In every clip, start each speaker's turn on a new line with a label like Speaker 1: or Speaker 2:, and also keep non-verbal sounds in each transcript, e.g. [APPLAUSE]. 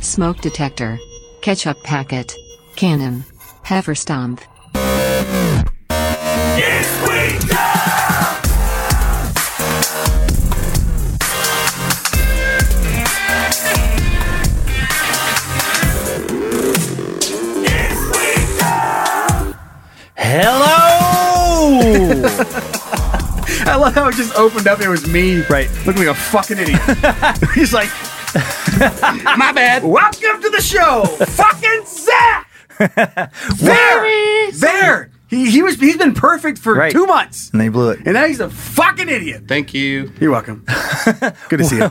Speaker 1: Smoke detector. Ketchup packet. Cannon. Haverstomp.
Speaker 2: [LAUGHS]
Speaker 3: Hello!
Speaker 2: I love how it just opened up. It was me.
Speaker 3: Right.
Speaker 2: Looking like a fucking [LAUGHS] idiot. He's like,
Speaker 3: My bad.
Speaker 2: welcome to the show, fucking Zach. there, there. He, he was. He's been perfect for
Speaker 3: Right.
Speaker 2: two months,
Speaker 3: And they blew it.
Speaker 2: and now he's a fucking idiot.
Speaker 4: Thank you.
Speaker 2: You're [LAUGHS] welcome. Good to see you.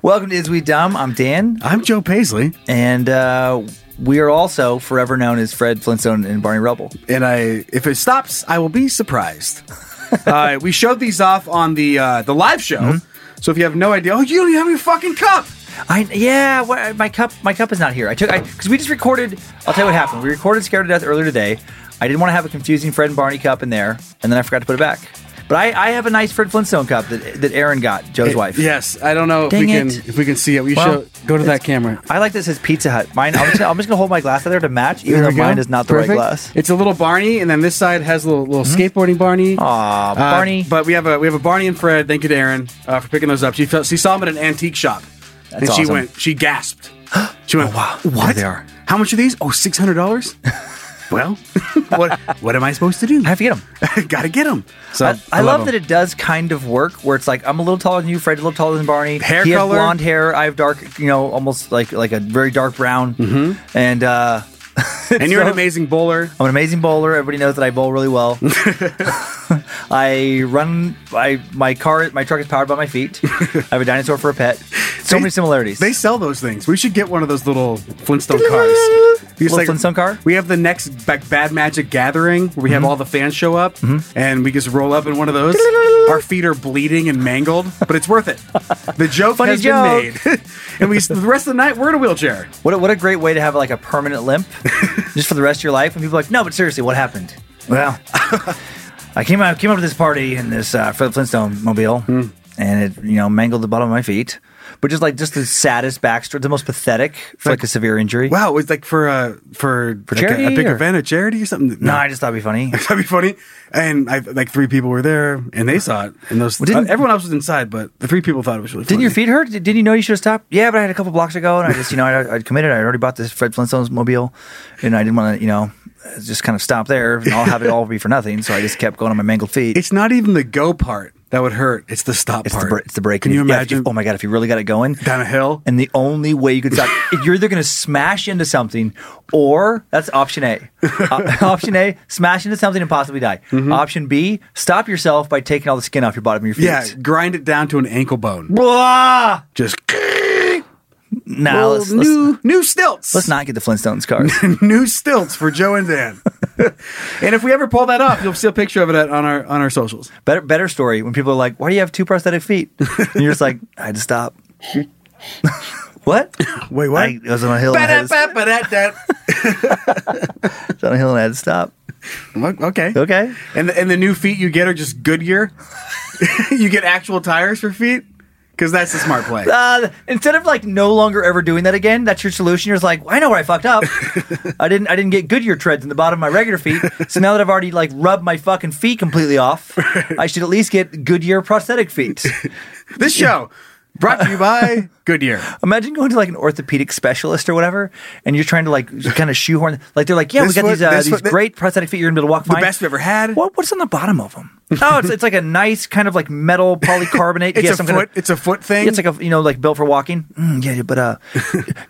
Speaker 3: Welcome to Is We Dumb? I'm Dan,
Speaker 2: I'm Joe Paisley,
Speaker 3: and uh, we are also forever known as Fred Flintstone and Barney Rubble.
Speaker 2: and I. If it stops, I will be [LAUGHS] surprised. uh, we showed these off on the uh, the live show. So if you have no idea, oh, you don't even have your fucking cup.
Speaker 3: I yeah, wha- my cup my cup is not here. I took because we just recorded. I'll tell you what happened. We recorded Scared to Death earlier today. I didn't want to have a confusing Fred and Barney cup in there, and then I forgot to put it back. But I, I have a nice Fred Flintstone cup that that Aaron got Joe's wife.
Speaker 2: Yes, I don't know if
Speaker 3: Dang
Speaker 2: we
Speaker 3: it.
Speaker 2: can if we can see it. We
Speaker 3: Well,
Speaker 2: show. Go to that camera.
Speaker 3: I like this as Pizza Hut. Mine. I'm just, gonna- I'm just gonna hold my glass out there to match, even
Speaker 2: There
Speaker 3: though
Speaker 2: we go.
Speaker 3: mine is not the right
Speaker 2: Perfect.
Speaker 3: glass. Hmm?
Speaker 2: It's a little Barney, and then this side has a little, little skateboarding Barney.
Speaker 3: Aw,
Speaker 2: Uh,
Speaker 3: Barney.
Speaker 2: but we have a we have a Barney and Fred. Thank you to Erin uh, for picking those up. She felt, she saw them at an antique shop, and she
Speaker 3: awesome. Oh,
Speaker 2: went she gasped.
Speaker 3: [GASPS]
Speaker 2: She went, wow, what?
Speaker 3: they are.
Speaker 2: How much are these? Oh, six
Speaker 3: [LAUGHS]
Speaker 2: hundred dollars. Well, [LAUGHS] what what am I supposed to do?
Speaker 3: I have to get them.
Speaker 2: [LAUGHS] Gotta get them. So
Speaker 3: I, I love that
Speaker 2: it.
Speaker 3: it does kind of work where it's like I'm a little taller than you, Fred, a little taller than Barney.
Speaker 2: Hair
Speaker 3: he has
Speaker 2: color.
Speaker 3: blonde hair. I have dark, you know, almost like like a very dark brown. Mm-hmm. And uh,
Speaker 2: And you're an
Speaker 3: so-
Speaker 2: amazing bowler.
Speaker 3: I'm an amazing bowler. Everybody knows that I bowl really well. [LAUGHS] I run. I my car, my truck is powered by my feet. I have a dinosaur for a pet. So many similarities.
Speaker 2: They sell those things. We should get one of those little Flintstone cars. [LAUGHS] You just,
Speaker 3: Little Flintstone car?
Speaker 2: We have the next ba- Bad Magic Gathering where we have all the fans show up and we just roll up in one of [LAUGHS] those. Our feet are bleeding and mangled, but it's [LAUGHS] worth it. The joke
Speaker 3: Funny
Speaker 2: has
Speaker 3: joke.
Speaker 2: been made. [LAUGHS] and we the rest of the night we're in a wheelchair.
Speaker 3: What a, what a great way to have like a permanent [LAUGHS] limp, just for the rest of your life. And people are like, no, but seriously, what happened? Well, [LAUGHS] I came out came up to this party in this uh, Fred Flintstone mobile, and it you know mangled the bottom of my feet. But just like just the saddest backstory, the most pathetic for like, a severe injury.
Speaker 2: Wow, it was like for uh for, like a, a
Speaker 3: charity
Speaker 2: big
Speaker 3: or-
Speaker 2: event, a charity or something.
Speaker 3: No, I just thought it'd be funny.
Speaker 2: [LAUGHS] That'd be funny. And I, like three people were there and they saw it. And those
Speaker 3: didn't-
Speaker 2: uh, everyone else was inside, but the three people thought it was really
Speaker 3: Didn't
Speaker 2: funny.
Speaker 3: your feet hurt? Did- Didn't you know you should have stopped? Yeah, but I had a couple blocks ago, and I just, you know, I, I'd committed. I already bought this Fred Flintstone's mobile, and I didn't want to, you know, just kind of stop there and I'll have it all be for nothing. So I just kept going on my mangled feet.
Speaker 2: It's not even the go part that would hurt. It's the stop
Speaker 3: It's
Speaker 2: part.
Speaker 3: the, br- it's the break.
Speaker 2: Can you
Speaker 3: Yeah, if
Speaker 2: imagine?
Speaker 3: oh my god! If you really got it going
Speaker 2: Down a hill?
Speaker 3: and the only way you could stop, [LAUGHS] you're either going to smash into something, or that's option A. Uh, [LAUGHS] option A: smash into something and possibly die.
Speaker 2: Mm-hmm.
Speaker 3: Option B: stop yourself by taking all the skin off your bottom of your feet.
Speaker 2: Yeah, grind it down to an ankle bone.
Speaker 3: Blah!
Speaker 2: Just
Speaker 3: Now
Speaker 2: well,
Speaker 3: let's, let's,
Speaker 2: new new stilts.
Speaker 3: let's not get the Flintstones card.
Speaker 2: [LAUGHS] new stilts for Joe and Dan. [LAUGHS] and if we ever pull that off, you'll see a picture of it at- on our on our socials.
Speaker 3: Better, better story when people are like, "Why do you have two prosthetic feet?" And you're just like, "I had to
Speaker 2: [LAUGHS]
Speaker 3: stop." [LAUGHS] what?
Speaker 2: Wait, what?
Speaker 3: I, I was on a hill. And I had to, I was on a hill and I had to stop.
Speaker 2: [LAUGHS] okay.
Speaker 3: Okay.
Speaker 2: And the, and the new feet you get are just Goodyear. [LAUGHS] you get actual tires for feet because that's the smart
Speaker 3: [LAUGHS]
Speaker 2: play.
Speaker 3: Uh, instead of like no longer ever doing that again, that's your solution. You're just like, I know where I fucked
Speaker 2: [LAUGHS]
Speaker 3: up. I didn't. I didn't get Goodyear treads in the bottom of my regular feet. So now that I've already like rubbed my fucking
Speaker 2: [LAUGHS]
Speaker 3: feet completely off, I should at least get Goodyear prosthetic feet.
Speaker 2: This show. Brought to you by Goodyear.
Speaker 3: Imagine going to like an orthopedic specialist or whatever, and you're trying to like kind of shoehorn. Like they're like, yeah,
Speaker 2: This
Speaker 3: we got
Speaker 2: foot-
Speaker 3: these uh,
Speaker 2: this
Speaker 3: these
Speaker 2: foot-
Speaker 3: great prosthetic feet. You're gonna be able to walk
Speaker 2: The
Speaker 3: fine.
Speaker 2: best we've ever had.
Speaker 3: What, what's on the bottom of them? Oh, it's, it's like a nice kind of like
Speaker 2: [LAUGHS]
Speaker 3: metal polycarbonate.
Speaker 2: It's
Speaker 3: yeah,
Speaker 2: a
Speaker 3: some
Speaker 2: foot.
Speaker 3: kind of-
Speaker 2: it's a foot thing.
Speaker 3: Yeah, it's like a you know like built for walking. Mm, yeah, yeah, but [LAUGHS] uh,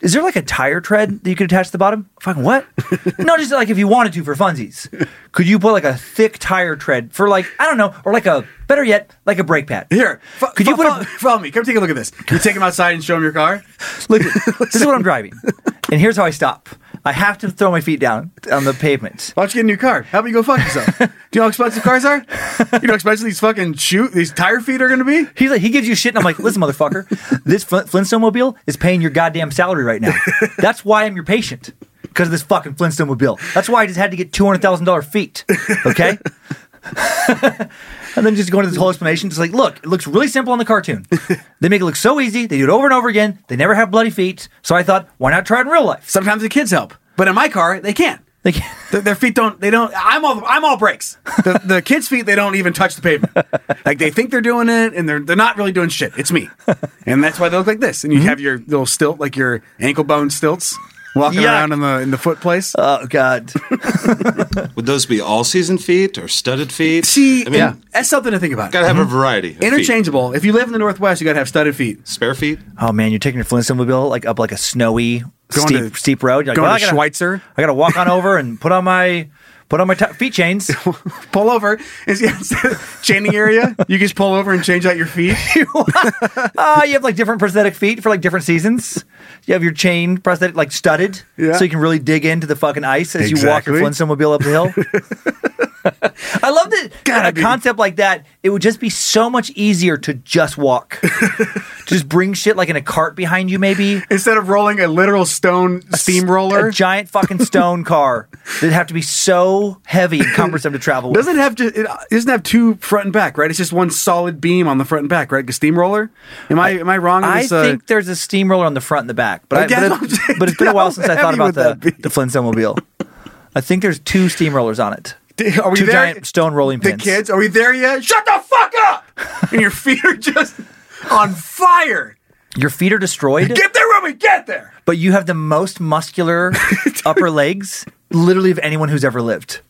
Speaker 3: is there like a tire tread that you could attach to the bottom? Fucking [LAUGHS] what? no, just like if you wanted to for funsies, could you put like a thick tire tread for like I don't know, or like a better yet, like a brake pad?
Speaker 2: Here, fo-
Speaker 3: could you
Speaker 2: fo-
Speaker 3: put
Speaker 2: follow,
Speaker 3: a
Speaker 2: follow me? Come take a look at this. You take him outside and show him your car.
Speaker 3: [LAUGHS] Look, this is what I'm driving, and here's how I stop. I have to throw my feet down on the pavement.
Speaker 2: Why don't you get a new car? Help you go
Speaker 3: [LAUGHS]
Speaker 2: fuck yourself. Do you know how expensive cars are? You know how expensive these fucking shoe, these tire feet are going to be?
Speaker 3: He's like, he gives you shit, and I'm like, listen, motherfucker, this Flint- Flintstone mobile is paying your goddamn salary right now. That's why I'm your patient because of this fucking Flintstone mobile. That's why I just had to get two hundred thousand dollar feet. Okay. [LAUGHS] and then just go into this whole explanation. Just like, look, it looks really simple on the cartoon. They make it look so easy. They do it over and over again. They never have bloody feet. So I thought, why not try it in real life?
Speaker 2: Sometimes the kids help, but in my car they can't.
Speaker 3: They can't-
Speaker 2: Their, their feet don't. They don't. I'm all. I'm all brakes. The, the kids' feet. They don't even touch the pavement. Like they think they're doing it, and they're they're not really doing shit. It's me, and that's why they look like this.
Speaker 3: Mm-hmm.
Speaker 2: And you have your little stilt, like your ankle bone stilts, walking
Speaker 3: Yuck.
Speaker 2: around in the in the foot place.
Speaker 3: Oh God.
Speaker 4: Would those be all season feet or studded feet?
Speaker 2: See, Mhm.
Speaker 4: I mean,
Speaker 2: yeah. that's something to think about.
Speaker 4: gotta have a variety. of feet.
Speaker 2: Interchangeable. If you live in the Northwest, you gotta have studded feet.
Speaker 4: Spare feet.
Speaker 3: Oh man, you're taking your Flintstone mobile like up like a snowy
Speaker 2: Going
Speaker 3: steep
Speaker 2: to-
Speaker 3: steep road. You're like,
Speaker 2: going
Speaker 3: well,
Speaker 2: to
Speaker 3: I gotta-
Speaker 2: Schweitzer?
Speaker 3: I gotta walk on over and put on my put on my t- feet
Speaker 2: [LAUGHS]
Speaker 3: chains.
Speaker 2: Pull over. [LAUGHS] Is instead of chaining area? You just pull over and change out
Speaker 3: [LAUGHS]
Speaker 2: your feet.
Speaker 3: Ah, you have like different prosthetic feet for like different seasons. You have your chain prosthetic like studded,
Speaker 2: Yeah.
Speaker 3: so you can really dig into the fucking ice as you walk your
Speaker 2: Exactly.
Speaker 3: Flintstone mobile up the
Speaker 2: [LAUGHS]
Speaker 3: hill. I love that
Speaker 2: Gotta
Speaker 3: a
Speaker 2: be.
Speaker 3: concept like that. It would just be so much easier to just
Speaker 2: [LAUGHS]
Speaker 3: walk. just bring shit like in a cart behind you, maybe.
Speaker 2: Instead of rolling a literal stone steamroller,
Speaker 3: A giant fucking
Speaker 2: [LAUGHS]
Speaker 3: stone car that'd have to be so heavy and cumbersome to travel with.
Speaker 2: Doesn't have just it doesn't have two front and back, right? It's just one solid beam on the front and back, right? Like a steamroller. Am I am I wrong? on
Speaker 3: I
Speaker 2: this, uh,
Speaker 3: think there's a steamroller on the front and the back, but I,
Speaker 2: Again,
Speaker 3: but,
Speaker 2: I'm
Speaker 3: it,
Speaker 2: saying,
Speaker 3: but it's been a
Speaker 2: [LAUGHS] how
Speaker 3: while since I thought
Speaker 2: heavy
Speaker 3: about
Speaker 2: would that
Speaker 3: the
Speaker 2: be?
Speaker 3: the Flintstone
Speaker 2: [LAUGHS]
Speaker 3: mobile. I think there's two steamrollers on it.
Speaker 2: d- are we
Speaker 3: two
Speaker 2: there?
Speaker 3: giant stone rolling
Speaker 2: the
Speaker 3: pins.
Speaker 2: kids, are we there yet? Shut the fuck
Speaker 3: [LAUGHS]
Speaker 2: up! and your feet are just on fire.
Speaker 3: Your feet are destroyed,
Speaker 2: Get there when we get there.
Speaker 3: but you have the most
Speaker 2: [LAUGHS]
Speaker 3: muscular upper legs, literally of anyone who's ever lived.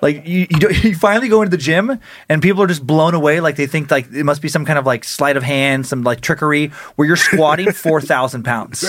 Speaker 3: Like you, you, don't- [LAUGHS] you finally go into the gym and people are just blown away. Like they think like it must be some kind of like sleight of hand, some like trickery where you're
Speaker 2: [LAUGHS]
Speaker 3: squatting four thousand pounds.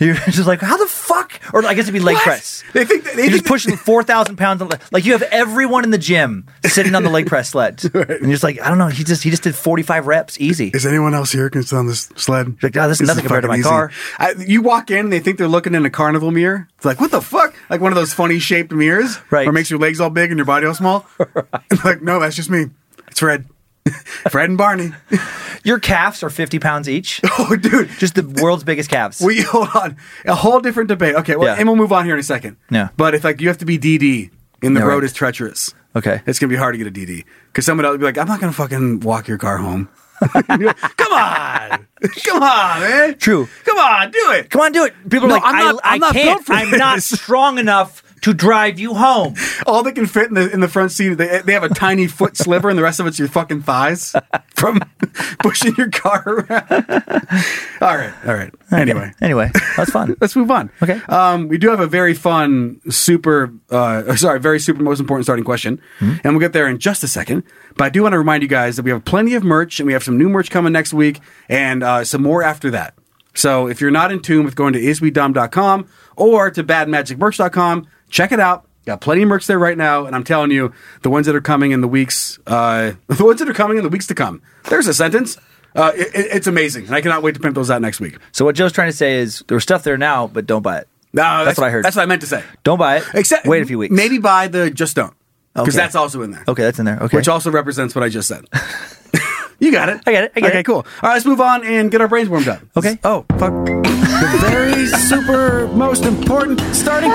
Speaker 3: You're [LAUGHS] just like, how the fuck? Or I guess it'd be leg
Speaker 2: What?
Speaker 3: press.
Speaker 2: They think that- they
Speaker 3: you're just
Speaker 2: think that-
Speaker 3: pushing four thousand pounds. On, the- like you have everyone in the gym sitting on the leg press sled, and
Speaker 2: [LAUGHS]
Speaker 3: you're just like, I don't know. He just he just did forty five reps, easy.
Speaker 2: Is anyone else here can sit on this sled?
Speaker 3: Like, "Oh, this is nothing compared to
Speaker 2: fucking
Speaker 3: my car."
Speaker 2: I, you walk in and they think they're looking in a carnival mirror. It's like, what the fuck? Like one of those funny shaped mirrors,
Speaker 3: Right.
Speaker 2: Where it makes your legs all big and your body
Speaker 3: [LAUGHS]
Speaker 2: all small. [LAUGHS] And like, no, that's just me. It's Fred, [LAUGHS] Fred and Barney. [LAUGHS]
Speaker 3: Your calves are fifty pounds each.
Speaker 2: Oh, dude,
Speaker 3: Just the world's biggest calves.
Speaker 2: [LAUGHS] We hold on. A whole different debate. Okay, well,
Speaker 3: Yeah.
Speaker 2: and we'll move on here in a second.
Speaker 3: Yeah.
Speaker 2: But if like you have to be DD and the
Speaker 3: Yeah,
Speaker 2: road
Speaker 3: right.
Speaker 2: is treacherous,
Speaker 3: Okay.
Speaker 2: it's gonna be hard to get a DD because someone else would be like, "I'm not gonna fucking walk your car home." [LAUGHS] Come on, come on, man.
Speaker 3: True.
Speaker 2: Come on, do it.
Speaker 3: Come on, do it. People are
Speaker 2: No,
Speaker 3: like,
Speaker 2: I'm
Speaker 3: i
Speaker 2: not-
Speaker 3: I,
Speaker 2: I'm not
Speaker 3: can't.
Speaker 2: built for
Speaker 3: I'm not [LAUGHS]
Speaker 2: this."
Speaker 3: strong enough to drive you home.
Speaker 2: All that can fit in the in the front seat, they, they have
Speaker 3: [LAUGHS]
Speaker 2: a tiny foot sliver, and the rest of it's your fucking thighs from [LAUGHS] pushing your car around. [LAUGHS] all right, all right. Anyway.
Speaker 3: Anyway, that's [LAUGHS] fun.
Speaker 2: let's move on.
Speaker 3: Okay.
Speaker 2: Um, we do have a very fun, super, uh, [LAUGHS] sorry, very super most important starting question.
Speaker 3: Hmm?
Speaker 2: And we'll get there in just a second. But I do want to remind you guys that we have plenty of merch and we have some new merch coming next week and uh, some more after that. So if you're not in tune with going to isbedumb.com or to badmagicmerch.com, check it out. Got plenty of merch there right now, and I'm telling you, the ones that are coming in the weeks, uh, [LAUGHS] the ones that are coming in the weeks to come. There's a sentence. Uh, it, it- it's amazing, and I cannot wait to pimp those out next week.
Speaker 3: So what Joe's trying to say is there's stuff there now, but don't buy it.
Speaker 2: No,
Speaker 3: that's what I heard.
Speaker 2: That's what I meant to say.
Speaker 3: Don't buy it.
Speaker 2: Except
Speaker 3: wait a few weeks.
Speaker 2: Maybe buy the just don't because
Speaker 3: Okay.
Speaker 2: that's also in there.
Speaker 3: Okay, that's in there. Okay.
Speaker 2: which also represents what I just [LAUGHS] said. you got it.
Speaker 3: I get it, I get
Speaker 2: okay,
Speaker 3: it.
Speaker 2: cool. All right, let's move on and get our brains warmed up.
Speaker 3: Okay.
Speaker 2: Oh fuck. the very super most important starting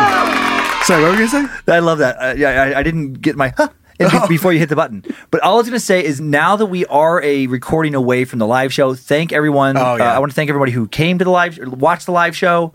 Speaker 2: question. Sorry, what were you gonna say?
Speaker 3: I love that. Uh, yeah, I, I didn't get my huh in
Speaker 2: [LAUGHS] Oh.
Speaker 3: be- before you hit the button. But all I was going to say is now that we are a recording away from the live show, thank everyone.
Speaker 2: Oh, yeah.
Speaker 3: uh, I want to thank everybody who came to the live, or watched the live show,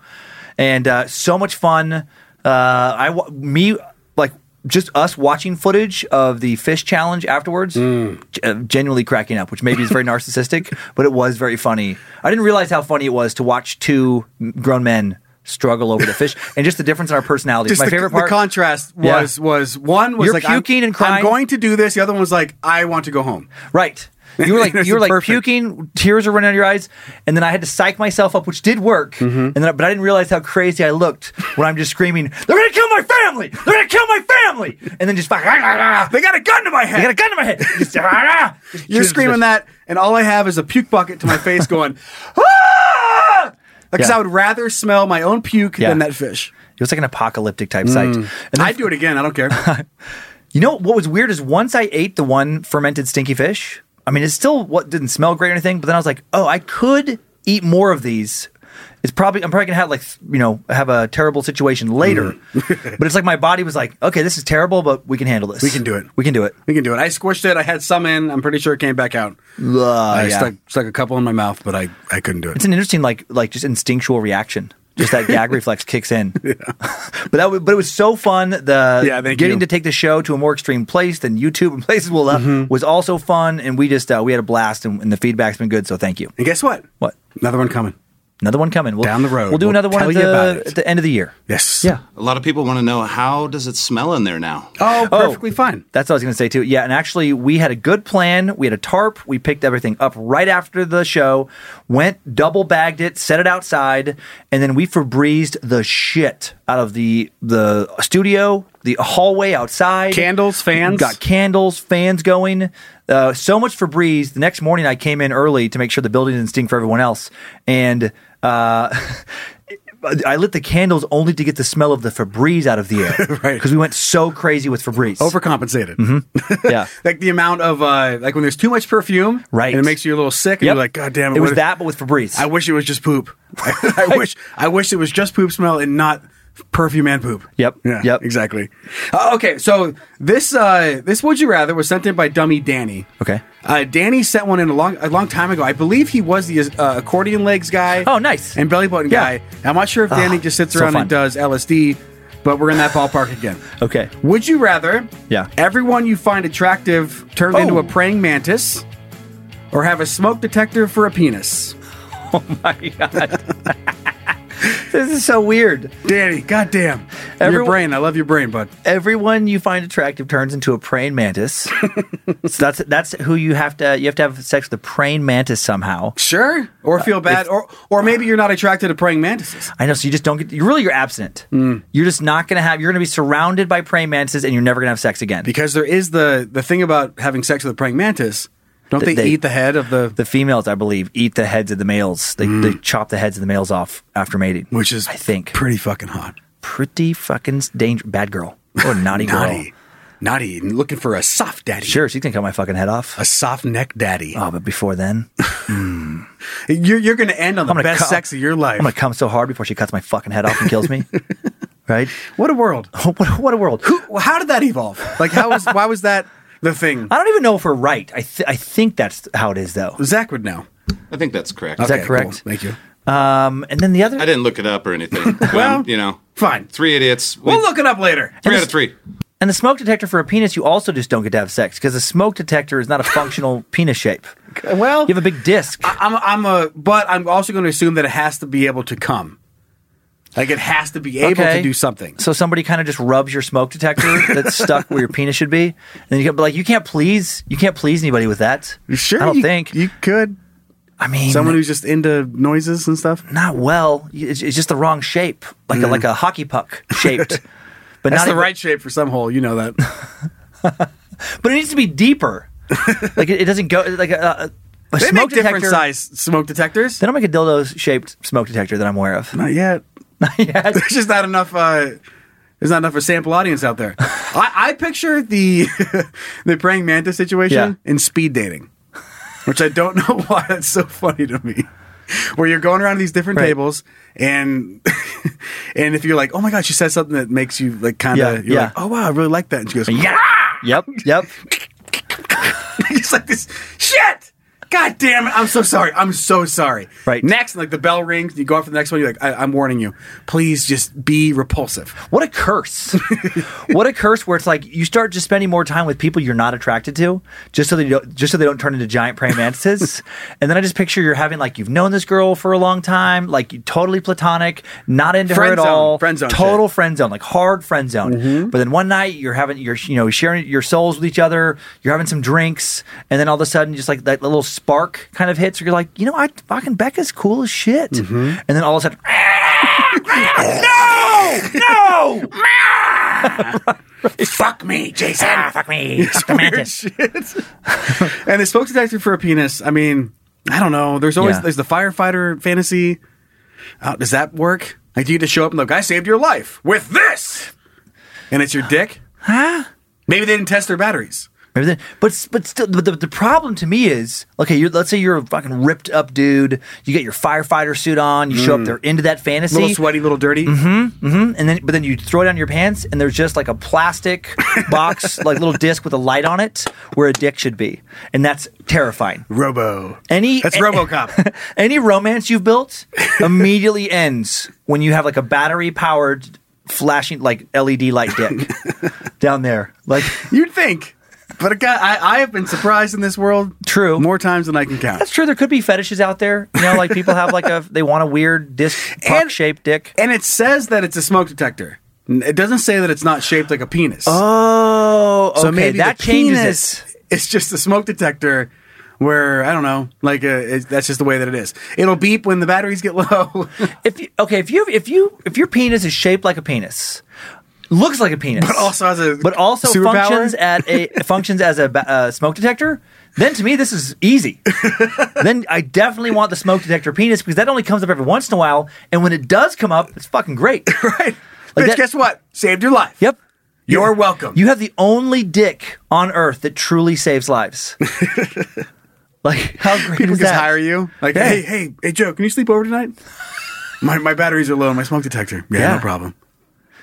Speaker 3: and uh, so much fun. Uh, I wa- me like just us watching footage of the fish challenge afterwards,
Speaker 2: Mm.
Speaker 3: g- uh, genuinely cracking up, which maybe is very [LAUGHS] narcissistic, but it was very funny. I didn't realize how funny it was to watch two m- grown men struggle over the
Speaker 2: [LAUGHS]
Speaker 3: fish and just the difference in our personalities.
Speaker 2: Just
Speaker 3: My
Speaker 2: the,
Speaker 3: favorite
Speaker 2: the
Speaker 3: part.
Speaker 2: contrast
Speaker 3: Yeah.
Speaker 2: was was one was
Speaker 3: You're
Speaker 2: like I'm-
Speaker 3: puking and
Speaker 2: I'm
Speaker 3: crying.
Speaker 2: going to do this. The other one was like I want to go home.
Speaker 3: Right. You were like
Speaker 2: [LAUGHS] It's
Speaker 3: you were like
Speaker 2: perfect.
Speaker 3: puking, tears were running out of your eyes, and then I had to psych myself up, which did work.
Speaker 2: Mm-hmm.
Speaker 3: And then, but I didn't realize how crazy I looked when I'm just screaming, "They're gonna kill my family! They're gonna kill my family!" And then just [LAUGHS] fucking,
Speaker 2: They got a gun to my
Speaker 3: I got
Speaker 2: head.
Speaker 3: a gun to my
Speaker 2: [LAUGHS]
Speaker 3: head. Just, [LAUGHS] just
Speaker 2: You're
Speaker 3: shooting
Speaker 2: screaming
Speaker 3: fish.
Speaker 2: that, and all I have is a puke bucket to my face, going [LAUGHS] ah! Because
Speaker 3: Yeah.
Speaker 2: I would rather smell my own puke
Speaker 3: Yeah.
Speaker 2: than that fish.
Speaker 3: It was like an apocalyptic type sight.
Speaker 2: Mm.
Speaker 3: And then,
Speaker 2: I'd do it again. I
Speaker 3: [LAUGHS]
Speaker 2: don't care.
Speaker 3: you know what was weird is once I ate the one fermented stinky fish. I mean, it still what didn't smell great or anything. But then I was like, oh, I could eat more of these. It's probably I'm probably gonna have like you know have a terrible situation later.
Speaker 2: [LAUGHS]
Speaker 3: but it's like my body was like, okay, this is terrible, but we can handle this.
Speaker 2: Mm. We can do it.
Speaker 3: We can do it.
Speaker 2: we can do it. I squished it. I had some in. I'm pretty sure it came back out. I
Speaker 3: Oh, yeah.
Speaker 2: stuck, stuck a couple in my mouth, but I, I couldn't do it.
Speaker 3: It's an interesting like like just instinctual reaction. Just that
Speaker 2: [LAUGHS]
Speaker 3: gag reflex kicks in. [LAUGHS] but that wa- but it was so fun. The
Speaker 2: Yeah, thank
Speaker 3: getting
Speaker 2: you.
Speaker 3: to take the show to a more extreme place than YouTube and [LAUGHS] places will allow
Speaker 2: Mm-hmm.
Speaker 3: was also fun, and we just uh, we had a blast, and, and the feedback's been good. So thank you.
Speaker 2: and guess what?
Speaker 3: What?
Speaker 2: Another one coming.
Speaker 3: Another one coming. We'll,
Speaker 2: Down the road.
Speaker 3: We'll do
Speaker 2: We'll
Speaker 3: another one
Speaker 2: tell
Speaker 3: at
Speaker 2: you about
Speaker 3: the,
Speaker 2: it.
Speaker 3: at the end of the year.
Speaker 2: Yes.
Speaker 3: Yeah.
Speaker 4: A lot of people want to know how does it smell in there now?
Speaker 2: Oh,
Speaker 3: Oh.
Speaker 2: perfectly fine.
Speaker 3: That's what I was going to say too. Yeah, and actually, we had a good plan. We had a tarp. We picked everything up right after the show. Went double bagged it, set it outside, and then we Febrezed the shit out of the the studio, the hallway outside.
Speaker 2: Candles, fans.
Speaker 3: got candles, fans going. Uh, so much Febreze. The next morning, I came in early to make sure the building didn't stink for everyone else, and. Uh, [LAUGHS] I lit the candles only to get the smell of the Febreze out of the air,
Speaker 2: [LAUGHS] Right.
Speaker 3: Because we went so crazy with Febreze.
Speaker 2: Overcompensated.
Speaker 3: Mm-hmm. yeah,
Speaker 2: [LAUGHS] Like the amount of uh, like when there's too much perfume,
Speaker 3: Right.
Speaker 2: And it makes you a little sick, and
Speaker 3: Yep.
Speaker 2: you're like, God damn it!
Speaker 3: It
Speaker 2: what
Speaker 3: was
Speaker 2: if-
Speaker 3: that, but with Febreze.
Speaker 2: I wish it was just poop. [LAUGHS] I wish I wish it was just poop smell and not perfume and poop.
Speaker 3: Yep,
Speaker 2: Yeah.
Speaker 3: yep.
Speaker 2: Exactly. Uh, okay. So this uh, this would you rather was sent in by Dummy Danny.
Speaker 3: Okay.
Speaker 2: Uh, Danny sent one in a long a long time ago. I believe he was the uh, accordion legs guy.
Speaker 3: Oh, nice.
Speaker 2: And belly button
Speaker 3: Yeah. Ah,
Speaker 2: guy. I'm not sure if Danny just sits
Speaker 3: so
Speaker 2: around
Speaker 3: fun.
Speaker 2: and does LSD, but we're in that ballpark again.
Speaker 3: [LAUGHS] okay.
Speaker 2: Would you rather
Speaker 3: Yeah.
Speaker 2: everyone you find attractive turned
Speaker 3: Oh.
Speaker 2: into a praying mantis or have a smoke detector for a penis?
Speaker 3: This is so weird.
Speaker 2: Danny, goddamn. your
Speaker 3: Everyone-
Speaker 2: brain. I love your brain, bud.
Speaker 3: Everyone you find attractive turns into a praying
Speaker 2: [LAUGHS]
Speaker 3: mantis. so that's that's who you have to you have to have sex with a praying mantis somehow.
Speaker 2: Sure. Uh, Or feel bad. or or maybe you're not attracted to praying mantises.
Speaker 3: I know. So you just don't get. You really you're abstinent.
Speaker 2: Mm.
Speaker 3: You're just not gonna have. You're gonna be surrounded by praying mantises, and you're never gonna have sex again.
Speaker 2: Because there is the the thing about having sex with a praying mantis. Don't
Speaker 3: Th-
Speaker 2: they,
Speaker 3: they-
Speaker 2: eat the head of the,
Speaker 3: the females, I believe, eat the heads of the males. They, they chop the heads of the males off after mating,
Speaker 2: Mm. which is
Speaker 3: I think
Speaker 2: pretty fucking hot.
Speaker 3: pretty fucking dangerous. Bad girl or
Speaker 2: [LAUGHS]
Speaker 3: naughty,
Speaker 2: Naughty.
Speaker 3: girl.
Speaker 2: Naughty. and Looking for a soft daddy.
Speaker 3: Sure, she's gonna cut my fucking head off.
Speaker 2: A soft neck daddy.
Speaker 3: Oh, but before
Speaker 2: [LAUGHS]
Speaker 3: then,
Speaker 2: You're, you're going to end on the
Speaker 3: I'm gonna
Speaker 2: best
Speaker 3: cum-
Speaker 2: sex of your life.
Speaker 3: I'm gonna come so hard before she cuts my fucking head off and kills
Speaker 2: [LAUGHS]
Speaker 3: me. right? [LAUGHS]
Speaker 2: what a world.
Speaker 3: What, what a world.
Speaker 2: Who, how did that evolve? Like, how was why was that
Speaker 3: [LAUGHS]
Speaker 2: the thing?
Speaker 3: I don't even know if we're right. I th- I think that's how it is though.
Speaker 2: Zach would know.
Speaker 4: I think that's correct.
Speaker 3: that correct?
Speaker 2: Thank you.
Speaker 3: Um, and then the other.
Speaker 4: I didn't look it up or anything. but, um,
Speaker 2: Well,
Speaker 4: you know,
Speaker 2: Fine.
Speaker 4: three idiots. We-
Speaker 2: We'll look it up later.
Speaker 4: Three out of three.
Speaker 3: And the smoke detector for a penis, you also just don't get to have sex because the smoke detector is not a
Speaker 2: [LAUGHS]
Speaker 3: functional penis shape.
Speaker 2: Well,
Speaker 3: You have a big disc.
Speaker 2: I- I'm, I'm a, but I'm also going to assume that it has to be able to come. Like it has to be able
Speaker 3: Okay.
Speaker 2: to do something.
Speaker 3: So somebody kind of just rubs your smoke detector that's stuck where your penis should be, and then you get like you can't please you can't please anybody with that.
Speaker 2: Sure,
Speaker 3: I don't
Speaker 2: you,
Speaker 3: think.
Speaker 2: you could.
Speaker 3: I mean,
Speaker 2: Someone who's just into noises and stuff.
Speaker 3: not well. It's, it's just the wrong shape, like a, like a hockey puck
Speaker 2: [LAUGHS]
Speaker 3: shaped. But
Speaker 2: Mm. That's
Speaker 3: not
Speaker 2: the
Speaker 3: even-
Speaker 2: right shape for some hole. You know [LAUGHS] that.
Speaker 3: But it needs to be
Speaker 2: [LAUGHS]
Speaker 3: deeper. like it, it doesn't go like a, a, a
Speaker 2: they
Speaker 3: smoke
Speaker 2: make
Speaker 3: detector.
Speaker 2: different size smoke detectors.
Speaker 3: They don't make a dildo shaped smoke detector that I'm aware
Speaker 2: [LAUGHS]
Speaker 3: of. [LAUGHS]
Speaker 2: Not yet. There's just not enough. Uh, there's not enough for sample audience out
Speaker 3: [LAUGHS]
Speaker 2: there. I, I picture the [LAUGHS] the praying mantis situation
Speaker 3: Yeah.
Speaker 2: in speed dating, which I don't [LAUGHS] know why that's so funny to me. Where you're going around these different
Speaker 3: Right.
Speaker 2: tables, and [LAUGHS] and if you're like, oh my god, she said something that makes you like kind
Speaker 3: Yeah,
Speaker 2: of, you're
Speaker 3: yeah.
Speaker 2: like, oh wow, I really like that, [LAUGHS] and she goes,
Speaker 3: Yep. Yep.
Speaker 2: it's like this shit. God damn it! I'm so sorry. I'm so sorry.
Speaker 3: Right.
Speaker 2: Next, like the bell rings, you go out for the next one. You're like, I- I'm warning you. Please just be repulsive.
Speaker 3: What a
Speaker 2: [LAUGHS]
Speaker 3: curse. what a curse where it's like you start just spending more time with people you're not attracted to just so they don't just so they don't turn into giant
Speaker 2: [LAUGHS]
Speaker 3: praying mantises. and then I just picture you're having like you've known this girl for a long time, like you totally platonic, not into her
Speaker 2: Friend
Speaker 3: at
Speaker 2: zone,
Speaker 3: all.
Speaker 2: friend zone
Speaker 3: Total
Speaker 2: shit. Mm-hmm.
Speaker 3: friend zone, like hard friend zone. But then one night you're having you're you know sharing your souls with each other, you're having some drinks, and then all of a sudden just like that little spark kind of hits where you're like, you know, I fucking Becca's cool as shit.
Speaker 2: Mm-hmm.
Speaker 3: And then all of a sudden [LAUGHS] No!
Speaker 2: [LAUGHS]
Speaker 3: No!
Speaker 2: Fuck me, Jason.
Speaker 3: Ah, fuck [LAUGHS] me. Fuck the
Speaker 2: [LAUGHS]
Speaker 3: mantis.
Speaker 2: and the smoke detector for a penis. I mean, I don't know. There's always
Speaker 3: Yeah.
Speaker 2: there's the firefighter fantasy. Uh, does that work? Like, do you just show up and like, I saved your life with this, and it's your dick? Huh? Maybe they didn't test their batteries.
Speaker 3: Maybe then, but but still, but the, the problem to me is okay. You're, let's say you're a fucking ripped up dude. You get your firefighter suit on. You show up there into that fantasy,
Speaker 2: Mm. Little sweaty, little dirty.
Speaker 3: mhm, and then but then you throw down your pants, and there's just like a plastic
Speaker 2: [LAUGHS]
Speaker 3: box, like little disc with a light on it, where a dick should be, and that's terrifying.
Speaker 2: Robo.
Speaker 3: Any
Speaker 2: That's
Speaker 3: a- [LAUGHS]
Speaker 2: RoboCop.
Speaker 3: any romance you've built immediately ends when you have like a battery powered flashing like LED light
Speaker 2: [LAUGHS]
Speaker 3: dick down there, like.
Speaker 2: You'd think, but a guy, I, I have been surprised in this world.
Speaker 3: True.
Speaker 2: more times than I can count.
Speaker 3: That's true. There could be fetishes out there. You know, like people have like a they want a weird disc puck shaped dick.
Speaker 2: And it says that it's a smoke detector. N- It doesn't say that it's not shaped like a penis.
Speaker 3: Oh, okay.
Speaker 2: So maybe
Speaker 3: that
Speaker 2: the
Speaker 3: changes
Speaker 2: penis
Speaker 3: it.
Speaker 2: It's just a smoke detector where I don't know, like uh it, that's just the way that it is. It'll beep when the batteries get [LAUGHS] low.
Speaker 3: If you, okay, if you if you if your penis is shaped like a penis, looks like a penis,
Speaker 2: But also has a
Speaker 3: but also
Speaker 2: superpower?
Speaker 3: functions at a functions as a ba- uh, smoke detector. Then to me, this is
Speaker 2: [LAUGHS]
Speaker 3: easy. then I definitely want the smoke detector penis because that only comes up every once in a while, and when it does come up, it's fucking great.
Speaker 2: [LAUGHS] right?
Speaker 3: Like
Speaker 2: Bitch,
Speaker 3: that-
Speaker 2: guess what? Saved your life.
Speaker 3: Yep.
Speaker 2: You're welcome.
Speaker 3: You have the only dick on earth that truly saves
Speaker 2: [LAUGHS]
Speaker 3: lives. like how great
Speaker 2: People
Speaker 3: is
Speaker 2: just
Speaker 3: that?
Speaker 2: hire you. Like,
Speaker 3: Yeah.
Speaker 2: hey, hey, hey, Joe, can you sleep over tonight? my my batteries are low. in My smoke detector. Yeah,
Speaker 3: Yeah.
Speaker 2: no problem.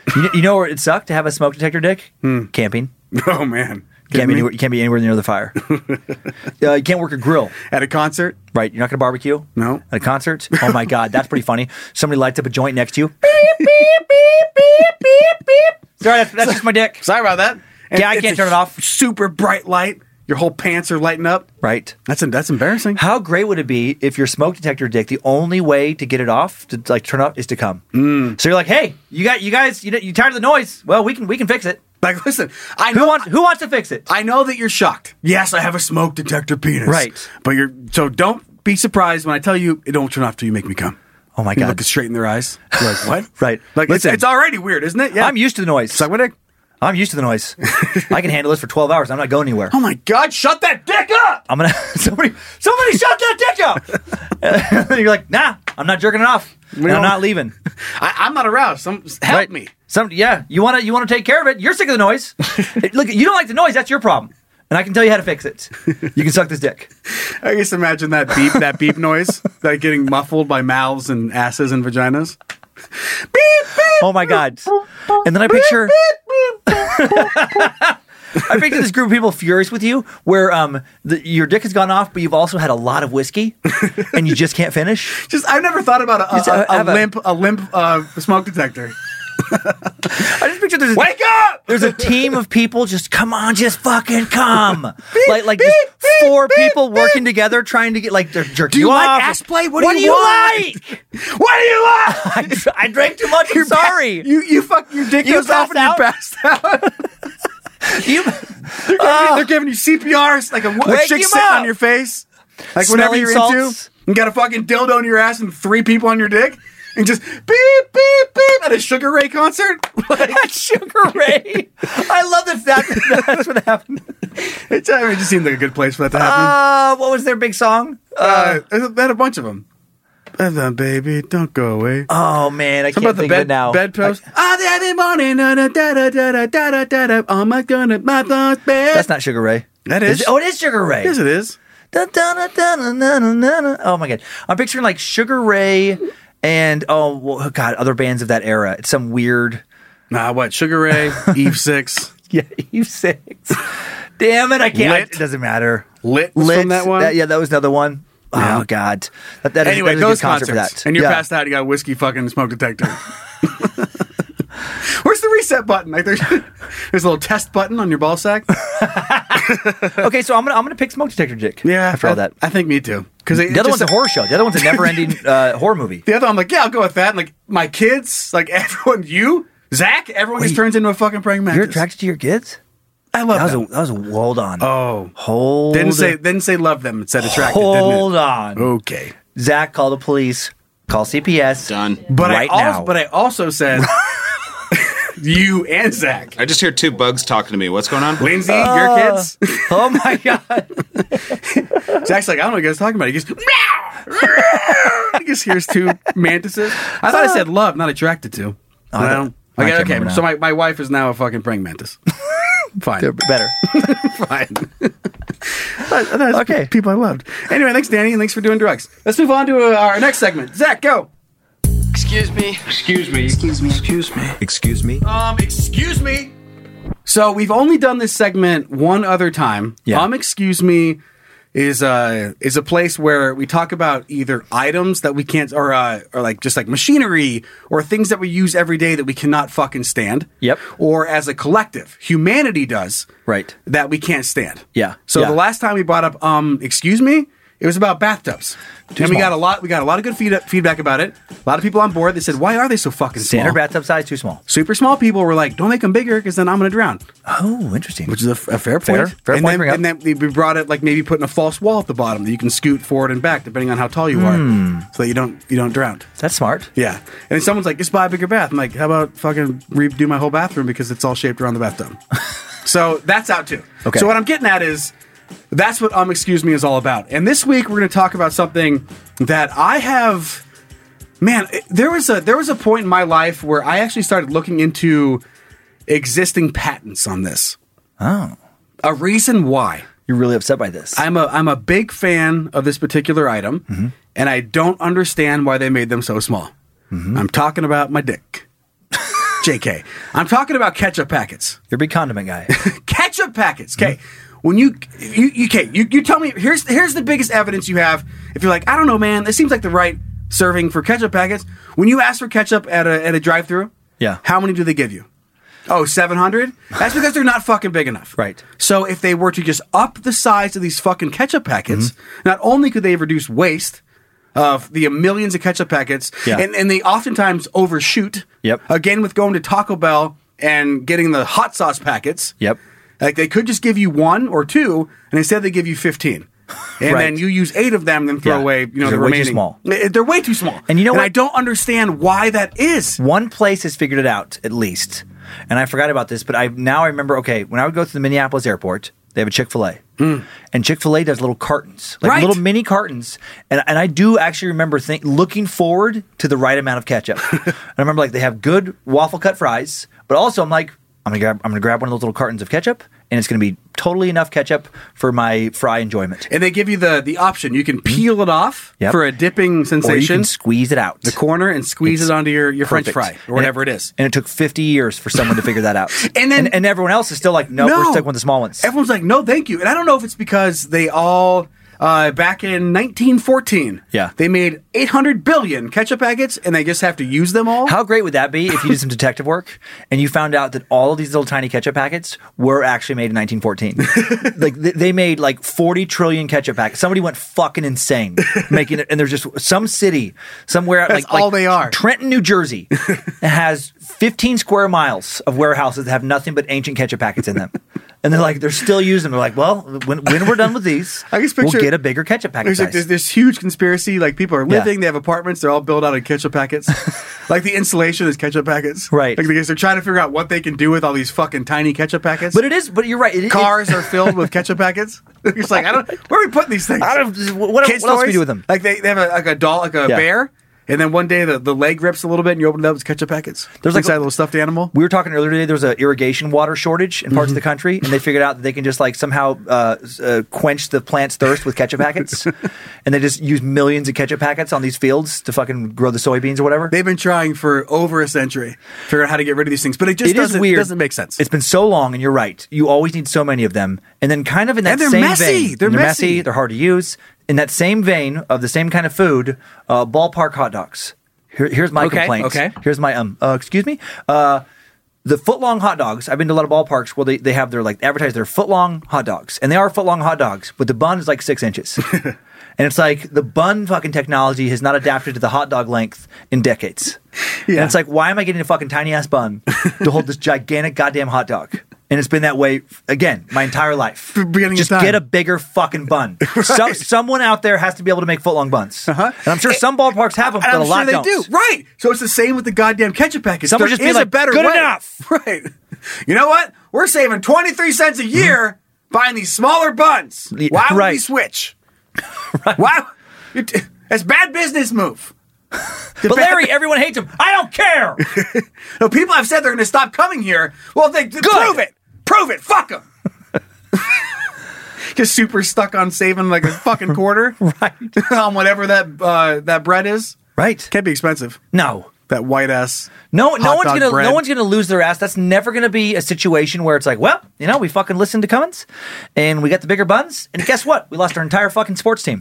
Speaker 2: [LAUGHS]
Speaker 3: You know, you know where it sucked to have a smoke detector dick?
Speaker 2: Hmm.
Speaker 3: Camping.
Speaker 2: Oh man,
Speaker 3: You
Speaker 2: Kidding
Speaker 3: can't, be
Speaker 2: me?
Speaker 3: anywhere, you can't be anywhere near the
Speaker 2: [LAUGHS]
Speaker 3: fire. uh, you can't work a grill,
Speaker 2: at a concert.
Speaker 3: right? You're not going to barbecue?
Speaker 2: No.
Speaker 3: At a concert? Oh my God, that's pretty funny. Somebody lights up a joint next to
Speaker 2: [LAUGHS]
Speaker 3: you. Beep, [LAUGHS] beep, beep, beep, beep, beep. Sorry, that's, that's just my dick.
Speaker 2: Sorry about that.
Speaker 3: Yeah, I
Speaker 2: it's
Speaker 3: can't
Speaker 2: a
Speaker 3: turn it off.
Speaker 2: Super bright light. Your whole pants are lighting up.
Speaker 3: Right.
Speaker 2: That's that's embarrassing.
Speaker 3: How great would it be if your smoke detector dick, the only way to get it off, to like turn off, is to come?
Speaker 2: Hmm.
Speaker 3: So you're like, hey, you got, you guys, you know, you tired of the noise? Well, we can, we can fix it.
Speaker 2: Like, listen, I
Speaker 3: Who
Speaker 2: know
Speaker 3: wants, who wants to fix it?
Speaker 2: I know that you're shocked. Yes, I have a smoke detector penis.
Speaker 3: Right.
Speaker 2: But you're so don't be surprised when I tell you it don't turn off till you make me come.
Speaker 3: Oh my
Speaker 2: You
Speaker 3: God.
Speaker 2: look straight in their eyes. You're like what?
Speaker 3: [LAUGHS] Right.
Speaker 2: Like it's,
Speaker 3: Listen.
Speaker 2: it's already weird, isn't it? Yeah.
Speaker 3: I'm used to the noise.
Speaker 2: Suck my dick.
Speaker 3: I'm used to the
Speaker 2: [LAUGHS]
Speaker 3: noise. I can handle this for 12 hours. I'm not going anywhere.
Speaker 2: Oh my God! Shut that dick up.
Speaker 3: I'm gonna [LAUGHS] somebody somebody shut that dick up. [LAUGHS] and then you're like, nah, I'm not jerking it off. And I'm
Speaker 2: don't-
Speaker 3: not leaving.
Speaker 2: I, I'm not aroused. Some help
Speaker 3: Right.
Speaker 2: me.
Speaker 3: Some yeah, you wanna you wanna take care of it. You're sick of the
Speaker 2: [LAUGHS]
Speaker 3: noise. Look, you don't like the noise, that's your problem. And I can tell you how to fix it. You can suck this dick.
Speaker 2: I just imagine that beep, that beep noise, [LAUGHS] that getting muffled by mouths and asses and vaginas. Beep, beep.
Speaker 3: Oh my god. And then I picture I picture this group of people furious with you where um the, your dick has gone off, but you've also had a lot of whiskey and you just can't finish.
Speaker 2: Just I've never thought about
Speaker 3: Just,
Speaker 2: a,
Speaker 3: uh,
Speaker 2: a, a,
Speaker 3: have a-
Speaker 2: limp, a limp uh, smoke detector.
Speaker 3: I just picture there's
Speaker 2: Wake
Speaker 3: [LAUGHS]
Speaker 2: up!
Speaker 3: There's a team of people just come on, just fucking come. like like just four people working together trying to get like they're jerking
Speaker 2: Do you like
Speaker 3: off.
Speaker 2: ass play? What do
Speaker 3: what
Speaker 2: you want? [LAUGHS]
Speaker 3: like?
Speaker 2: What do you
Speaker 3: [LAUGHS]
Speaker 2: want?
Speaker 3: I, dr- I drank too much. I'm sorry.
Speaker 2: You you fuck your dick
Speaker 3: You
Speaker 2: goes off and you
Speaker 3: passed
Speaker 2: passed out.
Speaker 3: [LAUGHS] You-
Speaker 2: They're giving you CPRs like a, wo- a
Speaker 3: Wake
Speaker 2: chick
Speaker 3: him
Speaker 2: sitting
Speaker 3: up.
Speaker 2: on your face. Like whenever
Speaker 3: Smelling
Speaker 2: you're
Speaker 3: salts.
Speaker 2: into, you got a fucking dildo in your ass and three people on your dick, and just beep beep beep at a Sugar Ray concert. [LAUGHS] Like,
Speaker 3: that sugar ray. I love that, that [LAUGHS] that's what happened.
Speaker 2: it's, I mean, it just seemed like a good place for that to happen.
Speaker 3: Uh, what was their big song?
Speaker 2: Uh, they had a bunch of them. And then, baby, don't go away.
Speaker 3: Oh man, I
Speaker 2: How
Speaker 3: can't
Speaker 2: about the
Speaker 3: think of it
Speaker 2: bed,
Speaker 3: now.
Speaker 2: bedpost? Ah, the other morning, da da da da da da da da da. Oh my god, my thoughts, bed.
Speaker 3: That's not Sugar Ray.
Speaker 2: That is.
Speaker 3: it- oh, it is Sugar Ray.
Speaker 2: Yes, it is.
Speaker 3: Dun, dun, dun, dun, dun, dun, dun, dun. Oh my god, I'm picturing like Sugar Ray and oh well, god, other bands of that era. It's some weird. [LAUGHS]
Speaker 2: Nah, what? Sugar Ray, Eve Six.
Speaker 3: Yeah, Eve Six. Damn it! I can't.
Speaker 2: Lit.
Speaker 3: It doesn't matter.
Speaker 2: Lit was from that one?
Speaker 3: yeah, that was another one. Oh God. That, that is-
Speaker 2: anyway,
Speaker 3: that is a
Speaker 2: those
Speaker 3: good concert
Speaker 2: concerts.
Speaker 3: for that.
Speaker 2: And you're
Speaker 3: Yeah.
Speaker 2: past that. You got whiskey fucking
Speaker 3: [LAUGHS]
Speaker 2: smoke detector. Where's the reset button? Like there's [LAUGHS] there's a little test button on your
Speaker 3: [LAUGHS]
Speaker 2: ball sack.
Speaker 3: Okay, so I'm gonna I'm gonna pick Smoke Detector Dick. After all
Speaker 2: I-
Speaker 3: that.
Speaker 2: I think me too. Because
Speaker 3: The other one's a horror show. The other one's a
Speaker 2: [LAUGHS]
Speaker 3: never-ending uh, horror movie.
Speaker 2: The other, I'm like, yeah, I'll go with that. And like my kids, like [LAUGHS] everyone, you, Zach, everyone just
Speaker 3: Wait.
Speaker 2: turns into a fucking praying mantis.
Speaker 3: You're attracted to your kids.
Speaker 2: I love
Speaker 3: That was
Speaker 2: them.
Speaker 3: a that was a hold on.
Speaker 2: oh,
Speaker 3: hold.
Speaker 2: didn't say didn't say love them. It said attracted.
Speaker 3: Hold
Speaker 2: didn't
Speaker 3: on.
Speaker 2: it? Okay.
Speaker 3: Zach, call the police. Call CPS.
Speaker 4: Done.
Speaker 2: But
Speaker 3: Right
Speaker 2: I also,
Speaker 3: now.
Speaker 2: but I also [LAUGHS] said you and Zach,
Speaker 4: I just hear two bugs talking to me. What's going on?
Speaker 2: Lindsay, your kids.
Speaker 3: [LAUGHS]
Speaker 2: [LAUGHS]
Speaker 3: Oh my god.
Speaker 2: Zach's like, I don't know what you guys are talking about. He just, [LAUGHS] he just hears two mantises. I thought I said love, not attracted to. But Uh. Oh, I don't.
Speaker 3: I
Speaker 2: I
Speaker 3: can't
Speaker 2: got, okay,
Speaker 3: remember now.
Speaker 2: so my, my wife is now a fucking praying [LAUGHS] mantis. Fine.
Speaker 3: Better.
Speaker 2: Fine. [LAUGHS] okay.
Speaker 3: Okay.
Speaker 2: uh, People I loved. Anyway, thanks, Danny, and thanks for doing drugs. Let's move on to uh, our next segment. Zach, go.
Speaker 5: Excuse me?
Speaker 2: Um, excuse me. So we've only done this segment one other time.
Speaker 3: Yeah.
Speaker 2: Um, excuse me is uh is a place where we talk about either items that we can't or uh, or like just like machinery or things that we use every day that we cannot fucking stand.
Speaker 3: Yep.
Speaker 2: Or as a collective, humanity does.
Speaker 3: Right.
Speaker 2: That we can't stand.
Speaker 3: Yeah.
Speaker 2: So
Speaker 3: Yeah.
Speaker 2: the last time we brought up um excuse me, it was about bathtubs. and we
Speaker 3: small.
Speaker 2: got a lot we got a lot of good feed- feedback about it. A lot of people on board that said, "Why are they so fucking small?"
Speaker 3: Standard bathtub size too small.
Speaker 2: super small people were like, "Don't make them bigger, because then I'm going to drown,"
Speaker 3: Oh, interesting.
Speaker 2: which is a, a fair point.
Speaker 3: Fair. Fair point
Speaker 2: and
Speaker 3: to
Speaker 2: Then,
Speaker 3: bring up.
Speaker 2: and then we brought it like maybe putting a false wall at the bottom that you can scoot forward and back depending on how tall you are, so that you don't you don't drown.
Speaker 3: That's smart.
Speaker 2: Yeah, and then someone's like, "Just buy a bigger bath." I'm like, "How about fucking redo my whole bathroom because it's all shaped around the bathtub?" so that's out too.
Speaker 3: Okay.
Speaker 2: So what I'm getting at is that's what um excuse me is all about. And this week we're going to talk about something that I have. Man, it- there was a there was a point in my life where I actually started looking into existing patents on this. Oh, a reason why.
Speaker 3: You're really upset by this.
Speaker 2: I'm a I'm a big fan of this particular item, and I don't understand why they made them so small. I'm talking about my dick. JK. I'm talking about ketchup packets.
Speaker 3: You're a big condiment
Speaker 2: [LAUGHS]
Speaker 3: guy.
Speaker 2: Ketchup packets. Okay.
Speaker 3: Mm-hmm.
Speaker 2: When you you you okay, you, you tell me here's here's the biggest evidence you have. If you're like, I don't know, man, this seems like the right serving for ketchup packets. When you ask for ketchup at a at a drive through,
Speaker 3: Yeah.
Speaker 2: how many do they give you? Oh,
Speaker 3: [SIGHS]
Speaker 2: 700? That's because they're not fucking big enough.
Speaker 3: Right.
Speaker 2: So if they were to just up the size of these fucking ketchup packets,
Speaker 3: Mm-hmm.
Speaker 2: not only could they reduce waste of the millions of ketchup packets,
Speaker 3: Yeah.
Speaker 2: and, and they oftentimes overshoot.
Speaker 3: Yep.
Speaker 2: Again, with going to Taco Bell and getting the hot sauce packets.
Speaker 3: Yep.
Speaker 2: Like they could just give you one or two, and instead they give you 15. And
Speaker 3: Right.
Speaker 2: then you use eight of them, then throw
Speaker 3: Yeah.
Speaker 2: away, you know,
Speaker 3: They're
Speaker 2: the
Speaker 3: way too
Speaker 2: remaining.
Speaker 3: small.
Speaker 2: Eh, They're way too small.
Speaker 3: And you know what?
Speaker 2: I don't understand why that is.
Speaker 3: One place has figured it out, at least. And I forgot about this, but I now I remember. Okay, when I would go to the Minneapolis airport, they have a Chick Fil A, and Chick Fil A does little cartons, like
Speaker 2: Mm. Right.
Speaker 3: little mini cartons. And and I do actually remember think, looking forward to the right amount of
Speaker 2: [LAUGHS]
Speaker 3: ketchup. and I remember like they have good waffle cut fries, but also I'm like I'm gonna grab I'm gonna grab one of those little cartons of ketchup, and it's gonna be totally enough ketchup for my fry enjoyment.
Speaker 2: and they give you the the option. You can peel it off
Speaker 3: Mm-hmm. Yep.
Speaker 2: for a dipping
Speaker 3: Or you
Speaker 2: sensation,
Speaker 3: can squeeze it out.
Speaker 2: the corner, and squeeze
Speaker 3: It's
Speaker 2: it onto your, your French fry
Speaker 3: Perfect.
Speaker 2: or whatever
Speaker 3: and
Speaker 2: it is.
Speaker 3: And it took 50 years for someone to figure that out.
Speaker 2: [LAUGHS] And then-
Speaker 3: and, everyone else is still like, no, we're stuck with the small ones.
Speaker 2: Everyone's like, no, thank you. And I don't know if it's because they all. Uh, back in 1914,
Speaker 3: Yeah.
Speaker 2: they made 800 billion ketchup packets, and they just have to use them all.
Speaker 3: How great would that be if you did some detective work and you found out that all of these little tiny ketchup packets were actually made in
Speaker 2: [LAUGHS]
Speaker 3: 1914? like th- they made like 40 trillion ketchup packets. Somebody went fucking
Speaker 2: [LAUGHS]
Speaker 3: insane making it, and there's just some city somewhere
Speaker 2: That's
Speaker 3: like, like
Speaker 2: all they are.
Speaker 3: Trenton, New
Speaker 2: [LAUGHS]
Speaker 3: Jersey, has 15 square miles of warehouses that have nothing but ancient ketchup packets in them. And they're like, they're still using them. They're like, well, when, when we're done with these,
Speaker 2: [LAUGHS] I just
Speaker 3: we'll
Speaker 2: picture-
Speaker 3: get a bigger ketchup packet
Speaker 2: There's like
Speaker 3: size.
Speaker 2: this, this huge conspiracy. Like people are
Speaker 3: Yeah.
Speaker 2: living, they have apartments, they're all built out of
Speaker 3: [LAUGHS]
Speaker 2: ketchup packets. like the insulation is ketchup packets,
Speaker 3: Right.
Speaker 2: Like because they're trying to figure out what they can do with all these fucking tiny ketchup packets.
Speaker 3: but it is, but you're right. It, it-
Speaker 2: cars are filled with ketchup packets. [LAUGHS] It's like I don't. Where are we putting these things?
Speaker 3: I don't- what- what else we do with them?
Speaker 2: Like they, they have a, like a doll, like a
Speaker 3: Yeah.
Speaker 2: bear, and And then one day the, the leg rips a little bit and you open it up, it's ketchup packets.
Speaker 3: There's
Speaker 2: There's
Speaker 3: like
Speaker 2: like that
Speaker 3: a-
Speaker 2: little stuffed animal.
Speaker 3: We were talking earlier today. There was an irrigation water shortage in parts of the country, and they figured out that they can just like somehow uh, s- uh, quench the plant's thirst with ketchup packets, and they just use millions of ketchup packets on these fields to fucking grow the soybeans or whatever.
Speaker 2: They've been trying for over a century to figure out how to get rid of these things, but it just
Speaker 3: It is
Speaker 2: doesn't,
Speaker 3: weird.
Speaker 2: doesn't make sense.
Speaker 3: It's been so long, and you're right. You always need so many of them, and then kind of in that
Speaker 2: And they're
Speaker 3: same
Speaker 2: messy.
Speaker 3: vein,
Speaker 2: They're
Speaker 3: and
Speaker 2: messy.
Speaker 3: They're hard to use. In that same vein of the same kind of food, uh, ballpark hot dogs. Here, here's my
Speaker 2: Okay,
Speaker 3: complaint.
Speaker 2: okay.
Speaker 3: Here's my um. Uh, excuse me. Uh, the foot long hot dogs. I've been to a lot of ballparks where they, they have their like advertise their foot long hot dogs, and they are foot long hot dogs, but the bun is like six
Speaker 2: [LAUGHS]
Speaker 3: inches. and it's like the bun fucking technology has not adapted to the hot dog length in decades. And it's like, why am I getting a fucking tiny ass bun to hold this gigantic goddamn hot dog? And it's been that way again my entire life.
Speaker 2: From beginning of
Speaker 3: Just
Speaker 2: time.
Speaker 3: get a bigger fucking
Speaker 2: [LAUGHS]
Speaker 3: bun. Some, someone out there has to be able to make foot long buns, and I'm sure some ballparks have them,
Speaker 2: And
Speaker 3: but
Speaker 2: Uh-huh. Eh, I'm
Speaker 3: a lot
Speaker 2: sure they
Speaker 3: don't.
Speaker 2: do. Right. So it's the same with the goddamn ketchup package.
Speaker 3: Someone
Speaker 2: There
Speaker 3: just be
Speaker 2: is a
Speaker 3: like,
Speaker 2: better
Speaker 3: "Good
Speaker 2: way."
Speaker 3: enough.
Speaker 2: [LAUGHS] Right. You know what? We're saving 23 cents a year buying these smaller buns.
Speaker 3: Yeah,
Speaker 2: Why
Speaker 3: Mm-hmm.
Speaker 2: would we
Speaker 3: right. [LAUGHS]
Speaker 2: switch? Why? you t- That's bad business move.
Speaker 3: But Larry, everyone hates them. I don't
Speaker 2: [LAUGHS]
Speaker 3: care.
Speaker 2: No, people have said they're going to stop coming here. Well, they prove it. Prove it. Fuck them. [LAUGHS] Just super stuck on saving like a
Speaker 3: [LAUGHS]
Speaker 2: fucking quarter, right? [LAUGHS] on whatever that uh, that bread is.
Speaker 3: Right?
Speaker 2: Can't be expensive.
Speaker 3: No.
Speaker 2: That white ass.
Speaker 3: No, no
Speaker 2: hot
Speaker 3: one's
Speaker 2: dog
Speaker 3: gonna
Speaker 2: bread.
Speaker 3: no one's gonna lose their ass. That's never gonna be a situation where it's like, well, you know, we fucking listened to Cummins and we got the bigger buns, and guess what? We lost our entire fucking sports
Speaker 2: [LAUGHS]
Speaker 3: team.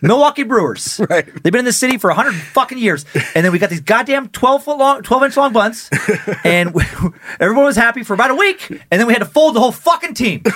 Speaker 3: Milwaukee Brewers.
Speaker 2: Right.
Speaker 3: They've been in this city for hundred fucking years. And then we got these goddamn twelve foot long twelve inch long buns. And [LAUGHS] we, everyone was happy for about a week, and then we had to fold the whole fucking team.
Speaker 2: [LAUGHS]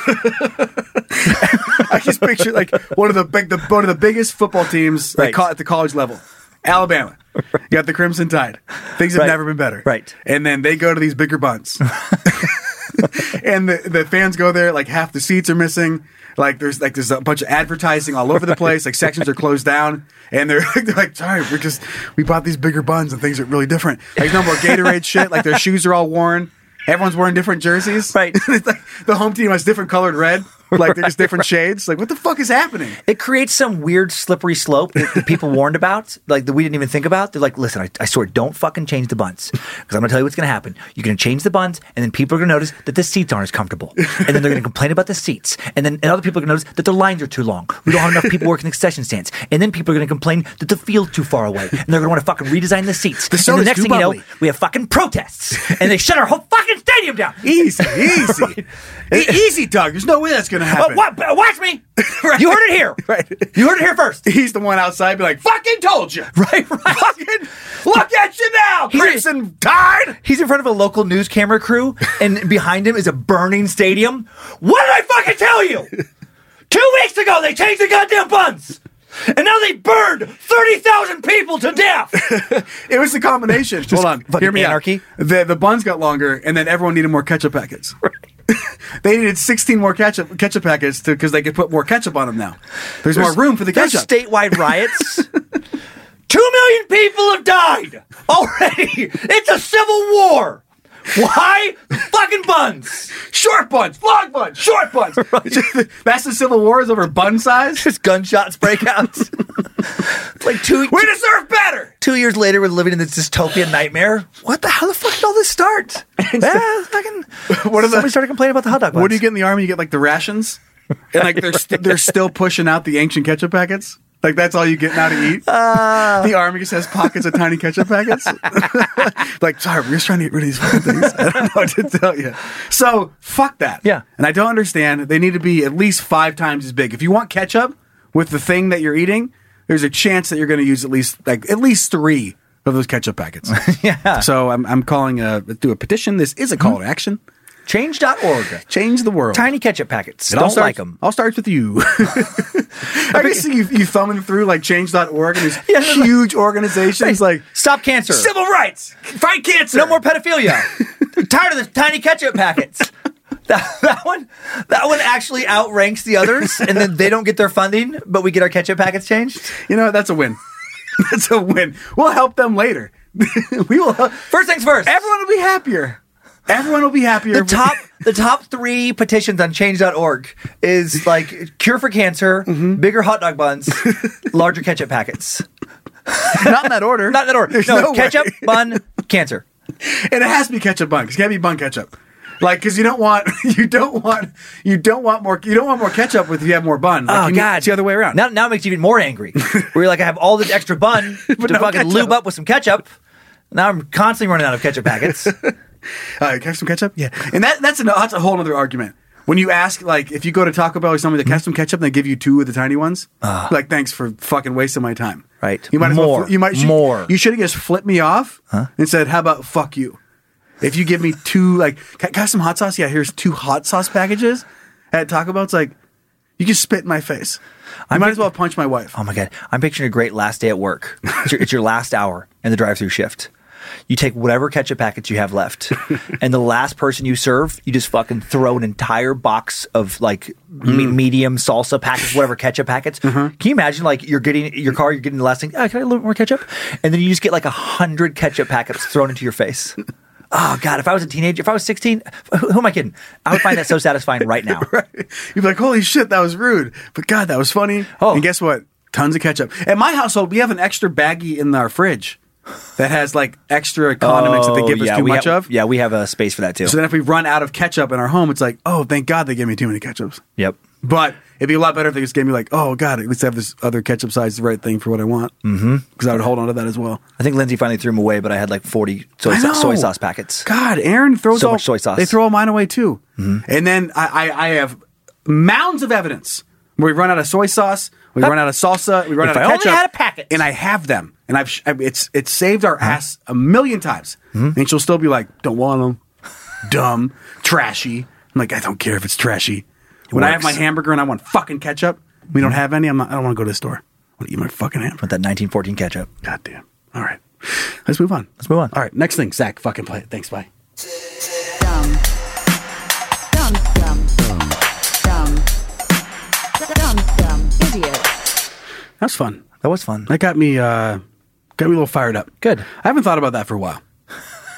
Speaker 2: I just picture like one of the big, the one of the biggest football teams like,
Speaker 3: Right.
Speaker 2: co- at the college level, Alabama. You got the Crimson Tide. Things have
Speaker 3: Right.
Speaker 2: never been better.
Speaker 3: Right.
Speaker 2: And then they go to these
Speaker 3: [LAUGHS]
Speaker 2: bigger buns, [LAUGHS] and the, the fans go there. Like half the seats are missing. Like there's like there's a bunch of advertising all over the place. Like sections are closed down, and they're [LAUGHS] like, they're like sorry, we just we bought these bigger buns and things are really different. Like no more
Speaker 3: [LAUGHS]
Speaker 2: Gatorade shit. Like their shoes are all worn. Everyone's wearing different jerseys.
Speaker 3: Right.
Speaker 2: [LAUGHS] it's like the home team has different colored red. Like they're just
Speaker 3: [LAUGHS]
Speaker 2: different shades. Like what the fuck is happening?
Speaker 3: It creates some weird slippery slope that, [LAUGHS] that people warned about, like that we didn't even think about. They're like, listen, I, I swear, don't fucking change the buns because I'm gonna tell you what's gonna happen. You're gonna change the buns, and then people are gonna notice that the seats aren't as comfortable, and then they're gonna complain about the seats, and then and other people are gonna notice that the lines are too long. We don't have enough people working the concession stands, and then people are gonna complain that the field's too far away, and they're gonna want to fucking redesign the seats. and
Speaker 2: soda's
Speaker 3: the next
Speaker 2: too
Speaker 3: thing you
Speaker 2: bubbly.
Speaker 3: know, we have fucking protests, and they shut our whole fucking stadium down.
Speaker 2: Easy,
Speaker 3: [LAUGHS]
Speaker 2: easy, E- easy, Doug. There's no way that's gonna
Speaker 3: But
Speaker 2: happen.
Speaker 3: what? but Watch
Speaker 2: [LAUGHS]
Speaker 3: me. You heard it here.
Speaker 2: Right.
Speaker 3: You heard it here first.
Speaker 2: He's the one outside, be like, "Fucking told you,
Speaker 3: [LAUGHS] Right, right.
Speaker 2: Fucking look at you now,
Speaker 3: He's a-
Speaker 2: Crimson Tide."
Speaker 3: He's in front of a local news camera crew, and behind him is a burning stadium. What did I fucking tell you? Two weeks ago, they changed the goddamn buns, and now they burned 30,000 people to
Speaker 2: [LAUGHS]
Speaker 3: death.
Speaker 2: It was the combination. Hold on,
Speaker 3: fucking
Speaker 2: hear me
Speaker 3: anarchy.
Speaker 2: out. The the buns got longer, and then everyone needed more ketchup packets. [LAUGHS] they needed 16 more ketchup ketchup packets because they could put more ketchup on them now. There's, more room for the
Speaker 3: There's
Speaker 2: ketchup.
Speaker 3: statewide riots. [LAUGHS] Two million people have died already. It's a civil war. Why? Fucking buns.
Speaker 2: Short buns, long buns, short buns. [LAUGHS] That's the Civil War is over bun size.
Speaker 3: Just gunshots break
Speaker 2: [LAUGHS]
Speaker 3: out. It's like two,
Speaker 2: We deserve better.
Speaker 3: two years later, we're living in this dystopian nightmare. What the? How the fuck did all this
Speaker 2: [LAUGHS]
Speaker 3: start? yeah, fucking.
Speaker 2: What are the-
Speaker 3: somebody started complaining about the hot dog?
Speaker 2: What do you
Speaker 3: buns.
Speaker 2: get in the army? You get like the rations, and like they're st- they're still pushing out the ancient ketchup packets. Like that's all you get now to eat. the army just has pockets of tiny ketchup packets. [LAUGHS] like sorry, we're just trying to get rid of these fucking things. I don't know what to tell you. So fuck that.
Speaker 3: Yeah.
Speaker 2: and I don't understand. They need to be at least five times as big. If you want ketchup with the thing that you're eating, there's a chance that you're going to use at least like at least three of those ketchup packets. yeah. So I'm I'm calling a do a petition. This is a call to action.
Speaker 3: Change.org.
Speaker 2: Change the world.
Speaker 3: Tiny ketchup packets.
Speaker 2: It all
Speaker 3: Don't
Speaker 2: starts,
Speaker 3: like them.
Speaker 2: All starts with
Speaker 3: [LAUGHS]
Speaker 2: you. [LAUGHS] I can see you, you thumbing through like change.org and these
Speaker 3: [LAUGHS] Yeah, they're like-
Speaker 2: huge organizations like
Speaker 3: Stop cancer.
Speaker 2: civil rights, fight cancer.
Speaker 3: No more
Speaker 2: [LAUGHS]
Speaker 3: pedophilia. I'm tired of the tiny ketchup packets. That, that one, that one actually outranks the others, and then they don't get their funding, but we get our ketchup packets changed.
Speaker 2: You know, that's a win. [LAUGHS] that's a win. We'll help them later. [LAUGHS] we will. help-
Speaker 3: First things first.
Speaker 2: Everyone will be happier. Everyone will be happier.
Speaker 3: the
Speaker 2: if we- [LAUGHS]
Speaker 3: top the top three petitions on change.org
Speaker 2: Mm-hmm. [LAUGHS]
Speaker 3: is like cure for cancer, bigger hot dog buns, larger ketchup packets.
Speaker 2: Not in that order.
Speaker 3: Not that order.
Speaker 2: There's
Speaker 3: No,
Speaker 2: no way.
Speaker 3: ketchup, bun,
Speaker 2: [LAUGHS]
Speaker 3: cancer.
Speaker 2: and it has to be ketchup bun. 'cause it can't be bun ketchup. Like, because you don't want [LAUGHS] you don't want you don't want more you don't want more ketchup with if you have more bun. Like,
Speaker 3: Oh
Speaker 2: you need-
Speaker 3: God!
Speaker 2: it's the other way around.
Speaker 3: Now, now it makes you even more
Speaker 2: [LAUGHS]
Speaker 3: angry. Where you're like, I have all this extra bun to
Speaker 2: no
Speaker 3: fucking
Speaker 2: ketchup.
Speaker 3: lube up with some ketchup. Now I'm constantly running out of ketchup packets.
Speaker 2: Uh, can I have some ketchup? Yeah. And that that's, an, that's a whole other argument. When you ask, like, if you go to Taco Bell or something, they have some ketchup and they give you two of the tiny ones, like, thanks for fucking wasting my time.
Speaker 3: Ah. Right.
Speaker 2: You might as well.
Speaker 3: More.
Speaker 2: fl- you might. You,
Speaker 3: More.
Speaker 2: You should have just flipped me off and said, "How about fuck you?" If you give me two, like, can, can I have some hot sauce? Yeah, here's two hot sauce packages at Taco Bell. It's like, you just spit in my face. I might as well punch my wife.
Speaker 3: Oh my god! I'm picturing a great last day at work. It's your, it's your last hour in the drive-through shift. You take whatever ketchup packets you have
Speaker 2: [LAUGHS]
Speaker 3: left, and the last person you serve, you just fucking throw an entire box of like me-
Speaker 2: Mm.
Speaker 3: medium salsa packets, whatever ketchup packets.
Speaker 2: Uh-huh.
Speaker 3: Can you imagine? Like you're getting your car, you're getting the last thing. Oh, can I have a little bit more ketchup? And then you just get like a hundred ketchup packets thrown into your
Speaker 2: [LAUGHS]
Speaker 3: face. Oh god! If I was a teenager, if I was 16, who, who am I kidding? I would find that so satisfying right
Speaker 2: [LAUGHS]
Speaker 3: now.
Speaker 2: You'd be like, holy shit, that was rude. But God, that was funny.
Speaker 3: Oh.
Speaker 2: And guess what? Tons of ketchup. At my household, we have an extra baggie in our fridge that has like extra condiments that they
Speaker 3: Oh,
Speaker 2: give us too
Speaker 3: we
Speaker 2: much
Speaker 3: ha-
Speaker 2: of.
Speaker 3: Yeah, we have a space for that too.
Speaker 2: So then if we run out of ketchup in our home, it's like, oh, thank God they gave me too many ketchups.
Speaker 3: yep.
Speaker 2: But it'd be a lot better if they just gave me like, oh God, at least I have this other ketchup size, the right thing for what I want. Mm-hmm. Because I would hold on to that as well.
Speaker 3: I think Lindsay finally threw them away, but I had like 40 soy,
Speaker 2: I
Speaker 3: sa- soy
Speaker 2: know.
Speaker 3: sauce packets.
Speaker 2: God, Aaron throws
Speaker 3: So
Speaker 2: all
Speaker 3: much soy sauce. Mm-hmm.
Speaker 2: They throw all mine away too. And then I, I, I have mounds of evidence where we run out of soy sauce, we run out of salsa, we run
Speaker 3: If
Speaker 2: out of
Speaker 3: I only
Speaker 2: ketchup.
Speaker 3: had a packet.
Speaker 2: And I have them, and I've sh- I- it's it's saved our ass a million times.
Speaker 3: Mm-hmm.
Speaker 2: And she'll still be like, "Don't want them, [LAUGHS] dumb, trashy." I'm like, I don't care if it's trashy. when I have my
Speaker 3: works. Mm-hmm.
Speaker 2: hamburger and I want fucking ketchup, we don't have any. I'm not, I don't want to go to the store. I want to eat my fucking hamburger.
Speaker 3: With that 1914 ketchup.
Speaker 2: God damn. All right. Let's move on. Let's
Speaker 3: move on.
Speaker 2: All right. Next thing, Zach, fucking play it. Thanks. Bye.
Speaker 6: Dumb. Dumb. Dumb. Dumb. Dumb. Dumb. Idiot.
Speaker 2: That's fun.
Speaker 3: That was fun.
Speaker 2: That got me uh, got me a little fired up.
Speaker 3: Good.
Speaker 2: I haven't thought about that for
Speaker 3: [LAUGHS]
Speaker 2: a while.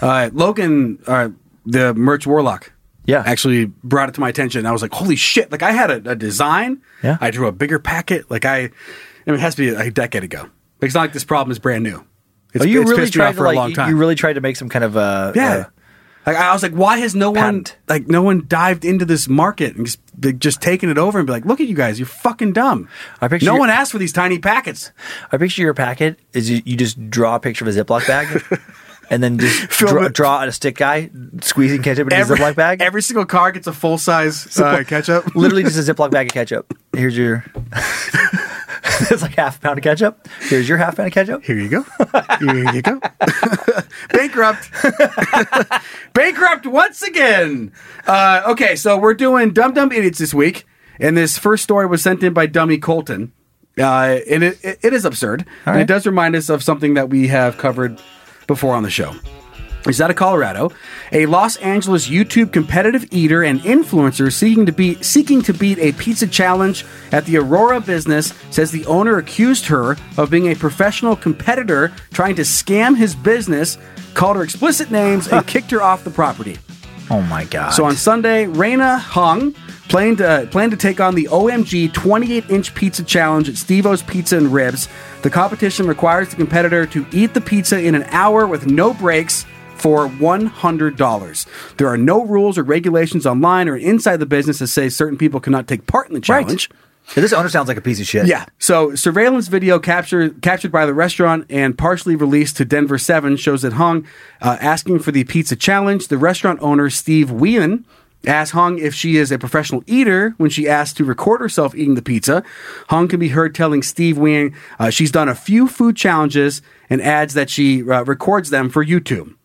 Speaker 2: uh, Logan, uh, the merch warlock,
Speaker 3: Yeah.
Speaker 2: actually brought it to my attention. I was like, holy shit! Like I had a, a design.
Speaker 3: Yeah.
Speaker 2: I drew a bigger packet. Like I, I mean, it has to be a decade ago. It's not like this problem is brand new. It's,
Speaker 3: Oh, you
Speaker 2: it's
Speaker 3: really
Speaker 2: pissed me
Speaker 3: tried
Speaker 2: off
Speaker 3: to
Speaker 2: for
Speaker 3: like,
Speaker 2: a long time.
Speaker 3: you really tried to make some kind of uh,
Speaker 2: yeah.
Speaker 3: uh,
Speaker 2: like I was like, why has no
Speaker 3: Patent.
Speaker 2: one like no one dived into this market and just they just taken it over and be like, look at you guys, you're fucking dumb.
Speaker 3: I picture
Speaker 2: no
Speaker 3: you-
Speaker 2: one asked for these tiny packets.
Speaker 3: I picture your packet is you, you just draw a picture of a Ziploc
Speaker 2: [LAUGHS]
Speaker 3: bag and then just
Speaker 2: Fill
Speaker 3: draw,
Speaker 2: it-
Speaker 3: draw out a stick guy squeezing ketchup in
Speaker 2: every,
Speaker 3: a Ziploc bag.
Speaker 2: [LAUGHS] Every single car gets a full size uh, ketchup.
Speaker 3: Literally just a Ziploc bag of ketchup. Here's your. [LAUGHS] it's like half a pound of ketchup. Here's your half pound of ketchup.
Speaker 2: Here you go. Here you go. [LAUGHS] Bankrupt. [LAUGHS] Bankrupt once again. Uh, okay, so we're doing Dumb Dumb Idiots this week, and this first story was sent in by Dummy Colton. Uh, and it, it, it is absurd. and
Speaker 3: right.
Speaker 2: It does remind us of something that we have covered before on the show. He's out of Colorado, a Los Angeles YouTube competitive eater and influencer seeking to beat seeking to beat a pizza challenge at the Aurora business says the owner accused her of being a professional competitor trying to scam his business, called her explicit names, and kicked her off the property.
Speaker 3: Oh my god!
Speaker 2: So on Sunday, Raina Hong planned to, planned to take on the OMG 28 inch pizza challenge at Steve O's Pizza and Ribs. The competition requires the competitor to eat the pizza in an hour with no breaks for $100. There are no rules or regulations online or inside the business that say certain people cannot take part in the challenge.
Speaker 3: Yeah, this owner sounds like a piece of shit.
Speaker 2: Yeah. So surveillance video captured captured by the restaurant and partially released to Denver Seven shows that Hong uh, asking for the pizza challenge. The restaurant owner Steve Whelan asked Hong if she is a professional eater when she asked to record herself eating the pizza. Hong can be heard telling Steve Whelan uh, she's done a few food challenges and adds that she uh, records them for YouTube.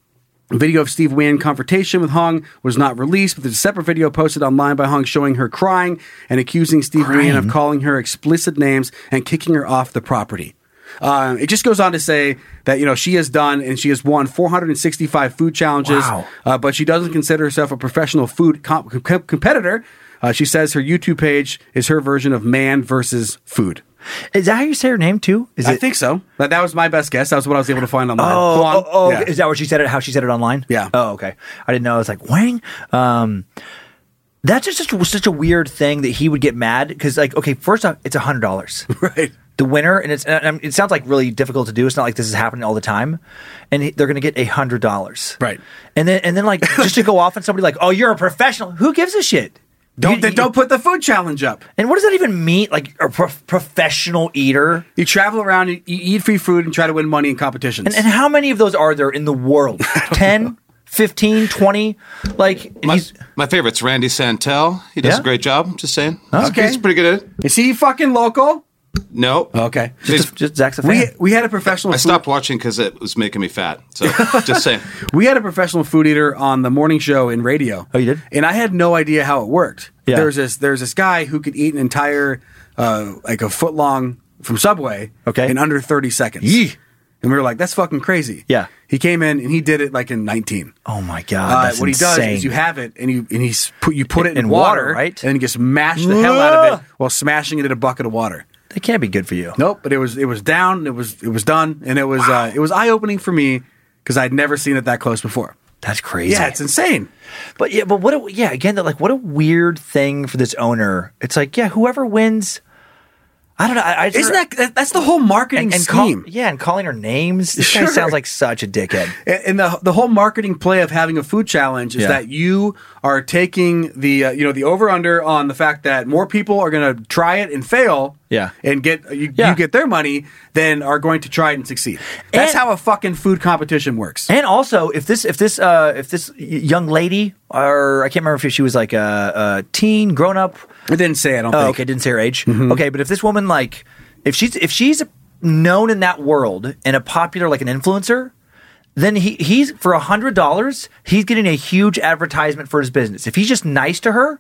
Speaker 2: Video of Steve Wynn confrontation with Hong was not released, but there's a separate video posted online by Hong showing her crying and accusing Steve Wynn of calling her explicit names and kicking her off the property. Um, it just goes on to say that you know she has done and she has won 465 food challenges,
Speaker 3: Wow.
Speaker 2: uh, but she doesn't consider herself a professional food com- com- competitor. Uh, she says her YouTube page is her version of man versus food.
Speaker 3: Is that how you say her name too? Is
Speaker 2: I think so. That, that was my best guess. That was what I was able to find online.
Speaker 3: Oh,
Speaker 2: Huang.
Speaker 3: oh, oh,
Speaker 2: Yeah.
Speaker 3: is that what she said it? How she said it online?
Speaker 2: Yeah.
Speaker 3: Oh, okay. I didn't know. I was like Wang. Um,
Speaker 2: [LAUGHS]
Speaker 3: that's just such, such a weird thing that he would get mad because, like, okay, first off, it's a hundred dollars.
Speaker 2: right.
Speaker 3: the winner, and it's and it sounds like really difficult to do. It's not like this is happening all the time, and he- they're going to get a hundred dollars,
Speaker 2: Right.
Speaker 3: And then and then
Speaker 2: [LAUGHS]
Speaker 3: like just to go off on somebody like, oh, you're a professional. Who gives a shit?
Speaker 2: Don't
Speaker 3: You-
Speaker 2: then
Speaker 3: you-
Speaker 2: don't put the food challenge up.
Speaker 3: And what does that even mean? Like a pro- professional eater?
Speaker 2: You travel around, you you eat free food, and try to win money in competitions.
Speaker 3: And, and how many of those are there in the
Speaker 2: [LAUGHS]
Speaker 3: world? 10, 15, 20? Like, and
Speaker 4: My,
Speaker 3: he's,
Speaker 4: my favorite's Randy Santel. He does
Speaker 3: Yeah?
Speaker 4: a great job. Just saying.
Speaker 2: Okay.
Speaker 4: He's pretty good at it.
Speaker 2: Is he fucking local?
Speaker 4: No.
Speaker 2: Okay.
Speaker 4: He's-
Speaker 3: just, just Zach's a fan.
Speaker 2: We we had a professional.
Speaker 4: I
Speaker 2: food-
Speaker 4: stopped watching because it was making me fat. So
Speaker 2: [LAUGHS]
Speaker 4: just saying.
Speaker 2: We had a professional food eater on the morning show in radio.
Speaker 3: Oh, you did?
Speaker 2: And I had no idea how it worked.
Speaker 3: Yeah.
Speaker 2: There's this there's this guy who could eat an entire uh, like a foot long from Subway
Speaker 3: Okay.
Speaker 2: in under 30 seconds.
Speaker 3: Yee.
Speaker 2: And we were like, that's fucking crazy.
Speaker 3: Yeah.
Speaker 2: He came in and he did it like in 19.
Speaker 3: oh my God.
Speaker 2: Uh,
Speaker 3: that's
Speaker 2: what he
Speaker 3: insane.
Speaker 2: does is you have it and you and he's put you put it in,
Speaker 3: In
Speaker 2: water,
Speaker 3: water, right?
Speaker 2: and then you just mash the hell out of it while smashing it in a bucket of water.
Speaker 3: that can't be good for you.
Speaker 2: Nope, but it was it was down, it was it was done, and it was uh, it was eye opening for me because I'd never seen it that close before.
Speaker 3: That's crazy.
Speaker 2: Yeah, it's insane.
Speaker 3: But yeah, but what? A, yeah, again, that like what a weird thing for this owner. It's like yeah, whoever wins, I don't know. I, I
Speaker 2: Isn't that that- that's the whole marketing
Speaker 3: and, and call,
Speaker 2: scheme?
Speaker 3: yeah, and calling her names. This guy
Speaker 2: Sure.
Speaker 3: sounds like such a dickhead.
Speaker 2: And and the the whole marketing play of having a food challenge is
Speaker 3: Yeah.
Speaker 2: that you are taking the uh, you know the over under on the fact that more people are going to try it and fail,
Speaker 3: Yeah.
Speaker 2: and get you,
Speaker 3: Yeah.
Speaker 2: you get their money than are going to try it and succeed. That's
Speaker 3: And-
Speaker 2: how a fucking food competition works.
Speaker 3: And also, if this if this uh, if this y- young lady or I can't remember if she was like a, a teen, grown up.
Speaker 2: I didn't say I don't
Speaker 3: Oh,
Speaker 2: think.
Speaker 3: okay, didn't say her age.
Speaker 2: Mm-hmm.
Speaker 3: Okay, but if this woman like if she's if she's known in that world and a popular like an influencer. Then he, he's for a hundred dollars, he's getting a huge advertisement for his business. If he's just nice to her,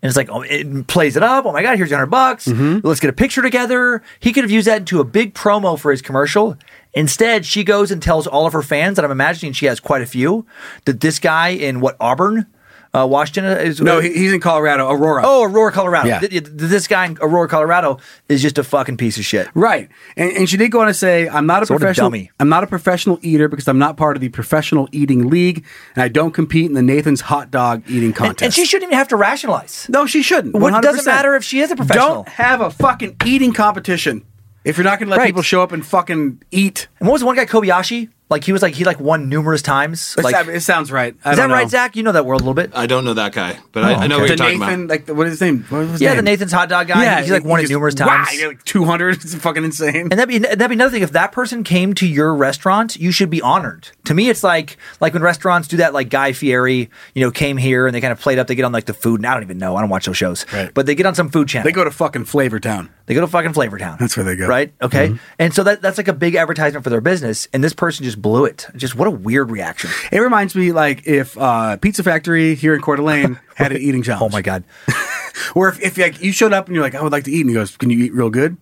Speaker 3: and it's like oh, it plays it up. Oh my god, here's hundred bucks.
Speaker 2: Mm-hmm.
Speaker 3: Let's get a picture together. He could have used that into a big promo for his commercial. Instead, she goes and tells all of her fans, and I'm imagining she has quite a few, that this guy in what Auburn, uh, Washington is
Speaker 2: No, he, he's in Colorado, Aurora.
Speaker 3: Oh, Aurora, Colorado.
Speaker 2: Yeah.
Speaker 3: Th- th- this guy in Aurora, Colorado is just a fucking piece of shit.
Speaker 2: Right, and, and she did go on to say, "I'm not a
Speaker 3: Sort of
Speaker 2: professional.
Speaker 3: dummy.
Speaker 2: I'm not a professional eater because I'm not part of the professional eating league, and I don't compete in the Nathan's hot dog eating
Speaker 3: And,
Speaker 2: contest."
Speaker 3: and she shouldn't even have to rationalize.
Speaker 2: No, she shouldn't.
Speaker 3: What- it doesn't
Speaker 2: 100%.
Speaker 3: matter if she is a professional.
Speaker 2: Don't have a fucking eating competition if you're not going to let
Speaker 3: Right.
Speaker 2: people show up and fucking eat.
Speaker 3: And what was the one guy, Kobayashi? Like he was like he like won numerous times.
Speaker 2: It
Speaker 3: Like,
Speaker 2: sound- it sounds right. I
Speaker 3: is that
Speaker 2: don't know.
Speaker 3: right, Zach? You know that world a little bit.
Speaker 2: Uh,
Speaker 4: I don't know that guy, but I, I know what
Speaker 2: The
Speaker 4: you're talking
Speaker 2: Nathan,
Speaker 4: about.
Speaker 2: like, what is his name? What was his
Speaker 3: yeah,
Speaker 2: name?
Speaker 3: the Nathan's hot dog guy. he's like
Speaker 2: he
Speaker 3: won it
Speaker 2: just-
Speaker 3: numerous
Speaker 2: wow,
Speaker 3: times.
Speaker 2: he did, like 200. [LAUGHS] It's fucking insane.
Speaker 3: And that'd be that'd be another thing. If that person came to your restaurant, you should be honored. To me, it's like like when restaurants do that, like Guy Fieri, you know, came here and they kind of played up. They get on like the food, and I don't even know. I don't watch those shows,
Speaker 2: Right.
Speaker 3: but they get on some food channel.
Speaker 2: They go to fucking Flavor Town.
Speaker 3: They go to fucking Flavortown.
Speaker 2: That's where they go. Mm-hmm.
Speaker 3: Right? Okay. And so that, that's like a big advertisement for their business. And this person just blew it. Just what a weird reaction.
Speaker 2: It reminds me, like, if uh, Pizza Factory here in
Speaker 3: [LAUGHS]
Speaker 2: Coeur d'Alene [LAUGHS] had an eating challenge.
Speaker 3: Oh my God.
Speaker 2: Or if, if like, you showed up and you're like, I would like to eat, and he goes, Can you eat real good?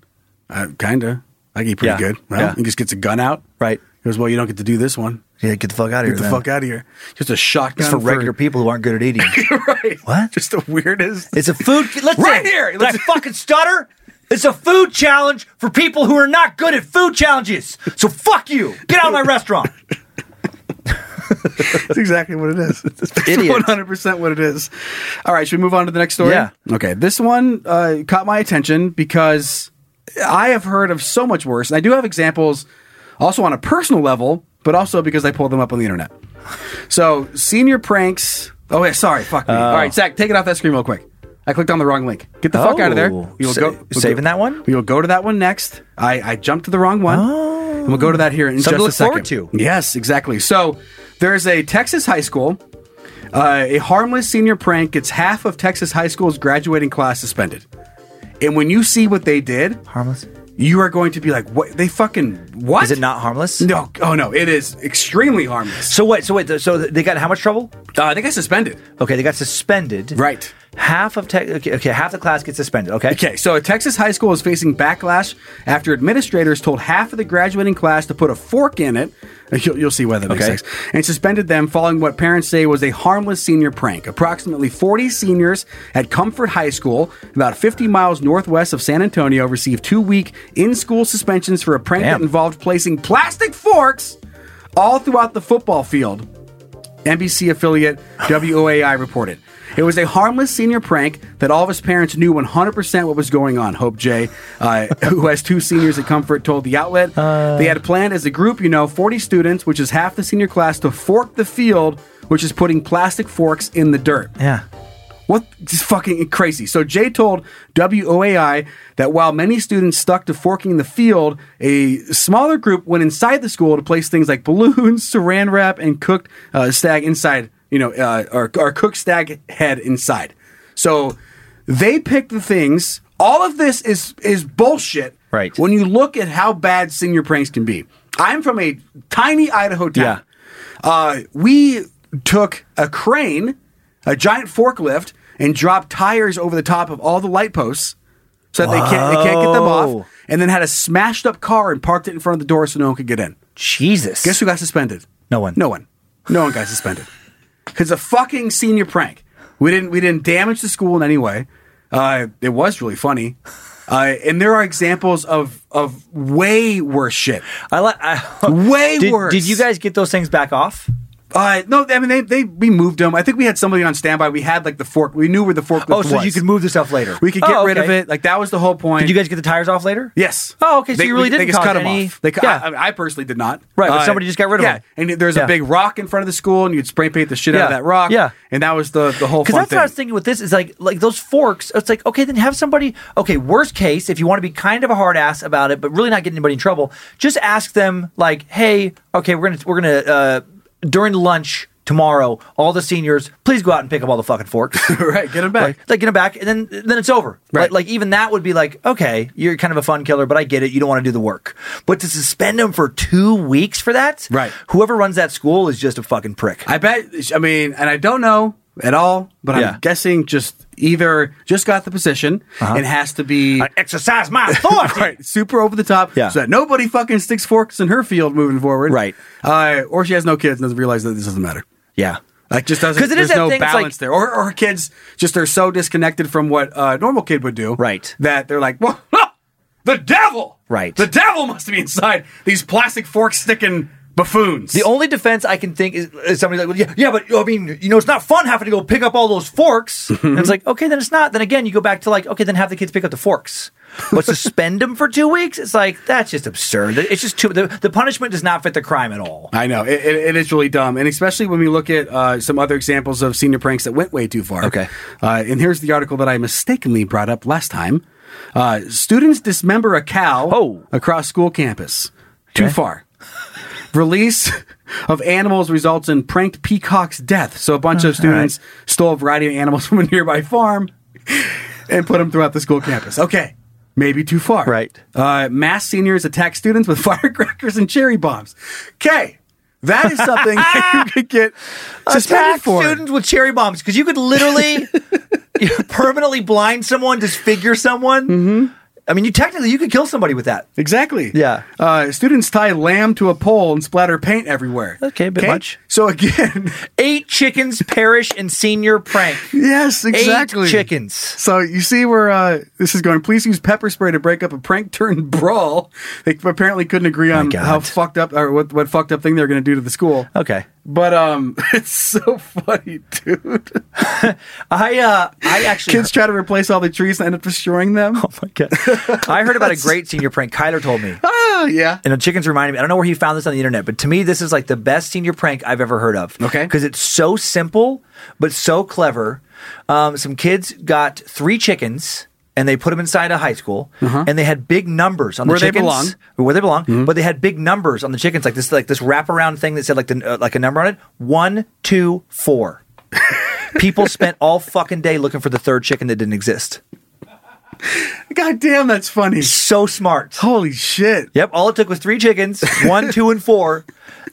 Speaker 2: Uh, kinda. I can eat pretty
Speaker 3: Yeah.
Speaker 2: good. Well,
Speaker 3: Yeah.
Speaker 2: he just gets a gun out.
Speaker 3: Right.
Speaker 2: He goes, Well, you don't get to do this one.
Speaker 3: Yeah, get the fuck out of here.
Speaker 2: Get the
Speaker 3: then.
Speaker 2: fuck out of here. Just a shotgun
Speaker 3: It's for
Speaker 2: [LAUGHS]
Speaker 3: regular people who aren't good at eating.
Speaker 2: right.
Speaker 3: What?
Speaker 2: Just the weirdest.
Speaker 3: It's a food. Listen,
Speaker 2: [LAUGHS] Right here.
Speaker 3: Did I fucking stutter? It's a food challenge for people who are not good at food challenges. So fuck you. Get out of my
Speaker 2: [LAUGHS]
Speaker 3: restaurant.
Speaker 2: That's exactly what it is.
Speaker 3: [LAUGHS]
Speaker 2: It's
Speaker 3: Idiots.
Speaker 2: 100% what it is. All right, should we move on to the next story?
Speaker 3: Yeah.
Speaker 2: Okay, this one uh, caught my attention because I have heard of so much worse. And I do have examples also on a personal level, but also because I pulled them up on the internet. So, senior pranks. Oh, yeah, sorry. Fuck me. All right, Zach, take it off that screen real quick. I clicked on the wrong link. Get the fuck out of there.
Speaker 3: Oh,
Speaker 2: We will
Speaker 3: sa- saving that one?
Speaker 2: We will go to that one next. I, I jumped to the wrong one. And we'll go to that here in
Speaker 3: Oh. Something to
Speaker 2: just a
Speaker 3: look forward
Speaker 2: second.
Speaker 3: to.
Speaker 2: Yes, exactly. So there's a Texas high school. Uh, a harmless senior prank gets half of Texas high school's graduating class suspended. And when you see what they did,
Speaker 3: Harmless.
Speaker 2: you are going to be like, "What? They fucking what?"
Speaker 3: Is it not harmless?
Speaker 2: No. Oh no, it is extremely harmless.
Speaker 3: So wait, so wait, so they got in how much trouble?
Speaker 2: Uh, they got suspended.
Speaker 3: Okay, they got suspended.
Speaker 2: Right.
Speaker 3: Half of tech. Okay, okay, half the class gets suspended. Okay.
Speaker 2: Okay, so a Texas high school is facing backlash after administrators told half of the graduating class to put a fork in it. [LAUGHS] You'll, you'll see why that makes
Speaker 3: Okay.
Speaker 2: sense. And suspended them following what parents say was a harmless senior prank. Approximately 40 seniors at Comfort High School, about 50 miles northwest of San Antonio, received two week in school suspensions for a prank
Speaker 3: Damn.
Speaker 2: that involved placing plastic forks all throughout the football field. NBC affiliate WOAI reported. It was a harmless senior prank that all of his parents knew 100% what was going on, Hope J, uh, [LAUGHS] who has two seniors at Comfort, told the outlet. they had planned as a group, you know, 40 students, which is half the senior class, to fork the field, which is putting plastic forks in the dirt.
Speaker 3: Yeah.
Speaker 2: What? Just fucking crazy. So Jay told WOAI that while many students stuck to forking the field, a smaller group went inside the school to place things like balloons, [LAUGHS] saran wrap, and cooked uh, stag inside. You know, uh, or, or cooked stag head inside. So they picked the things. All of this is is bullshit.
Speaker 3: Right.
Speaker 2: When you look at how bad senior pranks can be, I'm from a tiny Idaho town.
Speaker 3: Yeah.
Speaker 2: Uh, we took a crane, a giant forklift, and dropped tires over the top of all the light posts so that they can't, they can't get them
Speaker 3: Whoa.
Speaker 2: off, and then had a smashed up car and parked it in front of the door so no one could get in.
Speaker 3: Jesus.
Speaker 2: Guess who got suspended?
Speaker 3: No one.
Speaker 2: No one. No one got suspended. It's a fucking senior prank. We didn't we didn't damage the school in any way. Uh, it was really funny. Uh, and there are examples of of way worse shit.
Speaker 3: I like. I, [LAUGHS]
Speaker 2: Way
Speaker 3: did,
Speaker 2: worse.
Speaker 3: Did you guys get those things back off?
Speaker 2: Uh, no, I mean they, they we moved them. I think we had somebody on standby. We had like the fork. We knew where the forklift
Speaker 3: Oh,
Speaker 2: was.
Speaker 3: so you could move the stuff later.
Speaker 2: We could get
Speaker 3: Oh,
Speaker 2: rid of
Speaker 3: okay.
Speaker 2: it. Like that was the whole point.
Speaker 3: Did you guys get the tires off later?
Speaker 2: Yes.
Speaker 3: Oh, okay. So you really
Speaker 2: they
Speaker 3: didn't
Speaker 2: just
Speaker 3: cause
Speaker 2: cut them
Speaker 3: any-
Speaker 2: off. They, cu-
Speaker 3: Yeah.
Speaker 2: I, I personally did not. Uh,
Speaker 3: Right, but somebody just got rid of
Speaker 2: yeah,
Speaker 3: them.
Speaker 2: And there's
Speaker 3: Yeah.
Speaker 2: a big rock in front of the school, and you'd spray paint the shit out of
Speaker 3: Yeah.
Speaker 2: that rock.
Speaker 3: Yeah.
Speaker 2: And that was the the whole
Speaker 3: Because
Speaker 2: fun
Speaker 3: that's
Speaker 2: thing. [LAUGHS]
Speaker 3: what I was thinking with this is like like those forks. It's like okay, then have somebody. Okay, worst case, if you want to be kind of a hard ass about it, but really not get anybody in trouble, just ask them like, hey, okay, we're gonna we're gonna uh, during lunch tomorrow, all the seniors, please go out and pick up all the fucking
Speaker 2: [LAUGHS]
Speaker 3: forks.
Speaker 2: right. Get them back.
Speaker 3: Like, like get them back, and then then it's over.
Speaker 2: Right.
Speaker 3: Like, like even that would be like, okay, you're kind of a fun killer, but I get it. You don't want to do the work, but to suspend them for two weeks for that,
Speaker 2: Right.
Speaker 3: Whoever runs that school is just a fucking prick.
Speaker 2: I bet. I mean, and I don't know at all, but
Speaker 3: Yeah. Uh-huh.
Speaker 2: I'm guessing just either just got the position and has to be.
Speaker 3: I exercise
Speaker 2: [LAUGHS]
Speaker 3: my [LAUGHS] authority.
Speaker 2: Right, super over the top,
Speaker 3: Yeah.
Speaker 2: so that nobody fucking sticks forks in her field moving forward.
Speaker 3: Right.
Speaker 2: uh, or she has no kids and doesn't realize that this doesn't matter.
Speaker 3: Yeah.
Speaker 2: Like just doesn't.
Speaker 3: 'Cause it is
Speaker 2: there's
Speaker 3: that
Speaker 2: no
Speaker 3: thing, it's
Speaker 2: balance
Speaker 3: like-
Speaker 2: there, or or kids just they're so disconnected from what a normal kid would do,
Speaker 3: Right.
Speaker 2: That they're like, well, [LAUGHS] huh, the devil,
Speaker 3: Right.
Speaker 2: The devil must be inside these plastic fork sticking buffoons.
Speaker 3: The only defense I can think is, is somebody like, well, yeah, yeah, but I mean, you know, it's not fun having to go pick up all those
Speaker 2: [LAUGHS]
Speaker 3: forks. and it's like, okay, then it's not. Then again, you go back to like, okay, then have the kids pick up the forks. But suspend them for two weeks? It's like, that's just absurd. It's just too, the, the punishment does not fit the crime at all.
Speaker 2: I know it, it, it is really dumb, and especially when we look at uh, some other examples of senior pranks that went way too far.
Speaker 3: Okay.
Speaker 2: uh, and here's the article that I mistakenly brought up last time: uh, students dismember a cow
Speaker 3: Oh.
Speaker 2: across school campus. Too
Speaker 3: Okay.
Speaker 2: far. Release of animals results in pranked peacock's death. So a bunch of students stole a variety of animals [LAUGHS] from a nearby farm and put them throughout the school campus. Okay. Maybe too far.
Speaker 3: Right.
Speaker 2: Uh, mass seniors attack students with [LAUGHS] firecrackers and cherry bombs. Okay. That is
Speaker 3: [LAUGHS]
Speaker 2: something that you could get suspended
Speaker 3: Attack
Speaker 2: for.
Speaker 3: students with cherry bombs because you could
Speaker 2: [LAUGHS]
Speaker 3: literally permanently blind someone, disfigure someone.
Speaker 2: Mm-hmm.
Speaker 3: I mean, you technically, you could kill somebody with that.
Speaker 2: Exactly.
Speaker 3: Yeah.
Speaker 2: Uh, students tie lamb to a pole and splatter paint everywhere.
Speaker 3: Okay, a bit
Speaker 2: 'Kay?
Speaker 3: much.
Speaker 2: So again, [LAUGHS]
Speaker 3: Eight chickens perish in senior prank.
Speaker 2: yes, exactly.
Speaker 3: Eight chickens.
Speaker 2: So you see where uh, this is going. Please use pepper spray to break up a prank [LAUGHS] turned brawl. They apparently couldn't agree on
Speaker 3: God.
Speaker 2: how fucked up or what, what fucked up thing they're going to do to the school.
Speaker 3: Okay.
Speaker 2: But um, [LAUGHS] it's so funny, dude.
Speaker 3: [LAUGHS] I uh I actually
Speaker 2: Kids try to replace all the trees and end up destroying them.
Speaker 3: Oh
Speaker 2: [LAUGHS]
Speaker 3: my god. I heard about a great senior prank. Kyler told me.
Speaker 2: Ah, yeah.
Speaker 3: And the chickens reminded me. I don't know where he found this on the internet, but to me, this is like the best senior prank I've ever heard of.
Speaker 2: Okay.
Speaker 3: Because it's so simple, but so clever. Um, some kids got three chickens and they put them inside a high school and they had big numbers on
Speaker 2: Uh-huh. Where
Speaker 3: the
Speaker 2: they
Speaker 3: chickens.
Speaker 2: belong. Mm-hmm.
Speaker 3: Where they belong. But they had big numbers on the chickens, like this, like this wraparound thing that said like the, uh, like a number on it. One, two,
Speaker 2: [LAUGHS]
Speaker 3: four. People spent all fucking day looking for the third chicken that didn't exist.
Speaker 2: God damn, that's funny.
Speaker 3: So smart.
Speaker 2: Holy shit.
Speaker 3: Yep. All it took was three chickens, one, two, and four.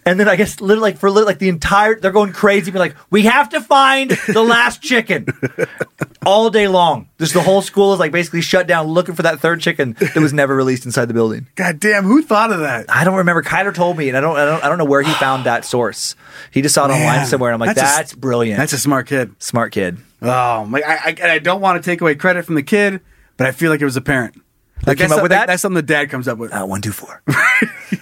Speaker 3: And then I guess literally like for lit- like the entire they're going crazy, be like, we have to find the last chicken all day long. Just the whole school is like basically shut down looking for that third chicken that was never released inside the building.
Speaker 2: God damn, who thought of that?
Speaker 3: I don't remember. Kyler told me, and I don't I don't, I don't know where he found that source. He just saw it online
Speaker 2: Man,
Speaker 3: somewhere, and I'm like,
Speaker 2: that's a-
Speaker 3: that's, brilliant.
Speaker 2: That's a smart kid.
Speaker 3: smart kid.
Speaker 2: Oh, my, I, I, and I don't want to take away credit from the kid, but I feel like it was a parent.
Speaker 3: That
Speaker 2: that's
Speaker 3: came up
Speaker 2: some-
Speaker 3: with that.
Speaker 2: That's something the dad comes up with.
Speaker 3: uh, one, two, four.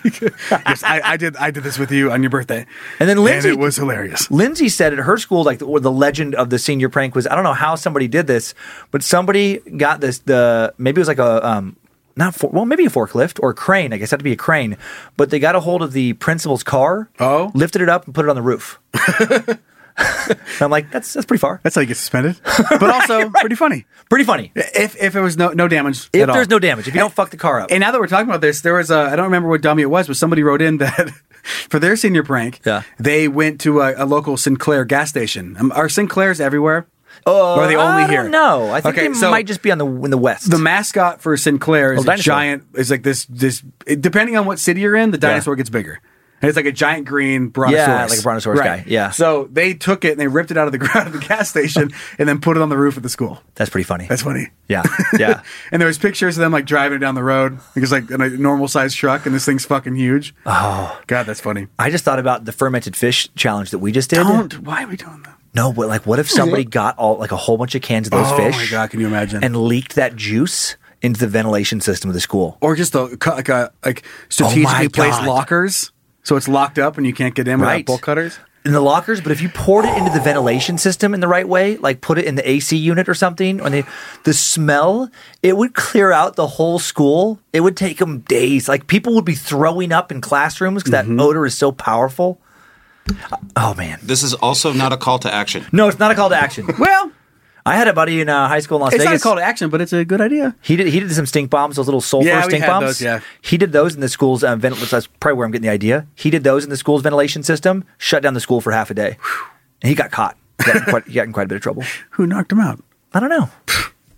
Speaker 2: yes, I, I did. I did this with you on your birthday,
Speaker 3: And then Lindsay-
Speaker 2: it was hilarious.
Speaker 3: [LAUGHS] Lindsay said at her school, like the, or the legend of the senior prank was I don't know how somebody did this, but somebody got this the maybe it was like a um not for, well maybe a forklift or a crane I guess it had to be a crane, but they got a hold of the principal's car,
Speaker 2: Oh.
Speaker 3: lifted it up and put it on the
Speaker 2: [LAUGHS]
Speaker 3: roof. [LAUGHS] And I'm like that's that's pretty far,
Speaker 2: That's how you get [LAUGHS] suspended, but also pretty funny.
Speaker 3: pretty funny.
Speaker 2: If if it was no no damage,
Speaker 3: If
Speaker 2: at all.
Speaker 3: there's no damage, if you don't fuck the car up,
Speaker 2: And now that we're talking about this, there was a, I don't remember what dummy it was, but somebody wrote in that [LAUGHS] for their senior prank,
Speaker 3: Yeah.
Speaker 2: they went to a, a local Sinclair gas station. Um, are Sinclairs everywhere?
Speaker 3: Uh,
Speaker 2: or are they only
Speaker 3: I don't
Speaker 2: here?
Speaker 3: know. I think
Speaker 2: Okay,
Speaker 3: they
Speaker 2: so
Speaker 3: might just be on the in the west.
Speaker 2: The mascot for Sinclair
Speaker 3: Oh,
Speaker 2: is a
Speaker 3: dinosaur.
Speaker 2: giant, is like this, this, it- depending on what city you're in, the dinosaur gets bigger. And it's like a giant green brontosaurus.
Speaker 3: like a brontosaurus guy. Yeah.
Speaker 2: So they took it and they ripped it out of the [LAUGHS] ground of the gas station and then put it on the roof of the school.
Speaker 3: that's pretty funny.
Speaker 2: That's funny.
Speaker 3: yeah, yeah.
Speaker 2: [LAUGHS] And there was pictures of them like driving it down the road. It was like in a normal sized truck, and this thing's fucking huge. Oh god, that's funny.
Speaker 3: I just thought about the fermented fish challenge that we just did.
Speaker 2: Don't. Why are we doing that?
Speaker 3: No, but like, what if somebody got all like a whole bunch of cans of those
Speaker 2: Oh
Speaker 3: fish?
Speaker 2: my God, can you imagine?
Speaker 3: And leaked that juice into the ventilation system of the school.
Speaker 2: Or just a cu- like a like
Speaker 3: Oh my
Speaker 2: strategically placed
Speaker 3: God.
Speaker 2: lockers, so it's locked up and you can't get in without
Speaker 3: Right.
Speaker 2: bolt cutters.
Speaker 3: In the lockers, but if you poured it into the ventilation system in the right way, like put it in the AC unit or something, or the the smell, it would clear out the whole school. It would take them days. Like people would be throwing up in classrooms because
Speaker 2: Mm-hmm.
Speaker 3: that odor is so powerful. Oh man,
Speaker 4: This is also not a call to action.
Speaker 3: no, it's not a call to action.
Speaker 2: Well,
Speaker 3: I had a buddy in uh, high school in Las
Speaker 2: it's not a
Speaker 3: Vegas.
Speaker 2: call to action, but it's a good idea.
Speaker 3: He did. He did some stink bombs, those little sulfur
Speaker 2: Yeah, we
Speaker 3: stink
Speaker 2: had
Speaker 3: bombs.
Speaker 2: those, yeah.
Speaker 3: He did those in the school's uh, vent. That's probably where I'm getting the idea. He did those in the school's ventilation system. Shut down the school for half a day, and he got caught. He got, in quite, he got in quite a bit of trouble.
Speaker 2: Who knocked him out?
Speaker 3: I don't know.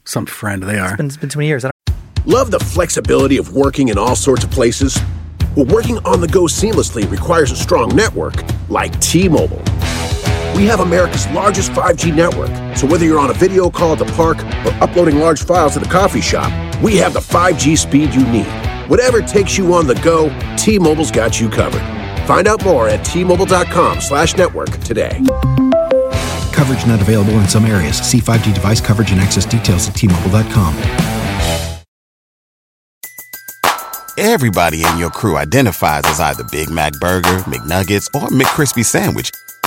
Speaker 2: Some friend they are.
Speaker 3: Been, it's been too many years. I don't
Speaker 7: Love the flexibility of working in all sorts of places? Well, working on the go seamlessly requires a strong network like T Mobile. We have America's largest 5G network, so whether you're on a video call at the park or uploading large files at a coffee shop, we have the 5G speed you need. Whatever takes you on the go, T Mobile's got you covered. Find out more at T Mobile.com slash network today.
Speaker 5: Coverage not available in some areas. See 5G device coverage and access details at tmobile.com.
Speaker 8: Everybody in your crew identifies as either Big Mac Burger, McNuggets, or McCrispy Sandwich.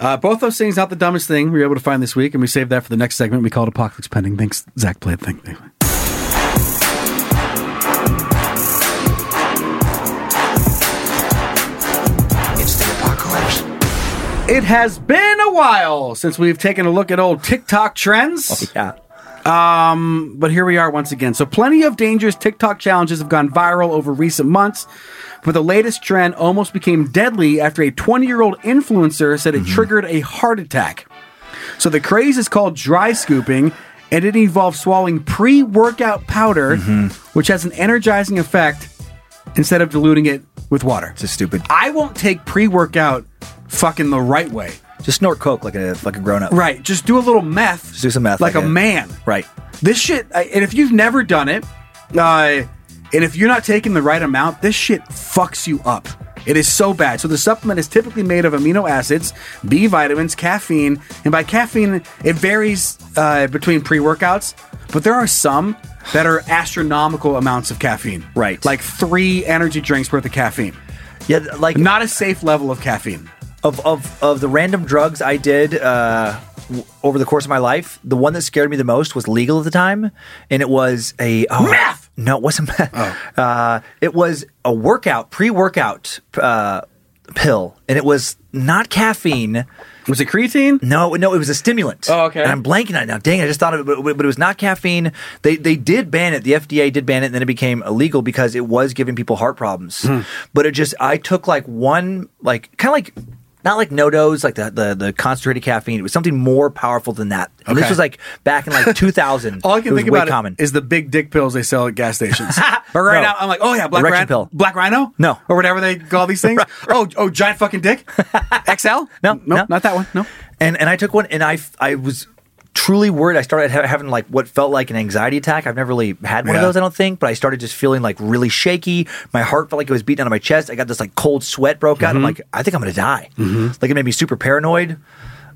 Speaker 2: Uh, both those things not the dumbest thing we were able to find this week, and we saved that for the next segment. We called Apocalypse Pending. Thanks, Zach Blade. Thank you.
Speaker 5: It's the apocalypse.
Speaker 2: It has been a while since we've taken a look at old TikTok trends,
Speaker 3: yeah.
Speaker 2: but here we are once again. So, plenty of dangerous TikTok challenges have gone viral over recent months, but the latest trend almost became deadly after a 20 year old influencer said it triggered a heart attack. So, the craze is called dry scooping, and it involves swallowing pre workout powder, which has an energizing effect instead of diluting it with water.
Speaker 3: It's just stupid.
Speaker 2: I won't take pre workout fucking the right way.
Speaker 3: Just snort coke like a like a grown up.
Speaker 2: Right. Just do a little meth.
Speaker 3: Just do some meth,
Speaker 2: Like,
Speaker 3: like
Speaker 2: a
Speaker 3: it.
Speaker 2: man.
Speaker 3: Right.
Speaker 2: This shit, I- and if you've never done it, uh, and if you're not taking the right amount, this shit fucks you up. It is so bad. So the supplement is typically made of amino acids, B vitamins, caffeine, and by caffeine, it varies uh, between pre-workouts, but there are some that are astronomical amounts of caffeine.
Speaker 3: Right.
Speaker 2: Like three energy drinks worth of caffeine.
Speaker 3: Yeah. Like
Speaker 2: Not a safe level of caffeine.
Speaker 3: of of of the random drugs I did uh, w- over the course of my life, the one that scared me the most was legal at the time, and it was a oh, meth. No, it wasn't meth. Uh, it was a workout, pre-workout uh, pill, and it was not caffeine.
Speaker 2: Was it creatine?
Speaker 3: No, no, it was a stimulant.
Speaker 2: Oh, okay.
Speaker 3: And I'm blanking on it now. Dang, it, I just thought of it, but, but it was not caffeine. They they did ban it. The FDA did ban it, and then it became illegal because it was giving people heart problems.
Speaker 2: Hmm.
Speaker 3: But it just, I took like one, like kind of like. Not like no dos, like the, the the concentrated caffeine. It was something more powerful than that. And this
Speaker 2: Okay.
Speaker 3: was like back in
Speaker 2: [LAUGHS]
Speaker 3: like 2000.
Speaker 2: All I can
Speaker 3: it was
Speaker 2: think
Speaker 3: way
Speaker 2: about
Speaker 3: common.
Speaker 2: it is the big dick pills they sell at gas stations. [LAUGHS] but right
Speaker 3: No.
Speaker 2: now, I'm like, oh yeah, black
Speaker 3: Erection
Speaker 2: rhino,
Speaker 3: pill.
Speaker 2: black rhino,
Speaker 3: No.
Speaker 2: or whatever they call these [LAUGHS] things. oh, oh, giant fucking [LAUGHS] dick, XL.
Speaker 3: No,
Speaker 2: nope,
Speaker 3: no.
Speaker 2: not that one. No,
Speaker 3: and and I took one, and I f- I was truly worried. I started ha- having like what felt like an anxiety attack. I've never really had one of
Speaker 2: Yeah.
Speaker 3: those, I don't think, but I started just feeling like really shaky. My heart felt like it was beating out of my chest. I got this like cold sweat broke out. I'm like, I think I'm gonna die. Like it made me super paranoid.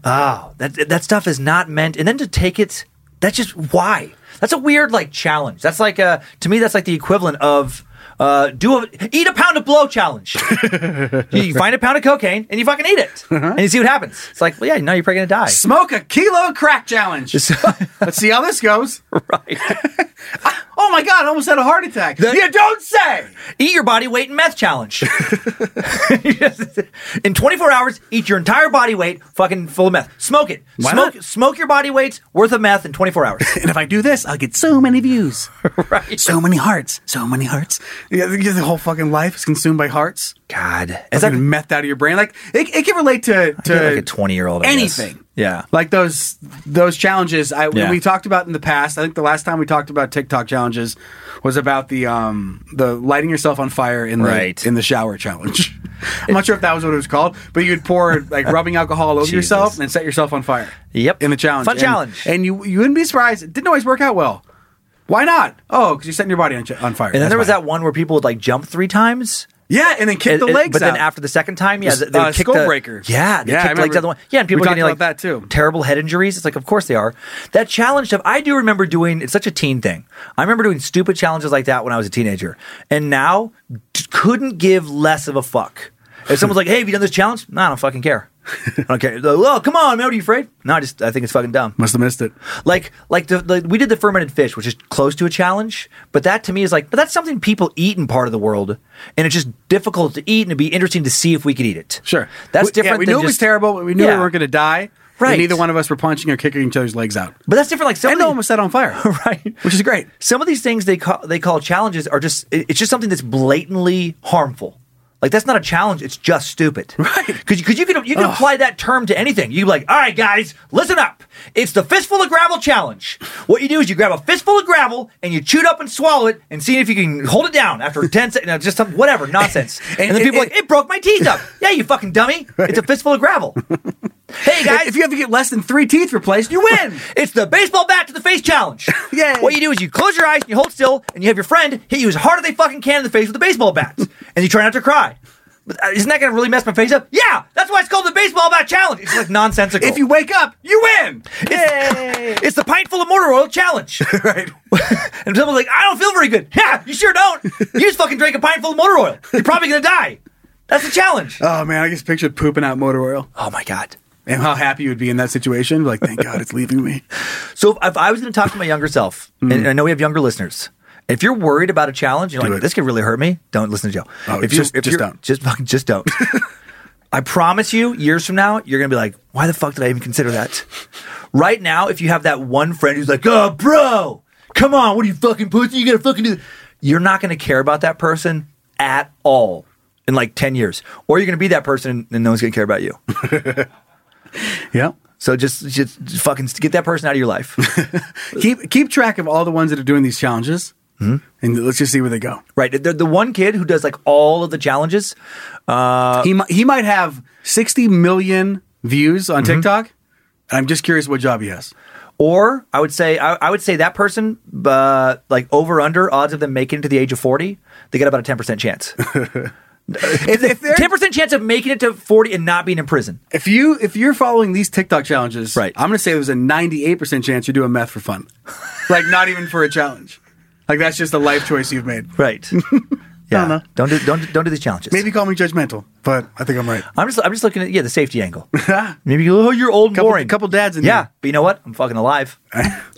Speaker 3: Oh, that that stuff is not meant. And then to take it, that's just why. That's a weird like challenge. That's like a to me that's like the equivalent of. Uh, do a eat a pound of blow challenge. you, you find a pound of cocaine and you fucking eat it, and you see what happens. It's like, well, yeah, no, you're probably gonna die.
Speaker 2: smoke a kilo of crack challenge. [LAUGHS] Let's see how this [LAUGHS] goes.
Speaker 3: Right.
Speaker 2: Oh my god, I almost had a heart attack.
Speaker 3: The-
Speaker 2: you don't say.
Speaker 3: [LAUGHS] eat your body weight in meth challenge. [LAUGHS] in 24 hours, eat your entire body weight, fucking full of meth. Smoke it.
Speaker 2: Why
Speaker 3: smoke
Speaker 2: not?
Speaker 3: smoke your body weight's worth of meth in 24 hours.
Speaker 2: And if I do this, I'll get so many [LAUGHS] views,
Speaker 3: right.
Speaker 2: so many hearts, so many hearts. Yeah, the the whole fucking life is consumed by hearts.
Speaker 3: [LAUGHS] God,
Speaker 2: Is
Speaker 3: is that
Speaker 2: that methed out of your brain? Like it, it can relate to,
Speaker 3: [LAUGHS]
Speaker 2: to
Speaker 3: like a 20 year old?
Speaker 2: anything.
Speaker 3: Yeah.
Speaker 2: like those those challenges I
Speaker 3: Yeah.
Speaker 2: we talked about in the past. I think the last time we talked about TikTok challenges was about the um the lighting yourself on fire in
Speaker 3: Right.
Speaker 2: the in the shower challenge. [LAUGHS] I'm not sure if that was what it was called, but you'd pour
Speaker 3: [LAUGHS]
Speaker 2: like rubbing alcohol all over yourself
Speaker 3: Jesus.
Speaker 2: and set yourself on fire.
Speaker 3: Yep.
Speaker 2: in the challenge,
Speaker 3: Fun
Speaker 2: And-
Speaker 3: challenge.
Speaker 2: and you you wouldn't be surprised. It didn't always work out well. Why not? Oh, because you're setting your body on, on fire.
Speaker 3: And then there was
Speaker 2: why.
Speaker 3: that one where people would like jump three times.
Speaker 2: yeah, and then kick
Speaker 3: and-
Speaker 2: the
Speaker 3: and-
Speaker 2: legs
Speaker 3: but
Speaker 2: out.
Speaker 3: then after the second time, yeah,
Speaker 2: Just,
Speaker 3: they, they would
Speaker 2: uh,
Speaker 3: kick
Speaker 2: skull
Speaker 3: the
Speaker 2: breaker.
Speaker 3: Yeah, they
Speaker 2: Yeah, I
Speaker 3: kicked legs
Speaker 2: remember-
Speaker 3: out the one. Yeah, and people
Speaker 2: we
Speaker 3: are
Speaker 2: talked
Speaker 3: getting like
Speaker 2: about that, too.
Speaker 3: Terrible head injuries. It's like, of course they are. That challenge stuff. I do remember doing. It's such a teen thing. I remember doing stupid challenges like that when I was a teenager, and now d- couldn't give less of a fuck. If someone's like, "Hey, have you done this challenge?" No, I don't fucking care. [LAUGHS] I don't care. They're Like, oh, come on, man, what are you afraid? No, I just I think it's fucking dumb.
Speaker 2: must have missed it.
Speaker 3: Like, like the, the we did the fermented fish, which is close to a challenge, but that to me is like, but that's something people eat in part of the world, and it's just difficult to eat, and it'd be interesting to see if we could eat it.
Speaker 2: Sure,
Speaker 3: that's
Speaker 2: We-
Speaker 3: different.
Speaker 2: Yeah, we
Speaker 3: than
Speaker 2: knew it was
Speaker 3: just-
Speaker 2: terrible. but We knew
Speaker 3: Yeah.
Speaker 2: we weren't going to die.
Speaker 3: Right.
Speaker 2: And neither one of us were punching or kicking each other's legs out.
Speaker 3: But that's different. Like some
Speaker 2: and
Speaker 3: of
Speaker 2: no
Speaker 3: the-
Speaker 2: one was set on fire.
Speaker 3: [LAUGHS] right?
Speaker 2: Which is great.
Speaker 3: Some of these things they call they call challenges are just it- it's just something that's blatantly harmful. Like that's not a challenge. It's just stupid. [LAUGHS] Right? Because you can you can apply that term to anything. You like, all right, guys, listen up. It's the fistful of gravel challenge. What you do is you grab a fistful of gravel and you chew it up and swallow it and see if you can hold it down after ten seconds. just some [LAUGHS] whatever nonsense. And, then
Speaker 2: and-
Speaker 3: people are
Speaker 2: and-
Speaker 3: like, it broke my teeth up. yeah, you fucking dummy. It's a fistful of [LAUGHS] gravel. hey guys,
Speaker 2: If you have to get less than three teeth replaced, you win.
Speaker 3: [LAUGHS] it's the baseball bat to the face challenge.
Speaker 2: [LAUGHS] Yay.
Speaker 3: What you do is you close your eyes and you hold still, and you have your friend hit you as hard as they fucking can in the face with a baseball
Speaker 2: [LAUGHS]
Speaker 3: bat, and you try not to cry. But uh, isn't that going to really mess my face up? Yeah, that's why it's called the baseball bat challenge. It's like nonsensical.
Speaker 2: if you wake up, you [LAUGHS] win.
Speaker 3: [LAUGHS] it's, it's the pint full of motor oil
Speaker 2: [LAUGHS]
Speaker 3: challenge. [LAUGHS] right. and someone's like, I don't feel very good. [LAUGHS] Yeah, you sure don't. You just fucking drank a pint full of motor oil. You're probably going to die. That's the challenge.
Speaker 2: [LAUGHS] Oh man, I just pictured pooping out motor oil
Speaker 3: Oh my god.
Speaker 2: and how happy you would be in that situation. Like, thank God it's leaving
Speaker 3: [LAUGHS]
Speaker 2: me.
Speaker 3: So if, if I was going to talk to my younger self, and I know we have younger listeners, if you're worried about a challenge, you're
Speaker 2: Mm-hmm. Do
Speaker 3: like,
Speaker 2: it.
Speaker 3: this could really hurt me. Don't listen to Joe.
Speaker 2: Oh,
Speaker 3: if
Speaker 2: just- just
Speaker 3: you're-
Speaker 2: don't.
Speaker 3: Just fucking just
Speaker 2: [LAUGHS]
Speaker 3: don't. I promise you, years from now, you're gonna be like, why the fuck did I even consider that? Right now, if you have that one friend who's like, oh, bro, come on, what are you fucking pussy? You gotta fucking do. This. You're not gonna care about that person at all in like ten years, or you're gonna be that person and no one's gonna care about
Speaker 2: [LAUGHS]
Speaker 3: you.
Speaker 2: Yeah.
Speaker 3: So just, just fucking get that person out of your life.
Speaker 2: Keep keep track of all the ones that are doing these challenges,
Speaker 3: Hmm?
Speaker 2: and let's just see where they go.
Speaker 3: Right. The, the one kid who does like all of the challenges. Uh,
Speaker 2: he mi- he might have sixty million views
Speaker 3: Mm-hmm.
Speaker 2: on TikTok. And I'm just curious what job he has.
Speaker 3: Or I would say I, I would say that person, uh, like over under odds of them making it to the age of forty, they get about a ten percent chance.
Speaker 2: If, if [LAUGHS] they're
Speaker 3: Ten percent chance of making it to forty and not being in prison.
Speaker 2: If you if you're following these TikTok challenges,
Speaker 3: Right.
Speaker 2: I'm gonna say there's a 98 percent chance you're doing meth for fun, [LAUGHS] like not even for a challenge. Like that's just a life choice you've made.
Speaker 3: Right. [LAUGHS] yeah. Don't do don't do- don't do these challenges.
Speaker 2: Maybe call me judgmental, but I think I'm right.
Speaker 3: I'm just I'm just looking at yeah the safety angle.
Speaker 2: [LAUGHS]
Speaker 3: Maybe you go, oh you're old and
Speaker 2: Couple-
Speaker 3: boring.
Speaker 2: couple dads in
Speaker 3: yeah,
Speaker 2: there.
Speaker 3: but you know what? I'm fucking alive.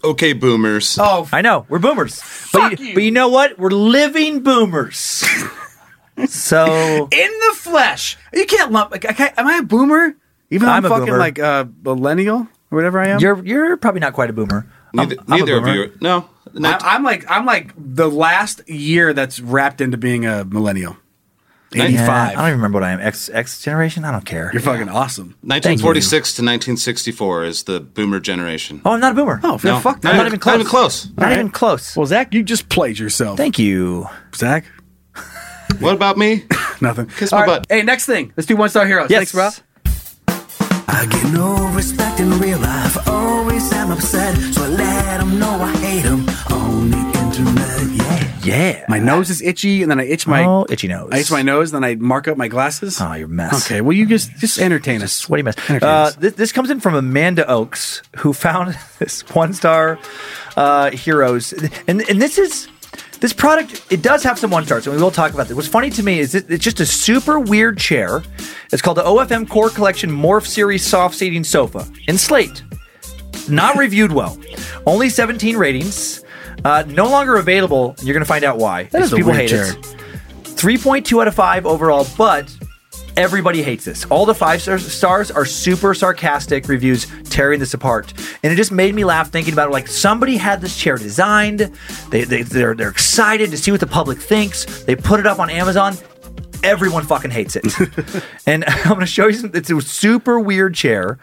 Speaker 4: Okay, boomers.
Speaker 2: Oh, [LAUGHS]
Speaker 3: I know we're boomers, but you, but you know what? We're living boomers. So
Speaker 2: in the flesh. You can't lump. I can't, am I a boomer? Even though I'm,
Speaker 3: I'm a
Speaker 2: fucking
Speaker 3: boomer.
Speaker 2: like uh, millennial or whatever I am.
Speaker 3: You're you're probably not quite a boomer. I'm-
Speaker 4: Neither,
Speaker 3: I'm a
Speaker 4: neither of
Speaker 3: boomer.
Speaker 4: you. are- No.
Speaker 2: I, I'm like I'm like the last year that's wrapped into being a millennial.
Speaker 4: Yeah,
Speaker 2: Eighty
Speaker 3: Yeah, I
Speaker 2: five.
Speaker 3: don't even remember what I am. X X generation. I don't care.
Speaker 2: You're fucking awesome.
Speaker 4: 1946 to 1964 is the boomer generation.
Speaker 3: Oh, I'm not a boomer.
Speaker 2: Oh,
Speaker 4: No,
Speaker 2: fuck
Speaker 4: not
Speaker 2: that.
Speaker 4: even- not even close.
Speaker 3: Not even close.
Speaker 2: Well, Zach, you just played yourself.
Speaker 3: Thank you.
Speaker 2: Zach.
Speaker 4: What about me?
Speaker 2: Nothing.
Speaker 4: Kiss my
Speaker 2: All
Speaker 4: butt.
Speaker 2: Hey, next thing. Let's do one star heroes.
Speaker 3: Yes.
Speaker 2: Thanks, bro.
Speaker 9: I get no respect in real life. Always am upset, so I let 'em know I hate 'em on the internet. Yeah.
Speaker 3: Yeah.
Speaker 2: My nose is itchy, and then I itch my
Speaker 3: oh, itchy nose.
Speaker 2: I itch my nose, and then I mark up my glasses.
Speaker 3: Oh, you're a mess.
Speaker 2: Okay, well you just just entertain us.
Speaker 3: Sweaty mess.
Speaker 2: Entertain
Speaker 3: Uh,
Speaker 2: us.
Speaker 3: this, this comes in from Amanda Oakes, who found [LAUGHS] this one star uh, heroes, and and this is this product. It does have some one stars, and we will talk about this. What's funny to me is it, it's just a super weird chair. It's called the OFM Core Collection Morph Series Soft Seating Sofa in Slate. Not reviewed well. Only 17 ratings. Uh, no longer available. And you're going to find out why.
Speaker 2: That
Speaker 3: It's-
Speaker 2: is a
Speaker 3: people
Speaker 2: weird
Speaker 3: hate it. 3.2 out of 5 overall, but everybody hates this. All the five star- stars are super sarcastic reviews tearing this apart. And it just made me laugh thinking about it. Like somebody had this chair designed. They, they, they're, they're excited to see what the public thinks. They put it up on Amazon. Everyone fucking hates it. and [LAUGHS] I'm going to show you some. It's a super weird chair.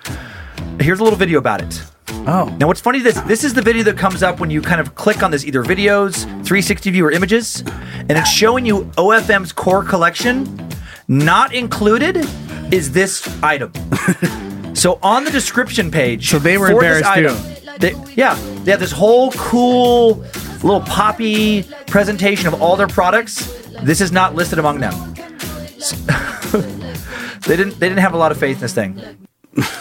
Speaker 3: Here's a little video about it.
Speaker 2: Oh.
Speaker 3: Now, what's funny this this is the video that comes up when you kind of click on this either videos, 360 view, or images, and it's showing you OFM's core collection. Not included is this
Speaker 2: [LAUGHS]
Speaker 3: item. so on the description page,
Speaker 2: So they were
Speaker 3: for
Speaker 2: embarrassed
Speaker 3: this item, they- yeah, they have this whole cool little poppy presentation of all their products. This is not listed among them. [LAUGHS] So- they didn't they didn't have a lot of faith in this thing.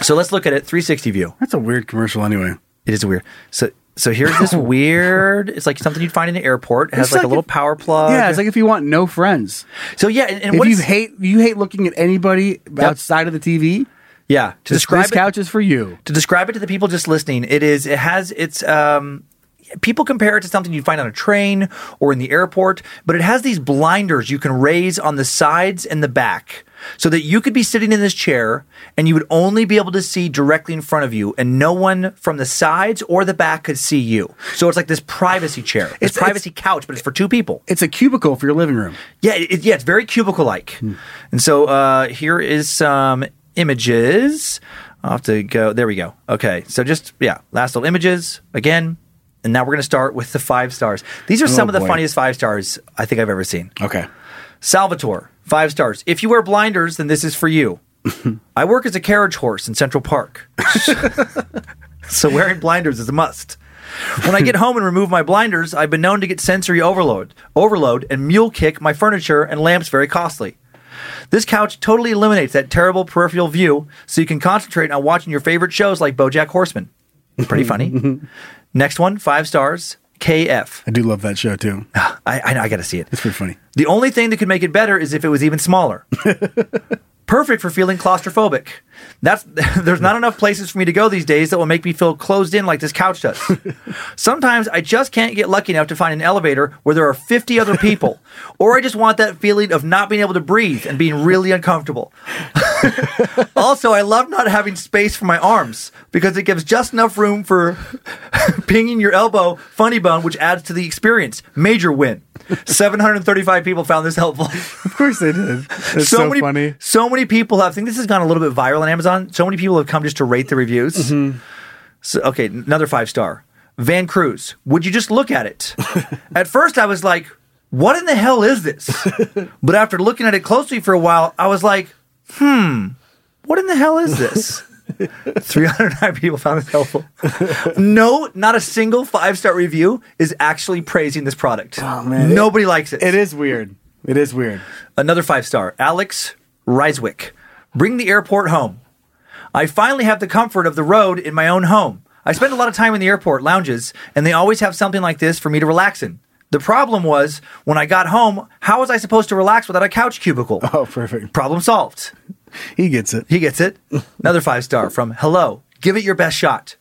Speaker 3: So let's look at it 360 view.
Speaker 2: That's a weird commercial anyway.
Speaker 3: It is weird. So so here's
Speaker 2: [LAUGHS]
Speaker 3: this weird. It's like something you'd find in the airport. It has
Speaker 2: Oh. It's
Speaker 3: like,
Speaker 2: like
Speaker 3: a little
Speaker 2: if-
Speaker 3: power plug.
Speaker 2: yeah, it's like if you want no friends.
Speaker 3: so yeah. And, Uh, and
Speaker 2: if
Speaker 3: what
Speaker 2: you
Speaker 3: is-
Speaker 2: hate you hate looking at anybody outside of the TV,
Speaker 3: yeah to
Speaker 2: this,
Speaker 3: describe
Speaker 2: this
Speaker 3: it,
Speaker 2: couch is for you.
Speaker 3: to describe it to the people just listening. It is. It has. It's um. People compare it to something you'd find on a train or in the airport, but it has these blinders you can raise on the sides and the back so that you could be sitting in this chair and you would only be able to see directly in front of you and no one from the sides or the back could see you. So it's like this privacy chair, this
Speaker 2: It's- it's-
Speaker 3: privacy couch, but it's for two people.
Speaker 2: It's a cubicle for your living room.
Speaker 3: Yeah, it, it- yeah, it's very cubicle like. And so uh, here is some images. I'll have to go. There we go. Okay, so just yeah, last little images again, and now we're gonna start with the five stars. These are some of the
Speaker 2: boy.
Speaker 3: funniest five stars I think I've ever seen.
Speaker 2: Okay.
Speaker 3: Salvatore, five stars. If you wear blinders, then this is for you. I work as a carriage horse in Central Park. so wearing blinders is a must. When I get home and remove my blinders, I've been known to get sensory overload, overload and mule kick my furniture and lamps very costly. This couch totally eliminates that terrible peripheral view so you can concentrate on watching your favorite shows like BoJack Horseman. Pretty funny. Next one, five stars, KF.
Speaker 2: I do love that show too.
Speaker 3: I, I, I got to see it.
Speaker 2: It's pretty funny.
Speaker 3: The only thing that could make it better is if it was even smaller. Perfect for feeling claustrophobic. That's [LAUGHS] there's not enough places for me to go these days that will make me feel closed in like this couch does. Sometimes I just can't get lucky enough to find an elevator where there are 50 other people, or I just want that feeling of not being able to breathe and being really uncomfortable. [LAUGHS] also, I love not having space for my arms because it gives just enough room for pinging your elbow funny bone, which adds to the experience. Major win. 735 people found this helpful.
Speaker 2: [LAUGHS] Of course they did.
Speaker 3: [LAUGHS]
Speaker 2: It's
Speaker 3: many, So many people have. I think this has gone a little bit viral on Amazon. So many people have come just to rate the reviews. So, okay, another five star. Van Cruz, would you just look at [LAUGHS] it? at first, I was like, "What in the hell is [LAUGHS] this?" but after looking at it closely for a while, I was like, "Hmm, what in the hell is [LAUGHS] this?" 309 people found this helpful. no, not a single five star review is actually praising this product. Oh,
Speaker 2: man.
Speaker 3: Nobody likes it.
Speaker 2: It is weird. It is weird.
Speaker 3: Another five star, Alex Riswick. Bring the airport home. I finally have the comfort of the road in my own home. I spend a lot of time in the airport lounges, and they always have something like this for me to relax in. The problem was when I got home, how was I supposed to relax without a couch cubicle?
Speaker 2: Oh, perfect.
Speaker 3: Problem solved.
Speaker 2: He gets it.
Speaker 3: He gets it. Another five star from Hello. Give it your best shot.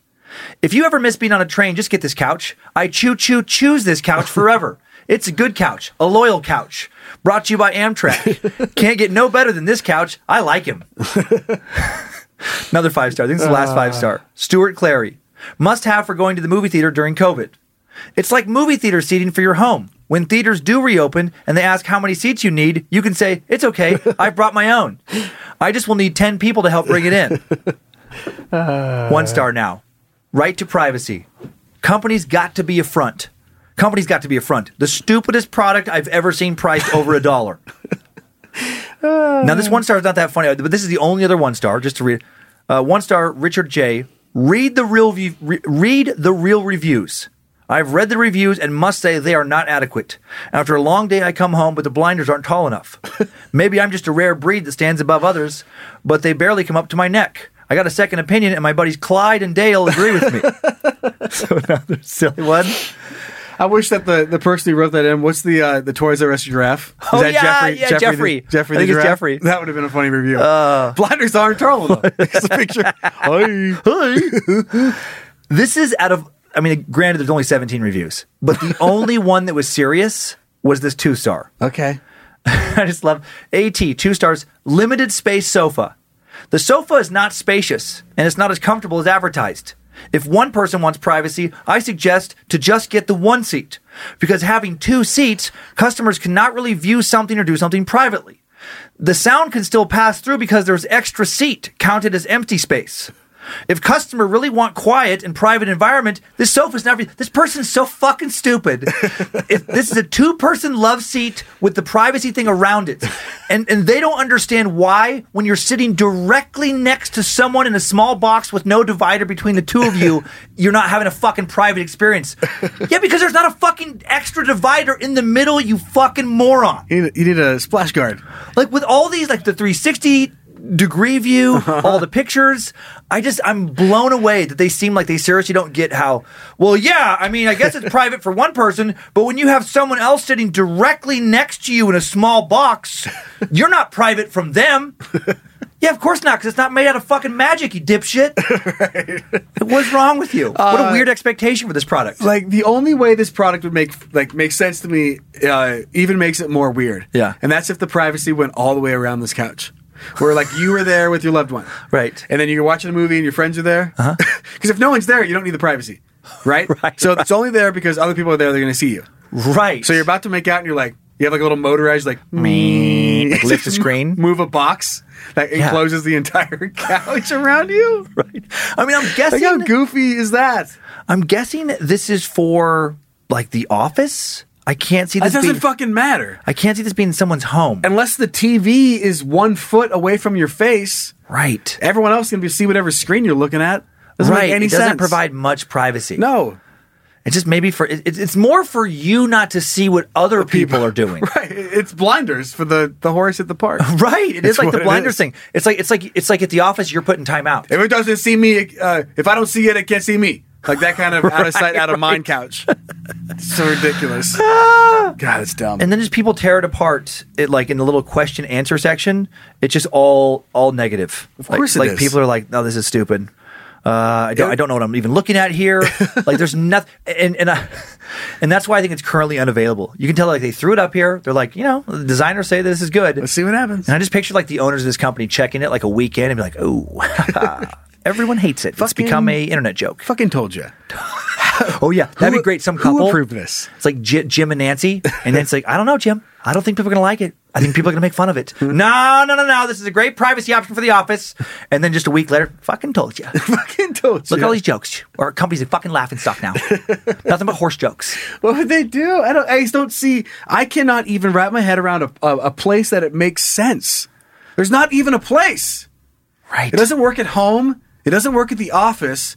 Speaker 3: If you ever miss being on a train, just get this couch. I choo choo choose this couch forever. It's a good couch, a loyal couch. Brought to you by Amtrak. Can't get no better than this couch. I like him. Another five star. I think this is the last five star. Stuart Clary. Must have for going to the movie theater during COVID. It's like movie theater seating for your home. When theaters do reopen and they ask how many seats you need, you can say, It's okay, I've brought my own. I just will need 10 people to help bring it in. One star now. Right to privacy. Companies got to be a front. Companies got to be a front. The stupidest product I've ever seen priced over a dollar. Now, this one star is not that funny, but this is the only other one star. Just to read, uh, one star Richard J. Read the real view, re- read the real reviews. I've read the reviews and must say they are not adequate. After a long day, I come home, but the blinders aren't tall [LAUGHS] enough. Maybe I'm just a rare breed that stands above others, but they barely come up to my neck. I got a second opinion, and my buddies Clyde and Dale agree with me. [LAUGHS] so another silly one.
Speaker 2: I wish that the, the person who wrote that in, what's the uh, the Toys R Us giraffe? Is
Speaker 3: Oh,
Speaker 2: that
Speaker 3: yeah,
Speaker 2: Jeffrey,
Speaker 3: yeah,
Speaker 2: Jeffrey,
Speaker 3: Jeffrey.
Speaker 2: The, Jeffrey
Speaker 3: I
Speaker 2: the
Speaker 3: think it's
Speaker 2: giraffe?
Speaker 3: Jeffrey. Uh.
Speaker 2: That would have been a funny review. Blinders aren't tall enough. [LAUGHS] It's a picture.
Speaker 3: [LAUGHS] Hi. this is out of, I mean, granted, there's only 17 reviews, but [LAUGHS] the only one that was serious was this two star.
Speaker 2: Okay.
Speaker 3: [LAUGHS] I just love AT, two stars, limited space sofa. The sofa is not spacious and it's not as comfortable as advertised. If one person wants privacy, I suggest to just get the one seat because having two seats, customers cannot really view something or do something privately. The sound can still pass through because there's extra seat counted as empty space. If customer really want quiet and private environment, this sofa's not. This person's so fucking stupid. if this is a two person love seat with the privacy thing around it, and and they don't understand why when you're sitting directly next to someone in a small box with no divider between the two of you, you're not having a fucking private experience. Yeah, because there's not a fucking extra divider in the middle. You fucking moron.
Speaker 2: You need, you need a splash guard.
Speaker 3: Like with all these, like the 360 degree view,
Speaker 2: Uh-huh.
Speaker 3: all the pictures. I just I'm blown away that they seem like they seriously don't get how. Well, yeah, I mean, I guess
Speaker 2: [LAUGHS]
Speaker 3: it's private for one person, but when you have someone else sitting directly next to you in a small box, you're not private from
Speaker 2: [LAUGHS]
Speaker 3: them. Yeah, of course not, because it's not made out of fucking magic, you dipshit. What's wrong with you? what a
Speaker 2: Uh,
Speaker 3: weird expectation for this product.
Speaker 2: Like the only way this product would make like make sense to me, uh, even makes it more weird.
Speaker 3: Yeah.
Speaker 2: and that's if the privacy went all the way around this couch, where like you were there with your loved one,
Speaker 3: right? Uh-huh.
Speaker 2: And then you're watching a movie and your friends are there. [LAUGHS] Because if no one's there, you don't need the privacy,
Speaker 3: [LAUGHS]
Speaker 2: right? right. So it's only there because other people are there. They're going to see you,
Speaker 3: right?
Speaker 2: So you're about to make out and you're like, you have like a little motorized like
Speaker 3: Me.
Speaker 2: [LAUGHS]
Speaker 3: Like, lift the screen?
Speaker 2: move a box that
Speaker 3: Yeah.
Speaker 2: encloses the entire [LAUGHS] couch around you.
Speaker 3: right. I mean, I'm guessing.
Speaker 2: how goofy is that?
Speaker 3: I'm guessing this is for like the office. I can't see
Speaker 2: That
Speaker 3: this.
Speaker 2: doesn't
Speaker 3: being,
Speaker 2: fucking matter.
Speaker 3: I can't see this being someone's home.
Speaker 2: Unless the TV is one foot away from your face,
Speaker 3: right?
Speaker 2: Everyone else can be see whatever screen you're looking at. Doesn't
Speaker 3: right.
Speaker 2: make any
Speaker 3: it doesn't
Speaker 2: sense.
Speaker 3: provide much privacy.
Speaker 2: No. [LAUGHS]
Speaker 3: It's just maybe for it, it's- it's more for you not to see what other people are
Speaker 2: [LAUGHS]
Speaker 3: doing.
Speaker 2: Right, it's blinders for the the horse at the park.
Speaker 3: [LAUGHS] Right. It is
Speaker 2: It's
Speaker 3: like the
Speaker 2: what it
Speaker 3: blinders
Speaker 2: is.
Speaker 3: thing. It's like it's like it's like at the office you're putting time out.
Speaker 2: If it doesn't see me, uh, if I don't see it, it can't see me. Like that kind of out of sight,
Speaker 3: [LAUGHS] Right,
Speaker 2: out of mind
Speaker 3: right.
Speaker 2: couch. It's so
Speaker 3: [LAUGHS]
Speaker 2: ridiculous. God, it's dumb.
Speaker 3: Ah. And then just people tear it apart. It like in the little question answer section. It's just all all negative. Of
Speaker 2: course it
Speaker 3: like,
Speaker 2: is.
Speaker 3: like people are like, "No, this is stupid." Uh, I don't,
Speaker 2: It-
Speaker 3: I don't know what I'm even looking at
Speaker 2: [LAUGHS]
Speaker 3: here. like, there's nothing, and and I, and that's why I think it's currently unavailable. You can tell like they threw it up here. They're like, you know, the designers say this is good.
Speaker 2: Let's see what happens.
Speaker 3: And I just picture like the owners of this company checking it like a weekend and be like, oh, [LAUGHS] everyone hates it. it's
Speaker 2: Fucking-
Speaker 3: become a internet joke.
Speaker 2: [LAUGHS] Fucking told you.
Speaker 3: Oh yeah, that'd be great. Some
Speaker 2: who
Speaker 3: couple
Speaker 2: approved this?
Speaker 3: It's like J- Jim and Nancy, and then it's like I don't know, Jim. I don't think people are gonna like it. I think people are gonna make fun of
Speaker 2: [LAUGHS]
Speaker 3: it. no, no, no, no. This is a great privacy option for the office. And then just a week later, fucking told you.
Speaker 2: [LAUGHS] fucking told you.
Speaker 3: Look at all these jokes. Our company's a fucking laughing stock
Speaker 2: [LAUGHS]
Speaker 3: now. Nothing but horse jokes.
Speaker 2: What would they do? I don't. I just don't see. I cannot even wrap my head around a, a, a place that it makes sense. There's not even a place.
Speaker 3: Right.
Speaker 2: It doesn't work at home. It doesn't work at the office.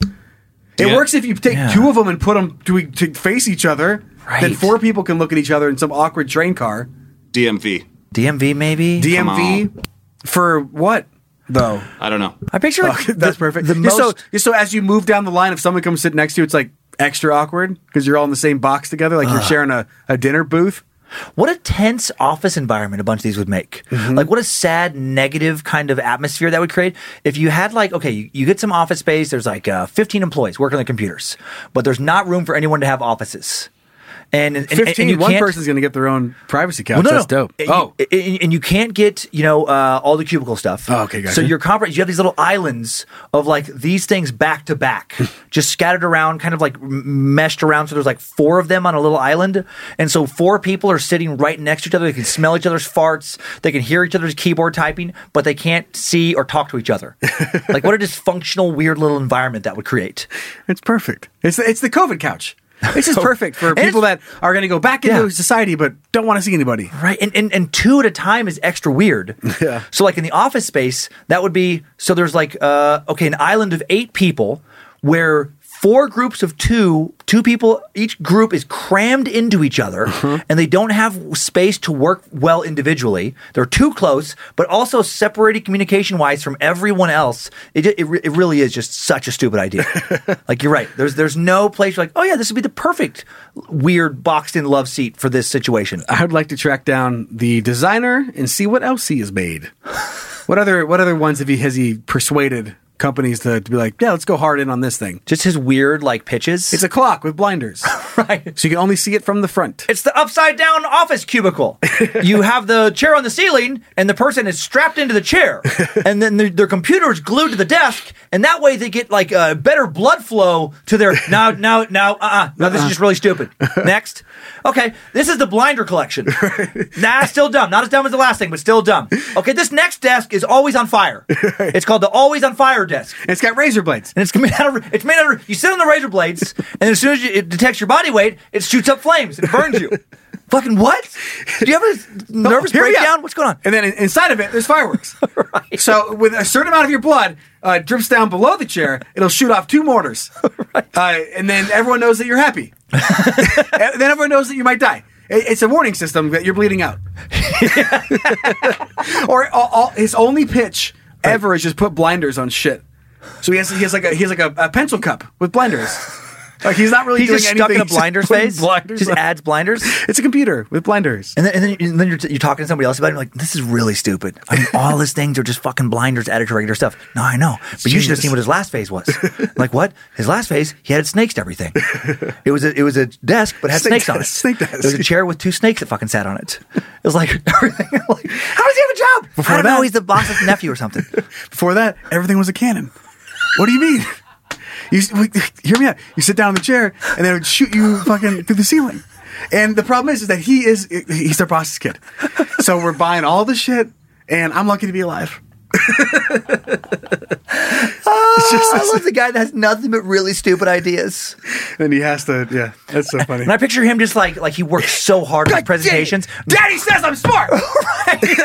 Speaker 2: It
Speaker 3: Yeah.
Speaker 2: works if you take
Speaker 3: Yeah.
Speaker 2: two of them and put them to, e, to face each other. Then
Speaker 3: Right.
Speaker 2: four people can look at each other in some awkward train car.
Speaker 4: DMV.
Speaker 3: DMV maybe.
Speaker 2: DMV for what though?
Speaker 4: I don't know.
Speaker 3: I picture like,
Speaker 2: Okay,
Speaker 3: [LAUGHS]
Speaker 2: that's
Speaker 3: the-
Speaker 2: perfect.
Speaker 3: The
Speaker 2: Just
Speaker 3: most.
Speaker 2: so, just so as you move down the line, if someone comes sit next to you, it's like extra awkward because you're all in the same box together, like you're sharing a, a dinner booth.
Speaker 3: What a tense office environment a bunch of these would make. Like, what a sad, negative kind of atmosphere that would create. If you had, like, okay, you, you get some office space, there's like uh, 15 employees working on the computers, but there's not room for anyone to have offices. And, and, and- and
Speaker 2: 15,
Speaker 3: you
Speaker 2: one
Speaker 3: can't-
Speaker 2: person's going to get their own privacy
Speaker 3: Well,
Speaker 2: couch.
Speaker 3: no,
Speaker 2: That's
Speaker 3: no.
Speaker 2: dope.
Speaker 3: And you-
Speaker 2: oh,
Speaker 3: and, and you can't get you know uh, all the cubicle stuff. Oh, okay,
Speaker 2: gotcha.
Speaker 3: So you're compar- You have these little islands of like these things back to
Speaker 2: [LAUGHS]
Speaker 3: back, just scattered around, kind of like m- meshed around. So there's like four of them on a little island, and so four people are sitting right next to each other. They can smell each other's farts. They can hear each other's keyboard typing, but they can't see or talk to each
Speaker 2: [LAUGHS]
Speaker 3: other. like what a dysfunctional, weird little environment that would create.
Speaker 2: It's perfect. It's the, it's the COVID couch.
Speaker 3: [LAUGHS]
Speaker 2: This is perfect for
Speaker 3: Oh. And
Speaker 2: people that
Speaker 3: it's-
Speaker 2: are going to go back into
Speaker 3: Yeah.
Speaker 2: society but don't want to see anybody.
Speaker 3: Right. And, and and two at a time is extra weird. Yeah. So like in the office space, that would be so there's like uh okay, an island of eight people where four groups of two, two people each group is crammed into each other and they don't have space to work well individually. They're too close, but also separated communication wise from everyone else. It, ju- it re- it really is just such a stupid idea. like you're right. There's there's no place you're like, "Oh yeah, this would be the perfect weird boxed in love seat for this situation."
Speaker 2: I would like to track down the designer and see what else he has made.
Speaker 3: [LAUGHS]
Speaker 2: what other what other ones have he has he persuaded companies to, to be like, yeah, let's go hard in on this thing?
Speaker 3: Just his weird like pitches. [LAUGHS]
Speaker 2: It's a clock with blinders, right? So you can only see it from the front.
Speaker 3: It's the upside down office
Speaker 2: [LAUGHS]
Speaker 3: cubicle. you have the chair on the ceiling, and the person is strapped into the
Speaker 2: [LAUGHS]
Speaker 3: chair, and then their, their computer is glued to the desk, and that way they get like uh, better blood flow to
Speaker 2: [LAUGHS]
Speaker 3: their. No, no, no, uh, uh no. This is
Speaker 2: Uh-uh.
Speaker 3: just really stupid. Next, okay, this is the blinder
Speaker 2: [LAUGHS]
Speaker 3: collection. nah, still dumb. Not as dumb as the last thing, but still dumb. Okay, this next desk is always on
Speaker 2: [LAUGHS]
Speaker 3: fire. It's called the always on fire desk.
Speaker 2: And it's got razor blades.
Speaker 3: And it's made out of it's made out of you sit on the razor blades, and as soon as you, it detects your body weight, it shoots up flames and burns
Speaker 2: [LAUGHS]
Speaker 3: you. Fucking what? Do you have a nervous
Speaker 2: Here we
Speaker 3: breakdown?
Speaker 2: go.
Speaker 3: What's going on?
Speaker 2: And then in- inside of it, there's
Speaker 3: [LAUGHS]
Speaker 2: fireworks. So with a certain amount of your blood uh, drips down below the chair, it'll shoot off
Speaker 3: [LAUGHS]
Speaker 2: two mortars, uh, and then everyone knows that you're happy. and then everyone knows that you might die. It- It's a warning system that you're
Speaker 3: [LAUGHS]
Speaker 2: bleeding out. or all, all, his only pitch ever is just put blinders on shit. So he has he has like a he has like a, a pencil cup with blinders. Like he's not really
Speaker 3: He's
Speaker 2: doing
Speaker 3: just
Speaker 2: anything. [LAUGHS]
Speaker 3: stuck in a
Speaker 2: He's just
Speaker 3: blinder
Speaker 2: putting
Speaker 3: space.
Speaker 2: blinders
Speaker 3: just
Speaker 2: on.
Speaker 3: adds blinders.
Speaker 2: It's a computer with blinders.
Speaker 3: And then, and then, and then you're, t- you're talking to somebody else about it. and you're like, this is really stupid. I
Speaker 2: [LAUGHS]
Speaker 3: mean, all his things are just fucking blinders added to regular stuff. No, I know. But you should have
Speaker 2: Genius.
Speaker 3: seen what his last phase was. like, what? His last phase, he added snakes to everything. It was a, it was a desk, but it had
Speaker 2: Snake
Speaker 3: snakes on it.
Speaker 2: desk, snake desk.
Speaker 3: It was a chair with two snakes that fucking sat on it. It was like, [LAUGHS] everything. Like, how does he have a job?
Speaker 2: Before
Speaker 3: I don't know.
Speaker 2: that-
Speaker 3: He's the boss's nephew or something.
Speaker 2: Before that, everything was a cannon. What do you mean? You s- wait, [LAUGHS] hear me out. You sit down in the chair, and they would shoot you fucking through the ceiling. And the problem is, is that he is he's their boss's kid. So we're buying all the shit, and I'm lucky to be alive. [LAUGHS] It's just-
Speaker 3: I love the guy that has nothing but really stupid ideas.
Speaker 2: And he has to, yeah,
Speaker 3: [LAUGHS]
Speaker 2: that's so funny.
Speaker 3: And I picture him just like like he works so hard [LAUGHS] on his presentations.
Speaker 2: Daddy says
Speaker 3: [LAUGHS]
Speaker 2: I'm smart.
Speaker 3: I'm gonna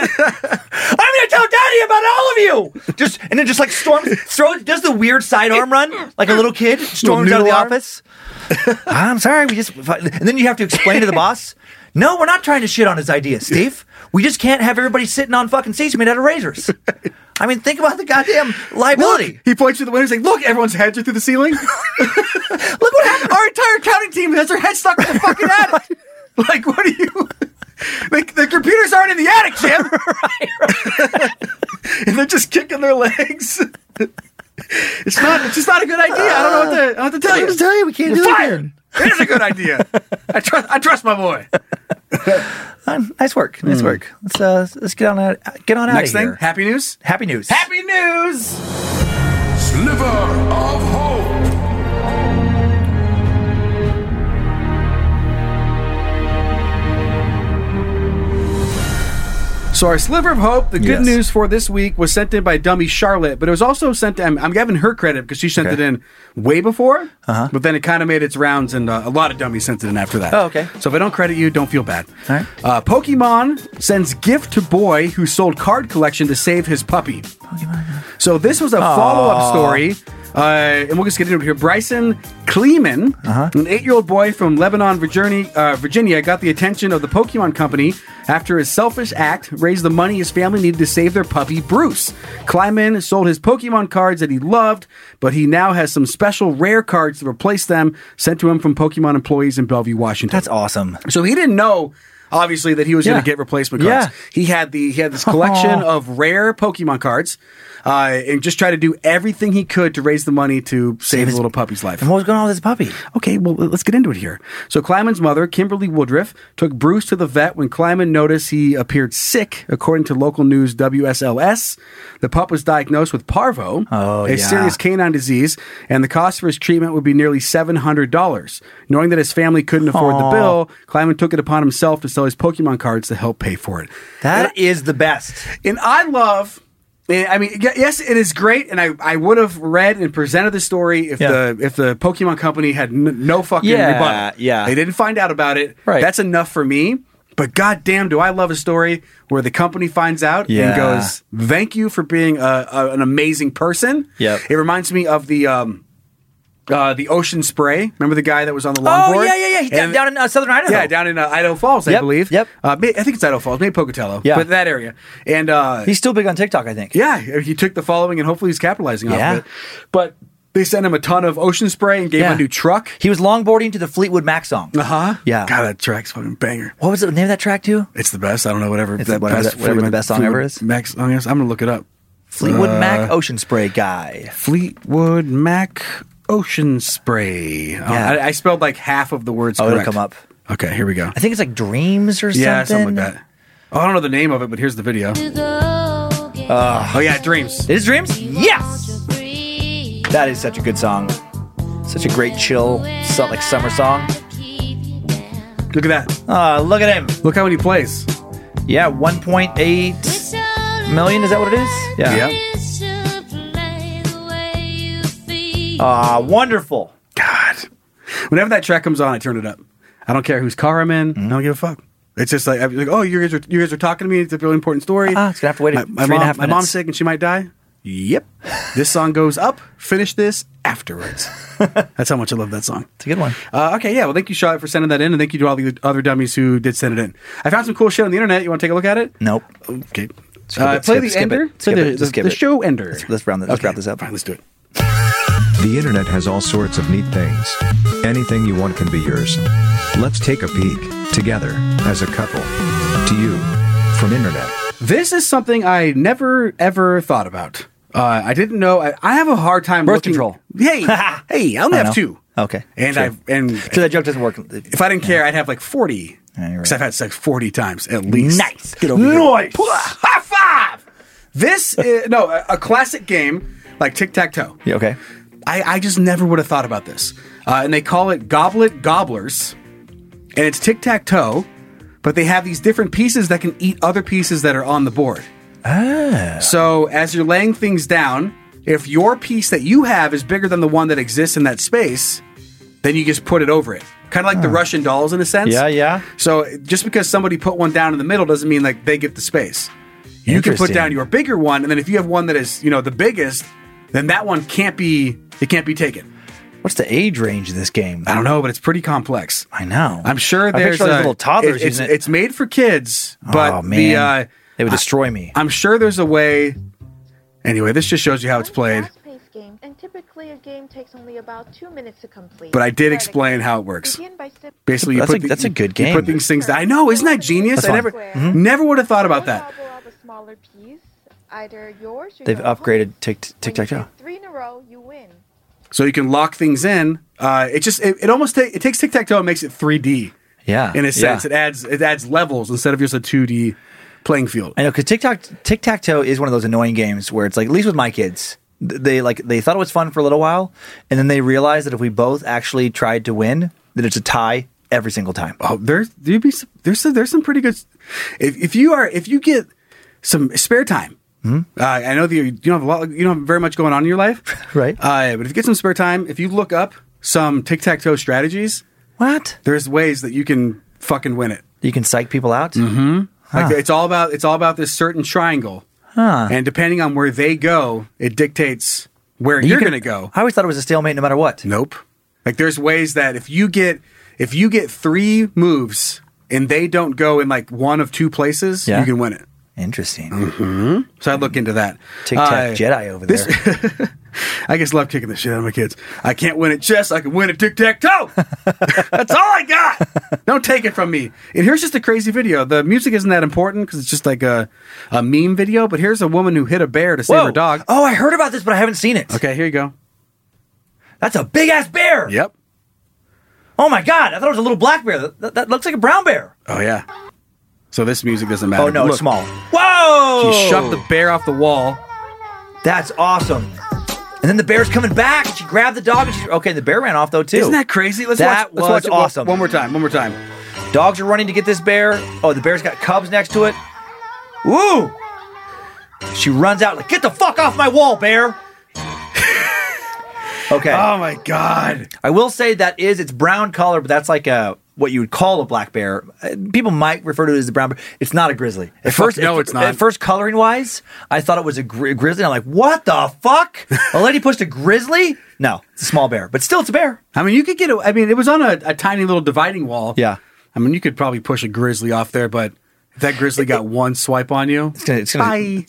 Speaker 3: tell Daddy about all of you. Just and then just like storms, throws, does the weird sidearm run like a little kid, storms out of
Speaker 2: noodle
Speaker 3: the
Speaker 2: arm.
Speaker 3: office. I'm sorry, we just and then you have to explain to the boss. No, we're not trying to shit on his ideas, Steve. We just can't have everybody sitting on fucking seats made out of razors. I mean, think about the goddamn liability.
Speaker 2: He points to the window and saying, Look, everyone's heads are through the ceiling.
Speaker 3: [LAUGHS] Look, what happened.
Speaker 2: Our entire counting team has their head stuck in the fucking
Speaker 3: [LAUGHS]
Speaker 2: attic. [LAUGHS] like, what are you? Like, the computers aren't in the attic, [LAUGHS] Jim. and they're just kicking their legs. [LAUGHS] it's not. It's just not a good idea. I don't know what to. I don't know what to tell you.
Speaker 3: tell you, we can't
Speaker 2: You're
Speaker 3: do it
Speaker 2: fired.
Speaker 3: again.
Speaker 2: It is a good idea. I trust. I trust my boy.
Speaker 3: Um, nice work, nice work. Let's uh, let's get on out, get on out
Speaker 2: Next
Speaker 3: of
Speaker 2: thing,
Speaker 3: here.
Speaker 2: happy news.
Speaker 3: Happy news.
Speaker 2: Happy news.
Speaker 10: Sliver of Hope.
Speaker 2: So our sliver of hope, the good
Speaker 10: Yes.
Speaker 2: news for this week was sent in by dummy Charlotte, but it was also sent. I'm, I'm giving her credit because she sent
Speaker 3: Okay.
Speaker 2: it in way before, uh-huh. but then it kind of made its rounds, and uh, a lot of dummies sent it in after that.
Speaker 3: Oh, okay.
Speaker 2: So if I don't credit you, don't feel bad.
Speaker 3: All right.
Speaker 2: Uh, Pokemon sends gift to boy who sold card collection to save his puppy. So this was a follow up story. Uh, and we'll just get into it here. Bryson Kleeman, an eight-year-old boy from Lebanon, Virginia, uh, Virginia, got the attention of the Pokemon Company after his selfish act raised the money his family needed to save their puppy Bruce. Kleeman sold his Pokemon cards that he loved, but he now has some special rare cards to replace them sent to him from Pokemon employees in Bellevue, Washington.
Speaker 3: That's awesome.
Speaker 2: So he didn't know obviously that he was going
Speaker 3: Yeah.
Speaker 2: to get replacement cards.
Speaker 3: Yeah.
Speaker 2: He had the he had this collection
Speaker 3: Aw.
Speaker 2: of rare Pokemon cards, uh, and just tried to do everything he could to raise the money to save, his little puppy's life. And
Speaker 3: what was going on with his puppy?
Speaker 2: Okay, well let's get into it here. So Kleiman's mother, Kimberly Woodruff, took Bruce to the vet when Kleiman noticed he appeared sick. According to local news WSLS, the pup was diagnosed with parvo, a
Speaker 3: Oh, yeah.
Speaker 2: serious canine disease, and the cost for his treatment would be nearly seven hundred dollars. Knowing that his family couldn't afford
Speaker 3: Aw.
Speaker 2: the bill, Kleiman took it upon himself to sell his Pokemon cards to help pay for it.
Speaker 3: That is the best.
Speaker 2: And I love. and I mean, y- yes, it is great, and I, I would have read and presented the story if
Speaker 3: Yeah.
Speaker 2: the if the Pokemon company had n- no fucking
Speaker 3: Yeah,
Speaker 2: rebuttal.
Speaker 3: yeah.
Speaker 2: they didn't find out about it.
Speaker 3: Right.
Speaker 2: that's enough for me. But goddamn, do I love a story where the company finds out
Speaker 3: Yeah.
Speaker 2: and goes, "Thank you for being a, a, an amazing person."
Speaker 3: Yep.
Speaker 2: it reminds me of the um, uh, the ocean spray. Remember the guy that was on the
Speaker 3: Oh,
Speaker 2: longboard?
Speaker 3: yeah, yeah, yeah. He-
Speaker 2: And-
Speaker 3: down in, uh, Southern Idaho.
Speaker 2: Yeah, down in uh, Idaho Falls, I
Speaker 3: Yep,
Speaker 2: believe. Yep. Uh, may- I think it's Idaho Falls, maybe Pocatello.
Speaker 3: Yeah.
Speaker 2: but that area. And uh,
Speaker 3: He's still big on TikTok, I think.
Speaker 2: yeah, he took the following, and hopefully he's capitalizing
Speaker 3: Yeah.
Speaker 2: off of it. But they sent him a ton of ocean spray and gave him
Speaker 3: Yeah.
Speaker 2: a new truck.
Speaker 3: He was longboarding to the Fleetwood Mac [LAUGHS] song.
Speaker 2: Uh huh.
Speaker 3: Yeah.
Speaker 2: God, that track's fucking banger.
Speaker 3: What was the name of that track too?
Speaker 2: It's the best. I don't know whatever
Speaker 3: It's whatever that- whatever the best song ever is.
Speaker 2: Max song is. I'm gonna look it up.
Speaker 3: Fleetwood
Speaker 2: Uh,
Speaker 3: Mac Ocean Spray guy.
Speaker 2: Fleetwood Mac Ocean Spray. Oh,
Speaker 3: Yeah.
Speaker 2: I, I spelled like half of the words.
Speaker 3: Oh, it'll
Speaker 2: correct.
Speaker 3: come up.
Speaker 2: Okay, here we go.
Speaker 3: I think it's like Dreams or
Speaker 2: yeah,
Speaker 3: something.
Speaker 2: something like that. Oh, I don't know the name of it, but here's the video. oh yeah, Dreams.
Speaker 3: It is Uh, Dreams? Yes! That is such a good song. Such a great chill, su- like summer song.
Speaker 2: Look at that.
Speaker 3: Ah, look at him.
Speaker 2: Look how many plays.
Speaker 3: Yeah, 1.8 million. Is that what it is? Yeah. Ah, wonderful.
Speaker 2: God. Whenever that track comes on, I turn it up. I don't care whose car I'm in.
Speaker 3: Mm-hmm.
Speaker 2: I don't give a fuck. It's just like, I'm like oh, you guys are you guys are talking to me. It's a really important story.
Speaker 3: Ah, it's gonna have to wait
Speaker 2: my,
Speaker 3: three
Speaker 2: my
Speaker 3: and
Speaker 2: mom,
Speaker 3: a half
Speaker 2: My mom's
Speaker 3: minutes.
Speaker 2: sick and she might die. Yep. [LAUGHS] this song goes up. Finish this
Speaker 3: [LAUGHS]
Speaker 2: afterwards. That's how much I love that song.
Speaker 3: It's a good one.
Speaker 2: Uh, okay, yeah. Well, thank you, Charlotte, for sending that in, and thank you to all the other dummies who did send it in. I found some cool shit on the internet. You want to take a look at it?
Speaker 3: Nope.
Speaker 2: Okay.
Speaker 3: Skip
Speaker 2: Uh,
Speaker 3: it,
Speaker 2: play
Speaker 3: skip-
Speaker 2: the
Speaker 3: skip
Speaker 2: ender.
Speaker 3: It,
Speaker 2: Play
Speaker 3: skip
Speaker 2: the,
Speaker 3: it, just
Speaker 2: the,
Speaker 3: skip
Speaker 2: the
Speaker 3: it.
Speaker 2: show ender.
Speaker 3: Let's, let's round, this, let's
Speaker 2: Okay,
Speaker 3: round this up.
Speaker 2: Fine, let's do it.
Speaker 11: The internet has all sorts of neat things. Anything you want can be yours. Let's take a peek, together, as a couple. To you, from internet.
Speaker 2: This is something I never ever thought about. Uh, I didn't know. I, I have a hard time
Speaker 3: Birth
Speaker 2: looking-
Speaker 3: control. [LAUGHS]
Speaker 2: Hey, hey, I only
Speaker 3: I
Speaker 2: have
Speaker 3: know.
Speaker 2: two.
Speaker 3: Okay.
Speaker 2: And
Speaker 3: sure. [LAUGHS]
Speaker 2: I've and
Speaker 3: So that joke doesn't work.
Speaker 2: if I didn't care, I'd have like forty.
Speaker 3: Yeah, you're right.
Speaker 2: Because I've had sex forty times at least.
Speaker 3: Nice.
Speaker 2: Get over
Speaker 3: Nice.
Speaker 2: Here. Pwah, [LAUGHS] High five. This is, no a, a classic game like tic tac toe.
Speaker 3: Yeah, okay.
Speaker 2: I, I just never would have thought about this. Uh, and they call it Goblet Gobblers. And it's tic tac toe, but they have these different pieces that can eat other pieces that are on the board. Ah. So as you're laying things down, if your piece that you have is bigger than the one that exists in that space, then you just put it over it. Kind of like the Russian dolls in a sense.
Speaker 3: Ah. Yeah, yeah.
Speaker 2: So just because somebody put one down in the middle doesn't mean like they get the space. You can put
Speaker 3: Interesting.
Speaker 2: down your bigger one, and then if you have one that is, you know, the biggest, then that one can't be it can't be taken.
Speaker 3: What's the age range of this game?
Speaker 2: I don't know, but it's pretty complex.
Speaker 3: I know.
Speaker 2: I'm sure
Speaker 3: I
Speaker 2: there's
Speaker 3: picture all these
Speaker 2: a-
Speaker 3: little toddlers
Speaker 2: it- it's,
Speaker 3: using it.
Speaker 2: it's made for kids, but
Speaker 3: oh man,
Speaker 2: the uh,
Speaker 3: they would destroy me.
Speaker 2: I'm sure there's a way. Anyway, this just shows you how it's played.
Speaker 12: fast-paced game, and typically a game takes only about two minutes to complete.
Speaker 2: But I did explain how it works.
Speaker 12: Begin by sim-
Speaker 2: Basically, you
Speaker 3: That's
Speaker 2: put
Speaker 3: a-
Speaker 2: the-
Speaker 3: that's a good
Speaker 2: You put
Speaker 3: game.
Speaker 2: these things. down. I know, isn't that genius?
Speaker 3: That's
Speaker 2: I
Speaker 3: fun. Mm-hmm.
Speaker 2: never,
Speaker 12: Mhm.
Speaker 2: never would have thought about that.
Speaker 12: double of a smaller piece, either yours or
Speaker 3: They've
Speaker 12: your
Speaker 3: upgraded Tic Tic Tac Toe.
Speaker 12: opponent's. Three in a row, you win.
Speaker 2: So you can lock things in. Uh, it just it, it almost ta- it takes tic tac toe and makes it 3D.
Speaker 3: Yeah,
Speaker 2: in
Speaker 3: yeah.
Speaker 2: a sense. It adds it adds levels instead of just a 2D playing field.
Speaker 3: I know because TikTok tic tac toe is one of those annoying games where it's like at least with my kids th- they like they thought it was fun for a little while and then they realized that if we both actually tried to win that it's a tie every single time.
Speaker 2: Oh, there's you be some- there's some, there's some pretty good. If if you are if you get some spare time,
Speaker 3: Hmm?
Speaker 2: uh, I know that you, you don't have a lot, you don't have very much going on in your life,
Speaker 3: [LAUGHS] Right.
Speaker 2: Uh, but if you get some spare time, if you look up some tic tac toe strategies,
Speaker 3: What
Speaker 2: there's ways that you can fucking win it.
Speaker 3: you can psych people out. Mm-hmm.
Speaker 2: Like it's all about it's all about this certain triangle,
Speaker 3: Huh.
Speaker 2: and depending on where they go, it dictates where you're going to go.
Speaker 3: I always thought it was a stalemate no matter what.
Speaker 2: Nope. Like there's ways that if you get if you get three moves and they don't go in like one of two places,
Speaker 3: Yeah.
Speaker 2: you can win it.
Speaker 3: Interesting.
Speaker 2: hmm So I look into that.
Speaker 3: Tic Tac Jedi over
Speaker 2: there. I just love kicking the shit out of my kids. I can't win at chess. I can win at tic tac toe. [LAUGHS] That's all I got. Don't take it from me. And here's just a crazy video. The music isn't that important because it's just like a, a meme video. But here's a woman who hit a bear to save her dog.
Speaker 3: Oh, I heard about this, but I haven't seen it.
Speaker 2: Okay, here you go.
Speaker 3: That's a big ass bear.
Speaker 2: Yep.
Speaker 3: Oh my god! I thought it was a little black bear. That, that looks like a brown bear.
Speaker 2: Oh yeah. So this music doesn't matter.
Speaker 3: Oh, no, it's
Speaker 2: Look.
Speaker 3: small. Whoa!
Speaker 2: She shoved the bear off the wall.
Speaker 3: That's awesome. And then the bear's coming back, and she grabbed the dog. And she, okay, the bear ran off though too.
Speaker 2: Isn't that crazy? Let's
Speaker 3: that was
Speaker 2: watch. Let's watch it one-
Speaker 3: awesome.
Speaker 2: One more time. One more time.
Speaker 3: Dogs are running to get this bear. Oh, the bear's got cubs next to it. Woo! She runs out like, get the fuck off my wall, bear. [LAUGHS] okay.
Speaker 2: Oh my god.
Speaker 3: I will say that is it's brown color, but that's like a what you would call a black bear. Uh, People might refer to it as the brown bear. It's not a grizzly. At
Speaker 2: Fuck no,
Speaker 3: at-
Speaker 2: it's not.
Speaker 3: At first, coloring wise, I thought it was a gri- grizzly. I'm like, what the
Speaker 2: [LAUGHS]
Speaker 3: fuck? a lady pushed a grizzly? No, it's a small bear, but still, it's a bear.
Speaker 2: I mean, you could get. A, I mean, it was on a, a tiny little dividing wall. Yeah. I mean, you could probably push a grizzly off there, but if that grizzly got one swipe on you, it's
Speaker 3: gonna,
Speaker 2: bye.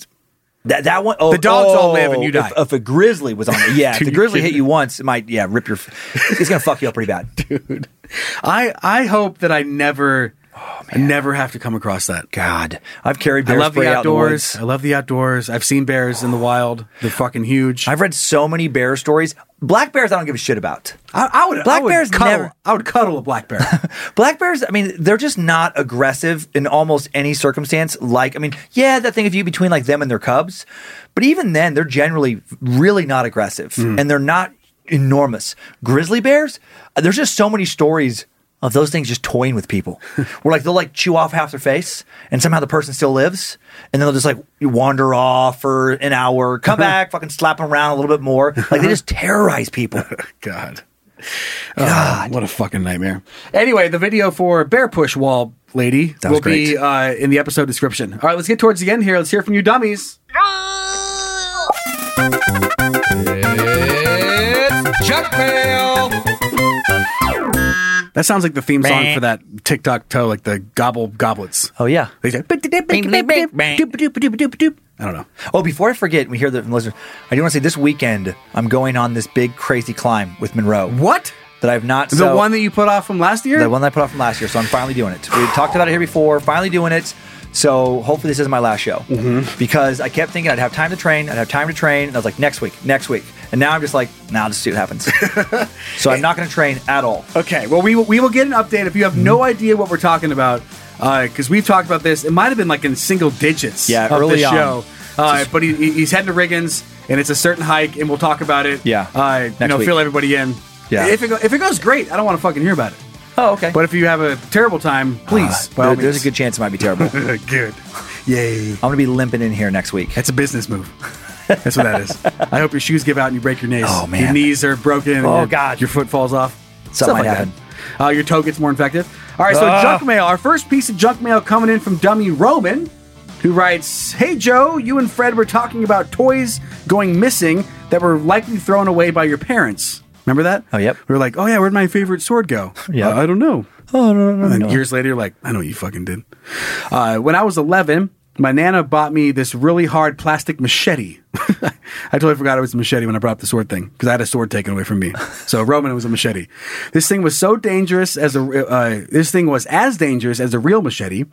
Speaker 3: That that one. Oh,
Speaker 2: The dogs all live and
Speaker 3: oh,
Speaker 2: you die.
Speaker 3: If, if a grizzly was on it,
Speaker 2: [LAUGHS]
Speaker 3: yeah. if
Speaker 2: Dude,
Speaker 3: the
Speaker 2: you're
Speaker 3: grizzly hit
Speaker 2: kidding.
Speaker 3: you once, it might yeah rip your. It's gonna fuck you up pretty bad.
Speaker 2: [LAUGHS] dude. I I hope that I never. I never have to come across that.
Speaker 3: God, I've carried
Speaker 2: Oh, I
Speaker 3: bear
Speaker 2: love
Speaker 3: spray
Speaker 2: the
Speaker 3: out in the
Speaker 2: outdoors.
Speaker 3: woods.
Speaker 2: I love the outdoors. I've seen bears in the wild. They're fucking huge.
Speaker 3: I've read so many bear stories. Black bears, I don't give a shit about.
Speaker 2: I, I would
Speaker 3: Black
Speaker 2: I would
Speaker 3: bears
Speaker 2: cuddle,
Speaker 3: never-
Speaker 2: I would cuddle a black bear.
Speaker 3: Black bears, I mean, they're just not aggressive in almost any circumstance. Like, I mean, yeah, that thing of you between like them and their cubs, but even then, they're generally really not aggressive and they're not enormous. Grizzly bears, uh, there's just so many stories of those things just toying with [LAUGHS] people where like they'll like chew off half their face and somehow the person still lives and then they'll just like wander off for an hour, come back, fucking slap them around a little bit more. Like they just terrorize people.
Speaker 2: God. God. what a fucking nightmare. Anyway, the video for Bear Push Wall Lady
Speaker 3: That was
Speaker 2: will be uh, in the episode description. All right, let's get towards the end here. Let's hear from you dummies.
Speaker 9: It's junk mail.
Speaker 2: That sounds like the theme song
Speaker 9: Meh.
Speaker 2: for that TikTok toe, like the gobble goblets.
Speaker 3: [LAUGHS] Oh, yeah.
Speaker 2: They say, I don't know.
Speaker 3: Oh, before I forget, we hear that from listeners. I do want to say this weekend I'm going on this big crazy climb with Monroe.
Speaker 2: What?
Speaker 3: That I've not.
Speaker 2: The
Speaker 3: so-
Speaker 2: one that you put off from last year?
Speaker 3: The one that I put off from last year. So I'm finally doing it. We talked about it here before. Finally doing it. So hopefully this isn't my last show because I kept thinking I'd have time to train. I'd have time to train. And I was like next week, next week. And now I'm just like, now nah, just see what [LAUGHS] happens. so I'm not going to train at all.
Speaker 2: Okay, well, we will, we will get an update if you have
Speaker 3: Hmm.
Speaker 2: no idea what we're talking about, because we've talked about this. It might have been like in single digits
Speaker 3: Yeah,
Speaker 2: of
Speaker 3: early
Speaker 2: the
Speaker 3: on.
Speaker 2: show. Uh, but he, he- he's heading to Riggins, and it's a certain hike, and we'll talk about it.
Speaker 3: Yeah,
Speaker 2: Uh, you
Speaker 3: next
Speaker 2: know,
Speaker 3: week.
Speaker 2: fill everybody in.
Speaker 3: Yeah.
Speaker 2: If it, go, if it goes great, I don't want to fucking hear about it.
Speaker 3: Oh, okay.
Speaker 2: But if you have a terrible time, please. by all
Speaker 3: Uh, There- there's
Speaker 2: means.
Speaker 3: a good chance it might be [LAUGHS] terrible.
Speaker 2: [LAUGHS] good. Yay. I'm
Speaker 3: going to be limping in here next week.
Speaker 2: That's a business move. That's what
Speaker 3: [LAUGHS]
Speaker 2: that is. I hope your shoes give out and you break your knees.
Speaker 3: Oh, man.
Speaker 2: Your knees are broken.
Speaker 3: Oh,
Speaker 2: your,
Speaker 3: God.
Speaker 2: Your foot falls off. Something
Speaker 3: might happen.
Speaker 2: That. Uh, your toe gets more infected. All right, so
Speaker 3: Ah.
Speaker 2: junk mail. Our first piece of junk mail coming in from Dummy Roman, who writes Hey, Joe, you and Fred were talking about toys going missing that were likely thrown away by your parents. Remember that? Oh, yep. We were like, oh, yeah, where'd my favorite sword go?
Speaker 3: Yeah.
Speaker 2: "Uh, I don't know.
Speaker 3: Oh, no, no,
Speaker 2: And then
Speaker 3: no.
Speaker 2: years later, you're like, I know what you fucking did. Uh, when I was 11, my nana bought me this really hard plastic machete. [LAUGHS] I totally forgot it was a machete when I brought up the sword thing because I had a sword taken away from me. So Roman, it was a machete. This thing was so dangerous as a uh, this thing was as dangerous as a real machete.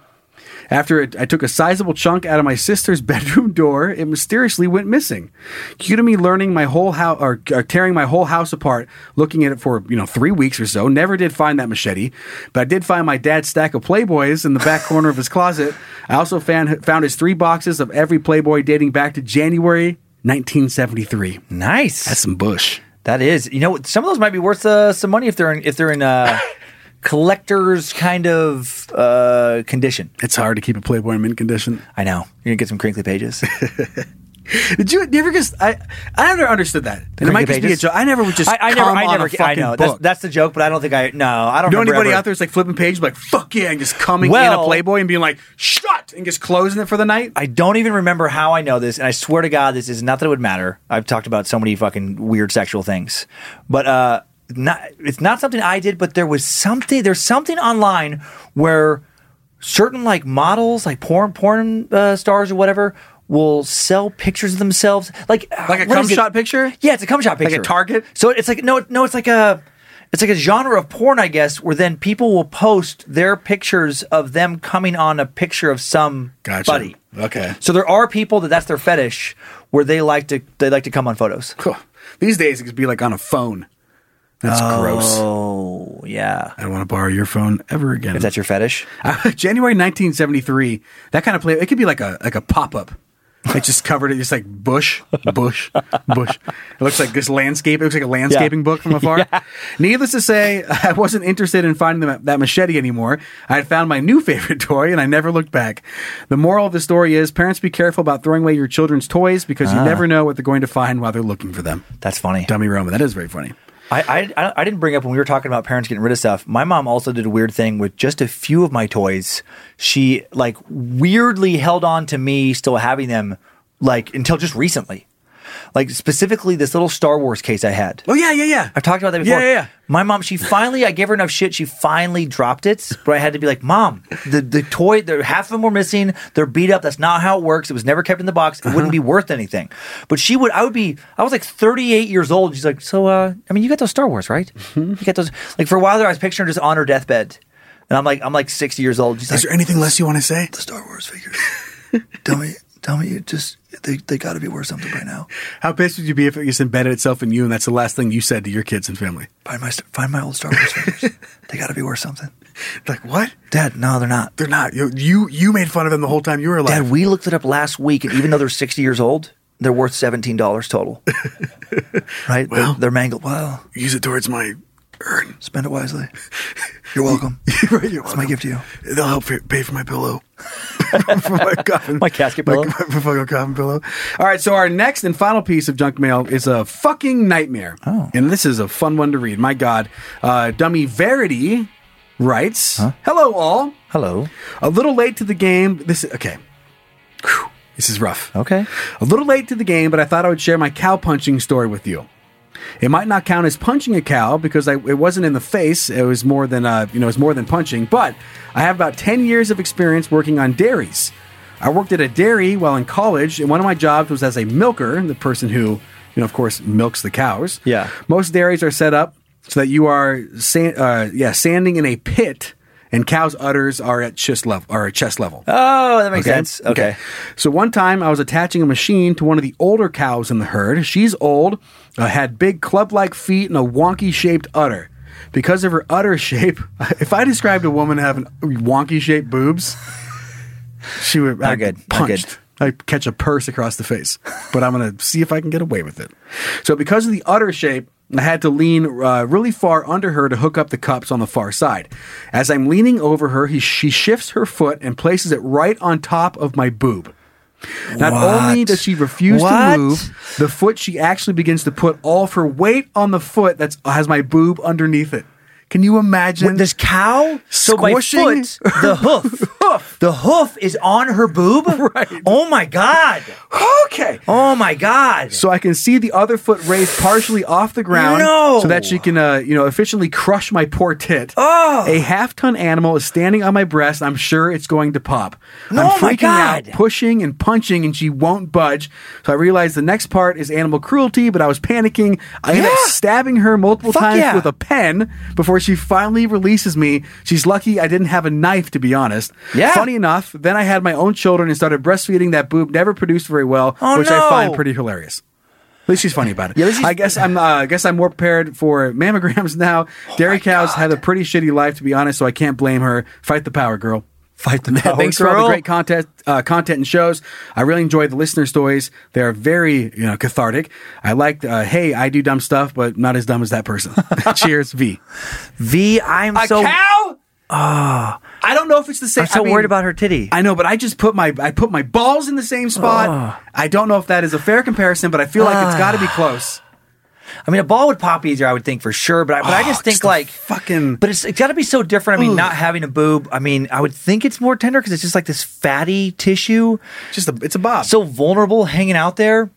Speaker 2: After it, I took a sizable chunk out of my sister's [LAUGHS] bedroom door, it mysteriously went missing. Cue to me learning my whole house or, or tearing my whole house apart, looking at it for you know three weeks or so. Never did find that machete, but I did find my dad's stack of Playboys in the back corner of his closet. I also found found his three boxes of every Playboy dating back to January 1973.
Speaker 3: Nice.
Speaker 2: That's some bush.
Speaker 3: That is, you know, what, some of those might be worth uh, some money if they're in if they're in
Speaker 2: [LAUGHS]
Speaker 3: uh, collector's kind of uh, condition.
Speaker 2: It's hard to keep a Playboy in mint condition.
Speaker 3: I know you're gonna get some crinkly pages.
Speaker 2: Did you, did you ever just? I I never understood that. And it might
Speaker 3: Crinkly
Speaker 2: just be a
Speaker 3: pages?
Speaker 2: joke. I never would just.
Speaker 3: I, I never.
Speaker 2: cum
Speaker 3: I
Speaker 2: on
Speaker 3: never.
Speaker 2: A fucking
Speaker 3: I know
Speaker 2: book.
Speaker 3: that's, that's the joke, but I don't think I. No, I don't.
Speaker 2: know
Speaker 3: remember
Speaker 2: anybody
Speaker 3: ever-
Speaker 2: out there that's like flipping pages, like fuck yeah, and just coming in a
Speaker 3: Well-
Speaker 2: Playboy and being like shut and just closing it for the night.
Speaker 3: I don't even remember how I know this, and I swear to God, this is not that it would matter. I've talked about so many fucking weird sexual things, but uh, not it's not something I did. But there was something. There's something online where certain like models, like porn porn uh, stars or whatever, will sell pictures of themselves, like
Speaker 2: Like a
Speaker 3: what
Speaker 2: cum
Speaker 3: is it?
Speaker 2: shot picture?
Speaker 3: Yeah, it's a cum shot
Speaker 2: Like a
Speaker 3: picture.
Speaker 2: target?
Speaker 3: So it's like no, no, it's like a. It's like a genre of porn, I guess, where then people will post their pictures of them coming on a picture of some
Speaker 2: Gotcha.
Speaker 3: buddy.
Speaker 2: Okay.
Speaker 3: So there are people that that's their fetish, where they like to they like to come on photos.
Speaker 2: These days it could be like on a phone. That's gross.
Speaker 3: Oh yeah.
Speaker 2: I don't want to borrow your phone ever again. If that's
Speaker 3: your fetish.
Speaker 2: Uh, [LAUGHS] January 1973. That kind of play. It could be like a like a pop up. It just covered it. Just like bush, bush, bush. It looks like this landscape. It looks like a landscaping book from [LAUGHS] afar. Needless to say, [LAUGHS] I wasn't interested in finding that- that machete anymore. I had found my new favorite [LAUGHS] toy, and I never looked back. The moral of the story is: parents, be careful about throwing away your children's toys because you
Speaker 3: Ah.
Speaker 2: never know what they're going to find while they're looking for them.
Speaker 3: That's funny,
Speaker 2: dummy Roman. That is very funny.
Speaker 3: I, I I didn't bring up when we were talking about parents getting rid of stuff. My mom also did a weird thing with just a few of my toys. She like weirdly held on to me still having them like until just recently. Like specifically this little Star Wars case I had.
Speaker 2: Oh yeah, yeah, yeah.
Speaker 3: I've talked about that
Speaker 2: Yeah,
Speaker 3: before.
Speaker 2: yeah, yeah.
Speaker 3: My mom, she finally I gave her enough shit, she finally dropped it, but I had to be like, "Mom, the the toy, the half of them were missing. They're beat up. That's not how it works. It was never kept in the box. It
Speaker 13: Uh-huh.
Speaker 3: wouldn't be worth anything." But she would I would be I was like 38 years old. She's like, "So uh, I mean, you got those Star Wars, right?
Speaker 13: Mm-hmm.
Speaker 3: You got those like for a while there I was picturing her just on her deathbed. And I'm like I'm like 60 years old. She's
Speaker 2: Is
Speaker 3: like,
Speaker 2: there anything less you want to say?
Speaker 13: The Star Wars figures. tell me, tell me, you just they they got to be worth something right now.
Speaker 2: How pissed would you be if it just embedded itself in you, and that's the last thing you said to your kids and family?
Speaker 13: Find my find my old Star Wars figures.
Speaker 3: [LAUGHS]
Speaker 13: they got to be worth something.
Speaker 2: Like what?
Speaker 3: Dad, no, they're not.
Speaker 2: They're not. You, you you made fun of them the whole time you were alive.
Speaker 3: Dad, we looked it up last week, and even though they're 60 years old, they're worth $17 [LAUGHS] total. right? They're- they're, mangled. Well,
Speaker 2: use it towards my
Speaker 3: [LAUGHS]
Speaker 2: urn.
Speaker 13: Spend it wisely. You're welcome.
Speaker 2: right, you're
Speaker 13: That's my gift to you.
Speaker 2: They'll help fi- pay for my pillow. [LAUGHS] for my coffin.
Speaker 3: My casket
Speaker 2: pillow. [LAUGHS] My, my fucking coffin pillow. All right, so our next and final piece of junk mail is a fucking nightmare. Oh. And this is a fun one to read. My God. Uh, Dummy Verity writes Hello, all.
Speaker 3: Hello.
Speaker 2: A little late to the game. This Okay. Whew, this is rough.
Speaker 3: Okay.
Speaker 2: A little late to the game, but I thought I would share my cow punching story with you. It might not count as punching a cow because I, it wasn't in the face. It was more than uh, you know, it was more than punching. But I have about ten years of experience working on dairies. I worked at a dairy while in college, and one of my jobs was as a milker, the person who, you know, of course, milks the cows.
Speaker 3: Yeah.
Speaker 2: Most dairies are set up so that you are sand, uh, yeah, sanding in a pit, and cows' udders are at chest level, are at chest level.
Speaker 3: Oh, that makes sense. Okay.
Speaker 2: So one time I was attaching a machine to one of the older cows in the herd. She's old, uh, had big club like feet, and a wonky shaped udder. Because of her udder [LAUGHS] shape, if I described a woman having wonky shaped boobs, she would
Speaker 3: Not
Speaker 2: I'd
Speaker 3: good.
Speaker 2: get
Speaker 3: Not good.
Speaker 2: punched. I'd catch a purse across the face, but I'm going to see if I can get away with it. So, because of the udder shape, I had to lean uh, really far under her to hook up the cups on the far side. As I'm leaning over her, he, she shifts her foot and places it right on top of my boob. Not only
Speaker 3: What?
Speaker 2: does she refuse
Speaker 3: What?
Speaker 2: to move, the foot she actually begins to put all of her weight on the foot that has my boob underneath it. Can you imagine
Speaker 3: With this cow? So my
Speaker 2: Squishing?
Speaker 3: foot, [LAUGHS] the
Speaker 2: [LAUGHS]
Speaker 3: hoof, the hoof is on her boob? [LAUGHS] Right. Oh my God.
Speaker 2: Okay.
Speaker 3: Oh my God.
Speaker 2: So I can see the other foot raised partially off the ground,
Speaker 3: No.
Speaker 2: so that she can, uh, you know, efficiently crush my poor tit.
Speaker 3: Oh.
Speaker 2: A half-ton animal is standing on my breast. I'm sure it's going to pop.
Speaker 3: No,
Speaker 2: I'm freaking
Speaker 3: my God.
Speaker 2: out, pushing and punching, and she won't budge. So I realize the next part is animal cruelty, but I was panicking. I end up
Speaker 3: Yeah.
Speaker 2: stabbing her multiple
Speaker 3: Fuck
Speaker 2: times
Speaker 3: yeah.
Speaker 2: with a pen before she finally releases me. She's lucky I didn't have a knife, to be honest.
Speaker 3: Yeah.
Speaker 2: Funny enough, then I had my own children and started breastfeeding that boob. Never produced very well,
Speaker 3: Oh,
Speaker 2: which I find
Speaker 3: no.
Speaker 2: pretty hilarious. At least she's funny about it.
Speaker 3: Yeah, at least she's-
Speaker 2: I guess I'm. Uh, I guess I'm more prepared for mammograms [LAUGHS] now. Dairy cows have a pretty shitty life, to be honest. So I can't blame her. Fight the power, girl.
Speaker 3: Fight the
Speaker 2: [LAUGHS] Thanks for all the great content, uh, content and shows. I really enjoy the listener stories. They are very, you know, cathartic. I like. Uh, hey, I do dumb stuff, but not as dumb as that person. [LAUGHS] Cheers, V.
Speaker 3: V, I'm
Speaker 2: A
Speaker 3: so.
Speaker 2: cow?
Speaker 3: Ah.
Speaker 2: I don't know if it's the same.
Speaker 3: I'm so
Speaker 2: I mean,
Speaker 3: worried about her titty.
Speaker 2: I know, but I just put my I put my balls in the same spot.
Speaker 3: Ah.
Speaker 2: I don't know if that is a fair comparison, but I feel like it's
Speaker 3: Ah.
Speaker 2: got to be close.
Speaker 3: I mean, a ball would pop easier, I would think for sure. But I, but I Oh, just think like
Speaker 2: fucking.
Speaker 3: But it's, it's got to be so different. I mean, not having a boob. I mean, I would think it's more tender because it's just like this fatty tissue,
Speaker 2: Just a, it's a bob.
Speaker 3: so vulnerable, hanging out there.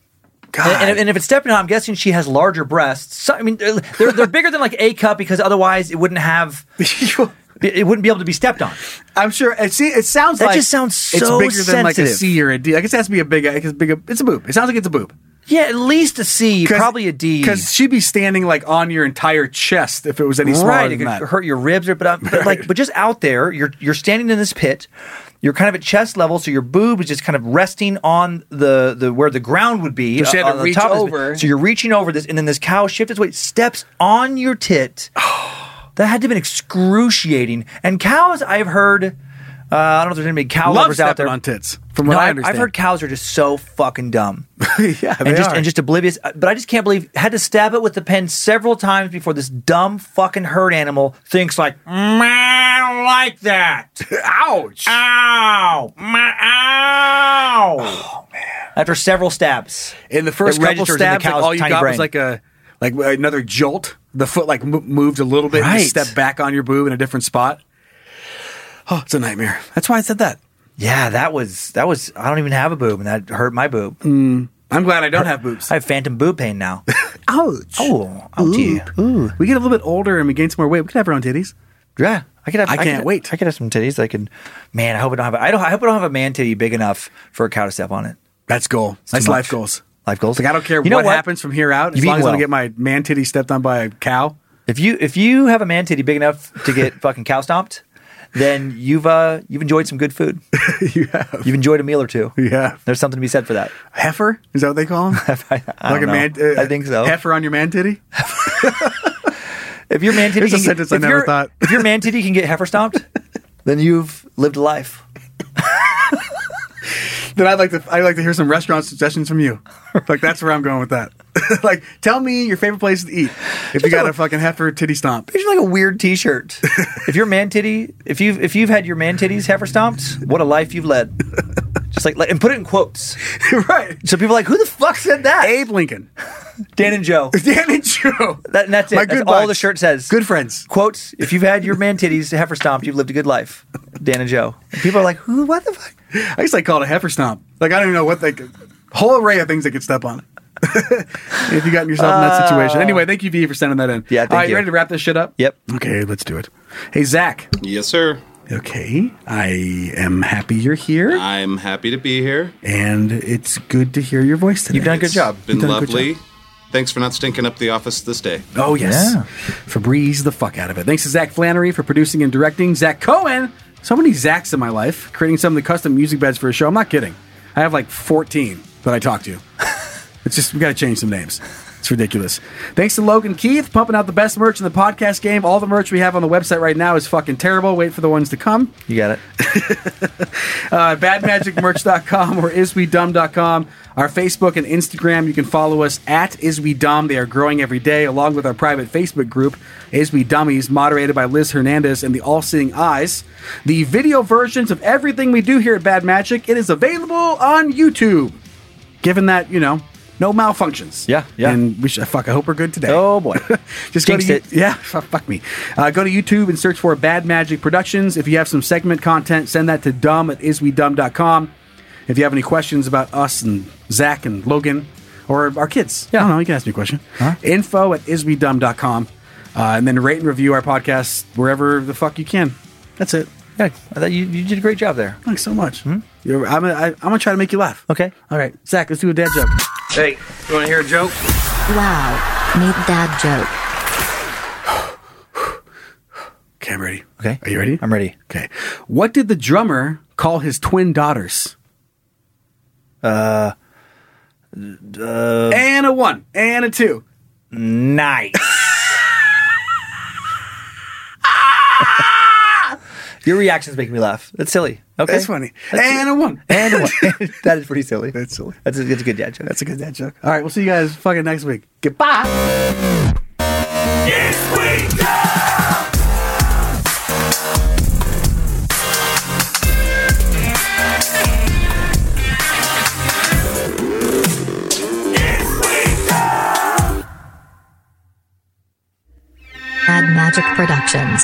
Speaker 2: God.
Speaker 3: And,
Speaker 2: [LAUGHS]
Speaker 3: and, and if it's stepping on, I'm guessing she has larger breasts. So, I mean, they're, they're, they're bigger than like a cup because otherwise it wouldn't have. it wouldn't be able to be stepped on.
Speaker 2: I'm sure. It, see, it sounds
Speaker 3: That
Speaker 2: like
Speaker 3: just sounds so
Speaker 2: it's bigger than like a
Speaker 3: sensitive.
Speaker 2: C or a D. I guess it has to be a big. It's big. It's a boob. It sounds like it's a boob.
Speaker 3: [LAUGHS] Yeah, at least a C, probably a D.
Speaker 2: Because she'd be standing like on your entire chest if it was any smaller
Speaker 3: right, it
Speaker 2: than
Speaker 3: could
Speaker 2: that.
Speaker 3: hurt your ribs, or, but, I'm, but like, but just out there, you're you're standing in this pit, you're kind of at chest level, so your boob is just kind of resting on the the where the ground would be.
Speaker 2: So she
Speaker 3: uh,
Speaker 2: had to
Speaker 3: on the
Speaker 2: reach
Speaker 3: top of this pit.
Speaker 2: over.
Speaker 3: So you're reaching over this, and then this cow shifts its weight, steps on your
Speaker 2: [SIGHS]
Speaker 3: tit.
Speaker 2: Oh.
Speaker 3: that had to have been excruciating. And cows, I've heard. Uh, I don't know if there's any big cow
Speaker 2: Love
Speaker 3: lovers out
Speaker 2: stepping
Speaker 3: there
Speaker 2: on tits, from what
Speaker 3: No,
Speaker 2: I
Speaker 3: I've-
Speaker 2: understand.
Speaker 3: I've
Speaker 2: [LAUGHS]
Speaker 3: heard cows are just so fucking dumb
Speaker 2: yeah, they
Speaker 3: and just
Speaker 2: are.
Speaker 3: and just oblivious. Uh, But I just can't believe had to stab it with the pen several times before this dumb fucking herd animal thinks like, "Mm, I don't like that.
Speaker 2: Ouch!
Speaker 3: Ow! My, ow! Oh man! After several stabs,
Speaker 2: in the first
Speaker 3: it
Speaker 2: couple
Speaker 3: registers in the
Speaker 2: stabs, like,
Speaker 3: cow's
Speaker 2: all you
Speaker 3: tiny
Speaker 2: got was
Speaker 3: brain.
Speaker 2: like a like another jolt. The foot like mo- moved a little bit, and you
Speaker 3: Right.
Speaker 2: stepped back on your boob in a different spot. Oh, it's a nightmare. That's why I said that.
Speaker 3: yeah, that was that was. I don't even have a boob, and that hurt my boob.
Speaker 2: Mm. I'm glad I don't have boobs.
Speaker 3: I have phantom boob pain
Speaker 2: [LAUGHS]
Speaker 3: now.
Speaker 2: Ouch!
Speaker 3: Oh,
Speaker 2: Ooh. Ooh. We get a little bit older and we gain some more weight. We could have our own titties.
Speaker 3: Yeah, I could have.
Speaker 2: I can't
Speaker 3: could,
Speaker 2: wait.
Speaker 3: I could have some titties. that I could. Man, I hope I don't have. I don't. I hope I don't have a man titty big enough for a cow to step on it.
Speaker 2: That's goal.
Speaker 3: It's too
Speaker 2: That's
Speaker 3: much.
Speaker 2: life goals.
Speaker 3: Life goals.
Speaker 2: Like I don't care
Speaker 3: You know
Speaker 2: what,
Speaker 3: what?
Speaker 2: happens from here out.
Speaker 3: You
Speaker 2: As long
Speaker 3: mean
Speaker 2: as I
Speaker 3: well.
Speaker 2: don't get my man titty stepped on by a cow.
Speaker 3: If you if you have a man titty big enough to get [LAUGHS] fucking cow stomped, then you've uh you've enjoyed some good food.
Speaker 2: [LAUGHS] you have.
Speaker 3: You've enjoyed a meal or two.
Speaker 2: Yeah.
Speaker 3: There's something to be said for that. [LAUGHS]
Speaker 2: Heifer is that what they call them?
Speaker 3: I, [LAUGHS] I
Speaker 2: like
Speaker 3: don't
Speaker 2: a
Speaker 3: know.
Speaker 2: man. uh,
Speaker 3: I think so.
Speaker 2: Heifer on your man titty.
Speaker 3: If your man titty
Speaker 2: Here's a
Speaker 3: can get-
Speaker 2: sentence I
Speaker 3: if
Speaker 2: never
Speaker 3: your-
Speaker 2: thought.
Speaker 3: if your man titty can get heifer
Speaker 2: [LAUGHS]
Speaker 3: stomped, then you've lived a life.
Speaker 2: Then I'd like to I'd like to hear some restaurant suggestions from you. Like that's where I'm going with that. [LAUGHS] like tell me your favorite place to eat if you got a fucking heifer titty stomp. [LAUGHS]
Speaker 3: Picture like a weird T-shirt. if your man titty, if you've if you've had your man titties heifer stomped, what a life you've
Speaker 2: [LAUGHS]
Speaker 3: led. Just like and put it in quotes,
Speaker 2: right?
Speaker 3: So people are like, who the fuck said that?
Speaker 2: Abe Lincoln,
Speaker 3: Dan and Joe.
Speaker 2: Dan and Joe.
Speaker 3: That, and that's it.
Speaker 2: My
Speaker 3: That's
Speaker 2: good
Speaker 3: all
Speaker 2: buds.
Speaker 3: the shirt says.
Speaker 2: Good friends.
Speaker 3: Quotes: If you've had your man titties heifer stomped, you've lived a good life. Dan and Joe. And people are like, who? What the fuck?
Speaker 2: I used to like, call it a heifer stomp. Like I don't even know what they could, whole array of things they could step on. [LAUGHS] if you got yourself in that situation. Anyway, thank you, V, for sending that in.
Speaker 3: Uh, Yeah, thank
Speaker 2: All right, you
Speaker 3: you.
Speaker 2: ready to wrap this shit up?
Speaker 3: Yep.
Speaker 2: Okay, let's do it. Hey, Zach.
Speaker 4: Yes, sir.
Speaker 2: Okay, I am happy you're here,
Speaker 4: I'm happy to be here.
Speaker 2: and it's good to hear your voice today.
Speaker 3: You've done a good job.
Speaker 4: Been
Speaker 2: You've done a good
Speaker 4: lovely. Thanks for not stinking up the office this day.
Speaker 2: Oh yes, Febreze the fuck out of it. Thanks to Zach Flannery for producing and directing. Zach Cohen, so many Zachs in my life, creating some of the custom music beds for a show. I'm not kidding. I have like 14 that I
Speaker 3: [LAUGHS]
Speaker 2: talk to. it's just we got to change some names. It's ridiculous. Thanks to Logan Keith pumping out the best merch in the podcast game. All the merch we have on the website right now is fucking terrible. Wait for the ones to come
Speaker 3: You got it.
Speaker 2: uh, badmagicmerch.com or iswedumb.com. Our Facebook and Instagram, you can follow us at iswedumb. They are growing every day, along with our private Facebook group, Is We Dummies, moderated by Liz Hernandez and the All Seeing Eyes. The video versions of everything we do here at Bad Magic, it is available on YouTube. Given that, you know, no malfunctions.
Speaker 3: Yeah, yeah.
Speaker 2: And we should, fuck, I hope we're good today.
Speaker 3: Oh
Speaker 2: [LAUGHS]
Speaker 3: boy.
Speaker 2: Just go to
Speaker 3: Jinxed it.
Speaker 2: you- yeah, fuck, fuck me. Uh, go to YouTube and search for Bad Magic Productions. If you have some segment content, send that to dumb at iswedumb.com. If you have any questions about us and Zach and Logan or our kids, yeah. I don't know, you can ask me a question. Info at iswedumb.com. Uh, and then rate and review our podcast wherever the fuck you can. That's it.
Speaker 3: Yeah, I thought you, you did a great job there.
Speaker 2: Thanks so much. You're, I'm, gonna- I, I'm going to try to make you laugh.
Speaker 3: Okay.
Speaker 2: All right, Zach, let's do a dad joke.
Speaker 3: Hey, you want to hear a joke?
Speaker 1: Wow. Need that joke.
Speaker 2: Okay, I'm ready.
Speaker 3: Okay.
Speaker 2: Are you ready?
Speaker 3: I'm ready.
Speaker 2: Okay. What did the drummer call his twin daughters? Uh, and a one, and a two.
Speaker 3: [LAUGHS] Nice. Your reactions make me laugh. That's silly. Okay.
Speaker 2: That's funny. and a one.
Speaker 3: And a
Speaker 2: [LAUGHS]
Speaker 3: one. [LAUGHS] that is pretty silly.
Speaker 2: That's silly.
Speaker 3: That's a, that's a good dad joke.
Speaker 2: That's a good dad joke. All right, we'll see you guys fucking next week. Goodbye.
Speaker 1: Bad Magic Productions.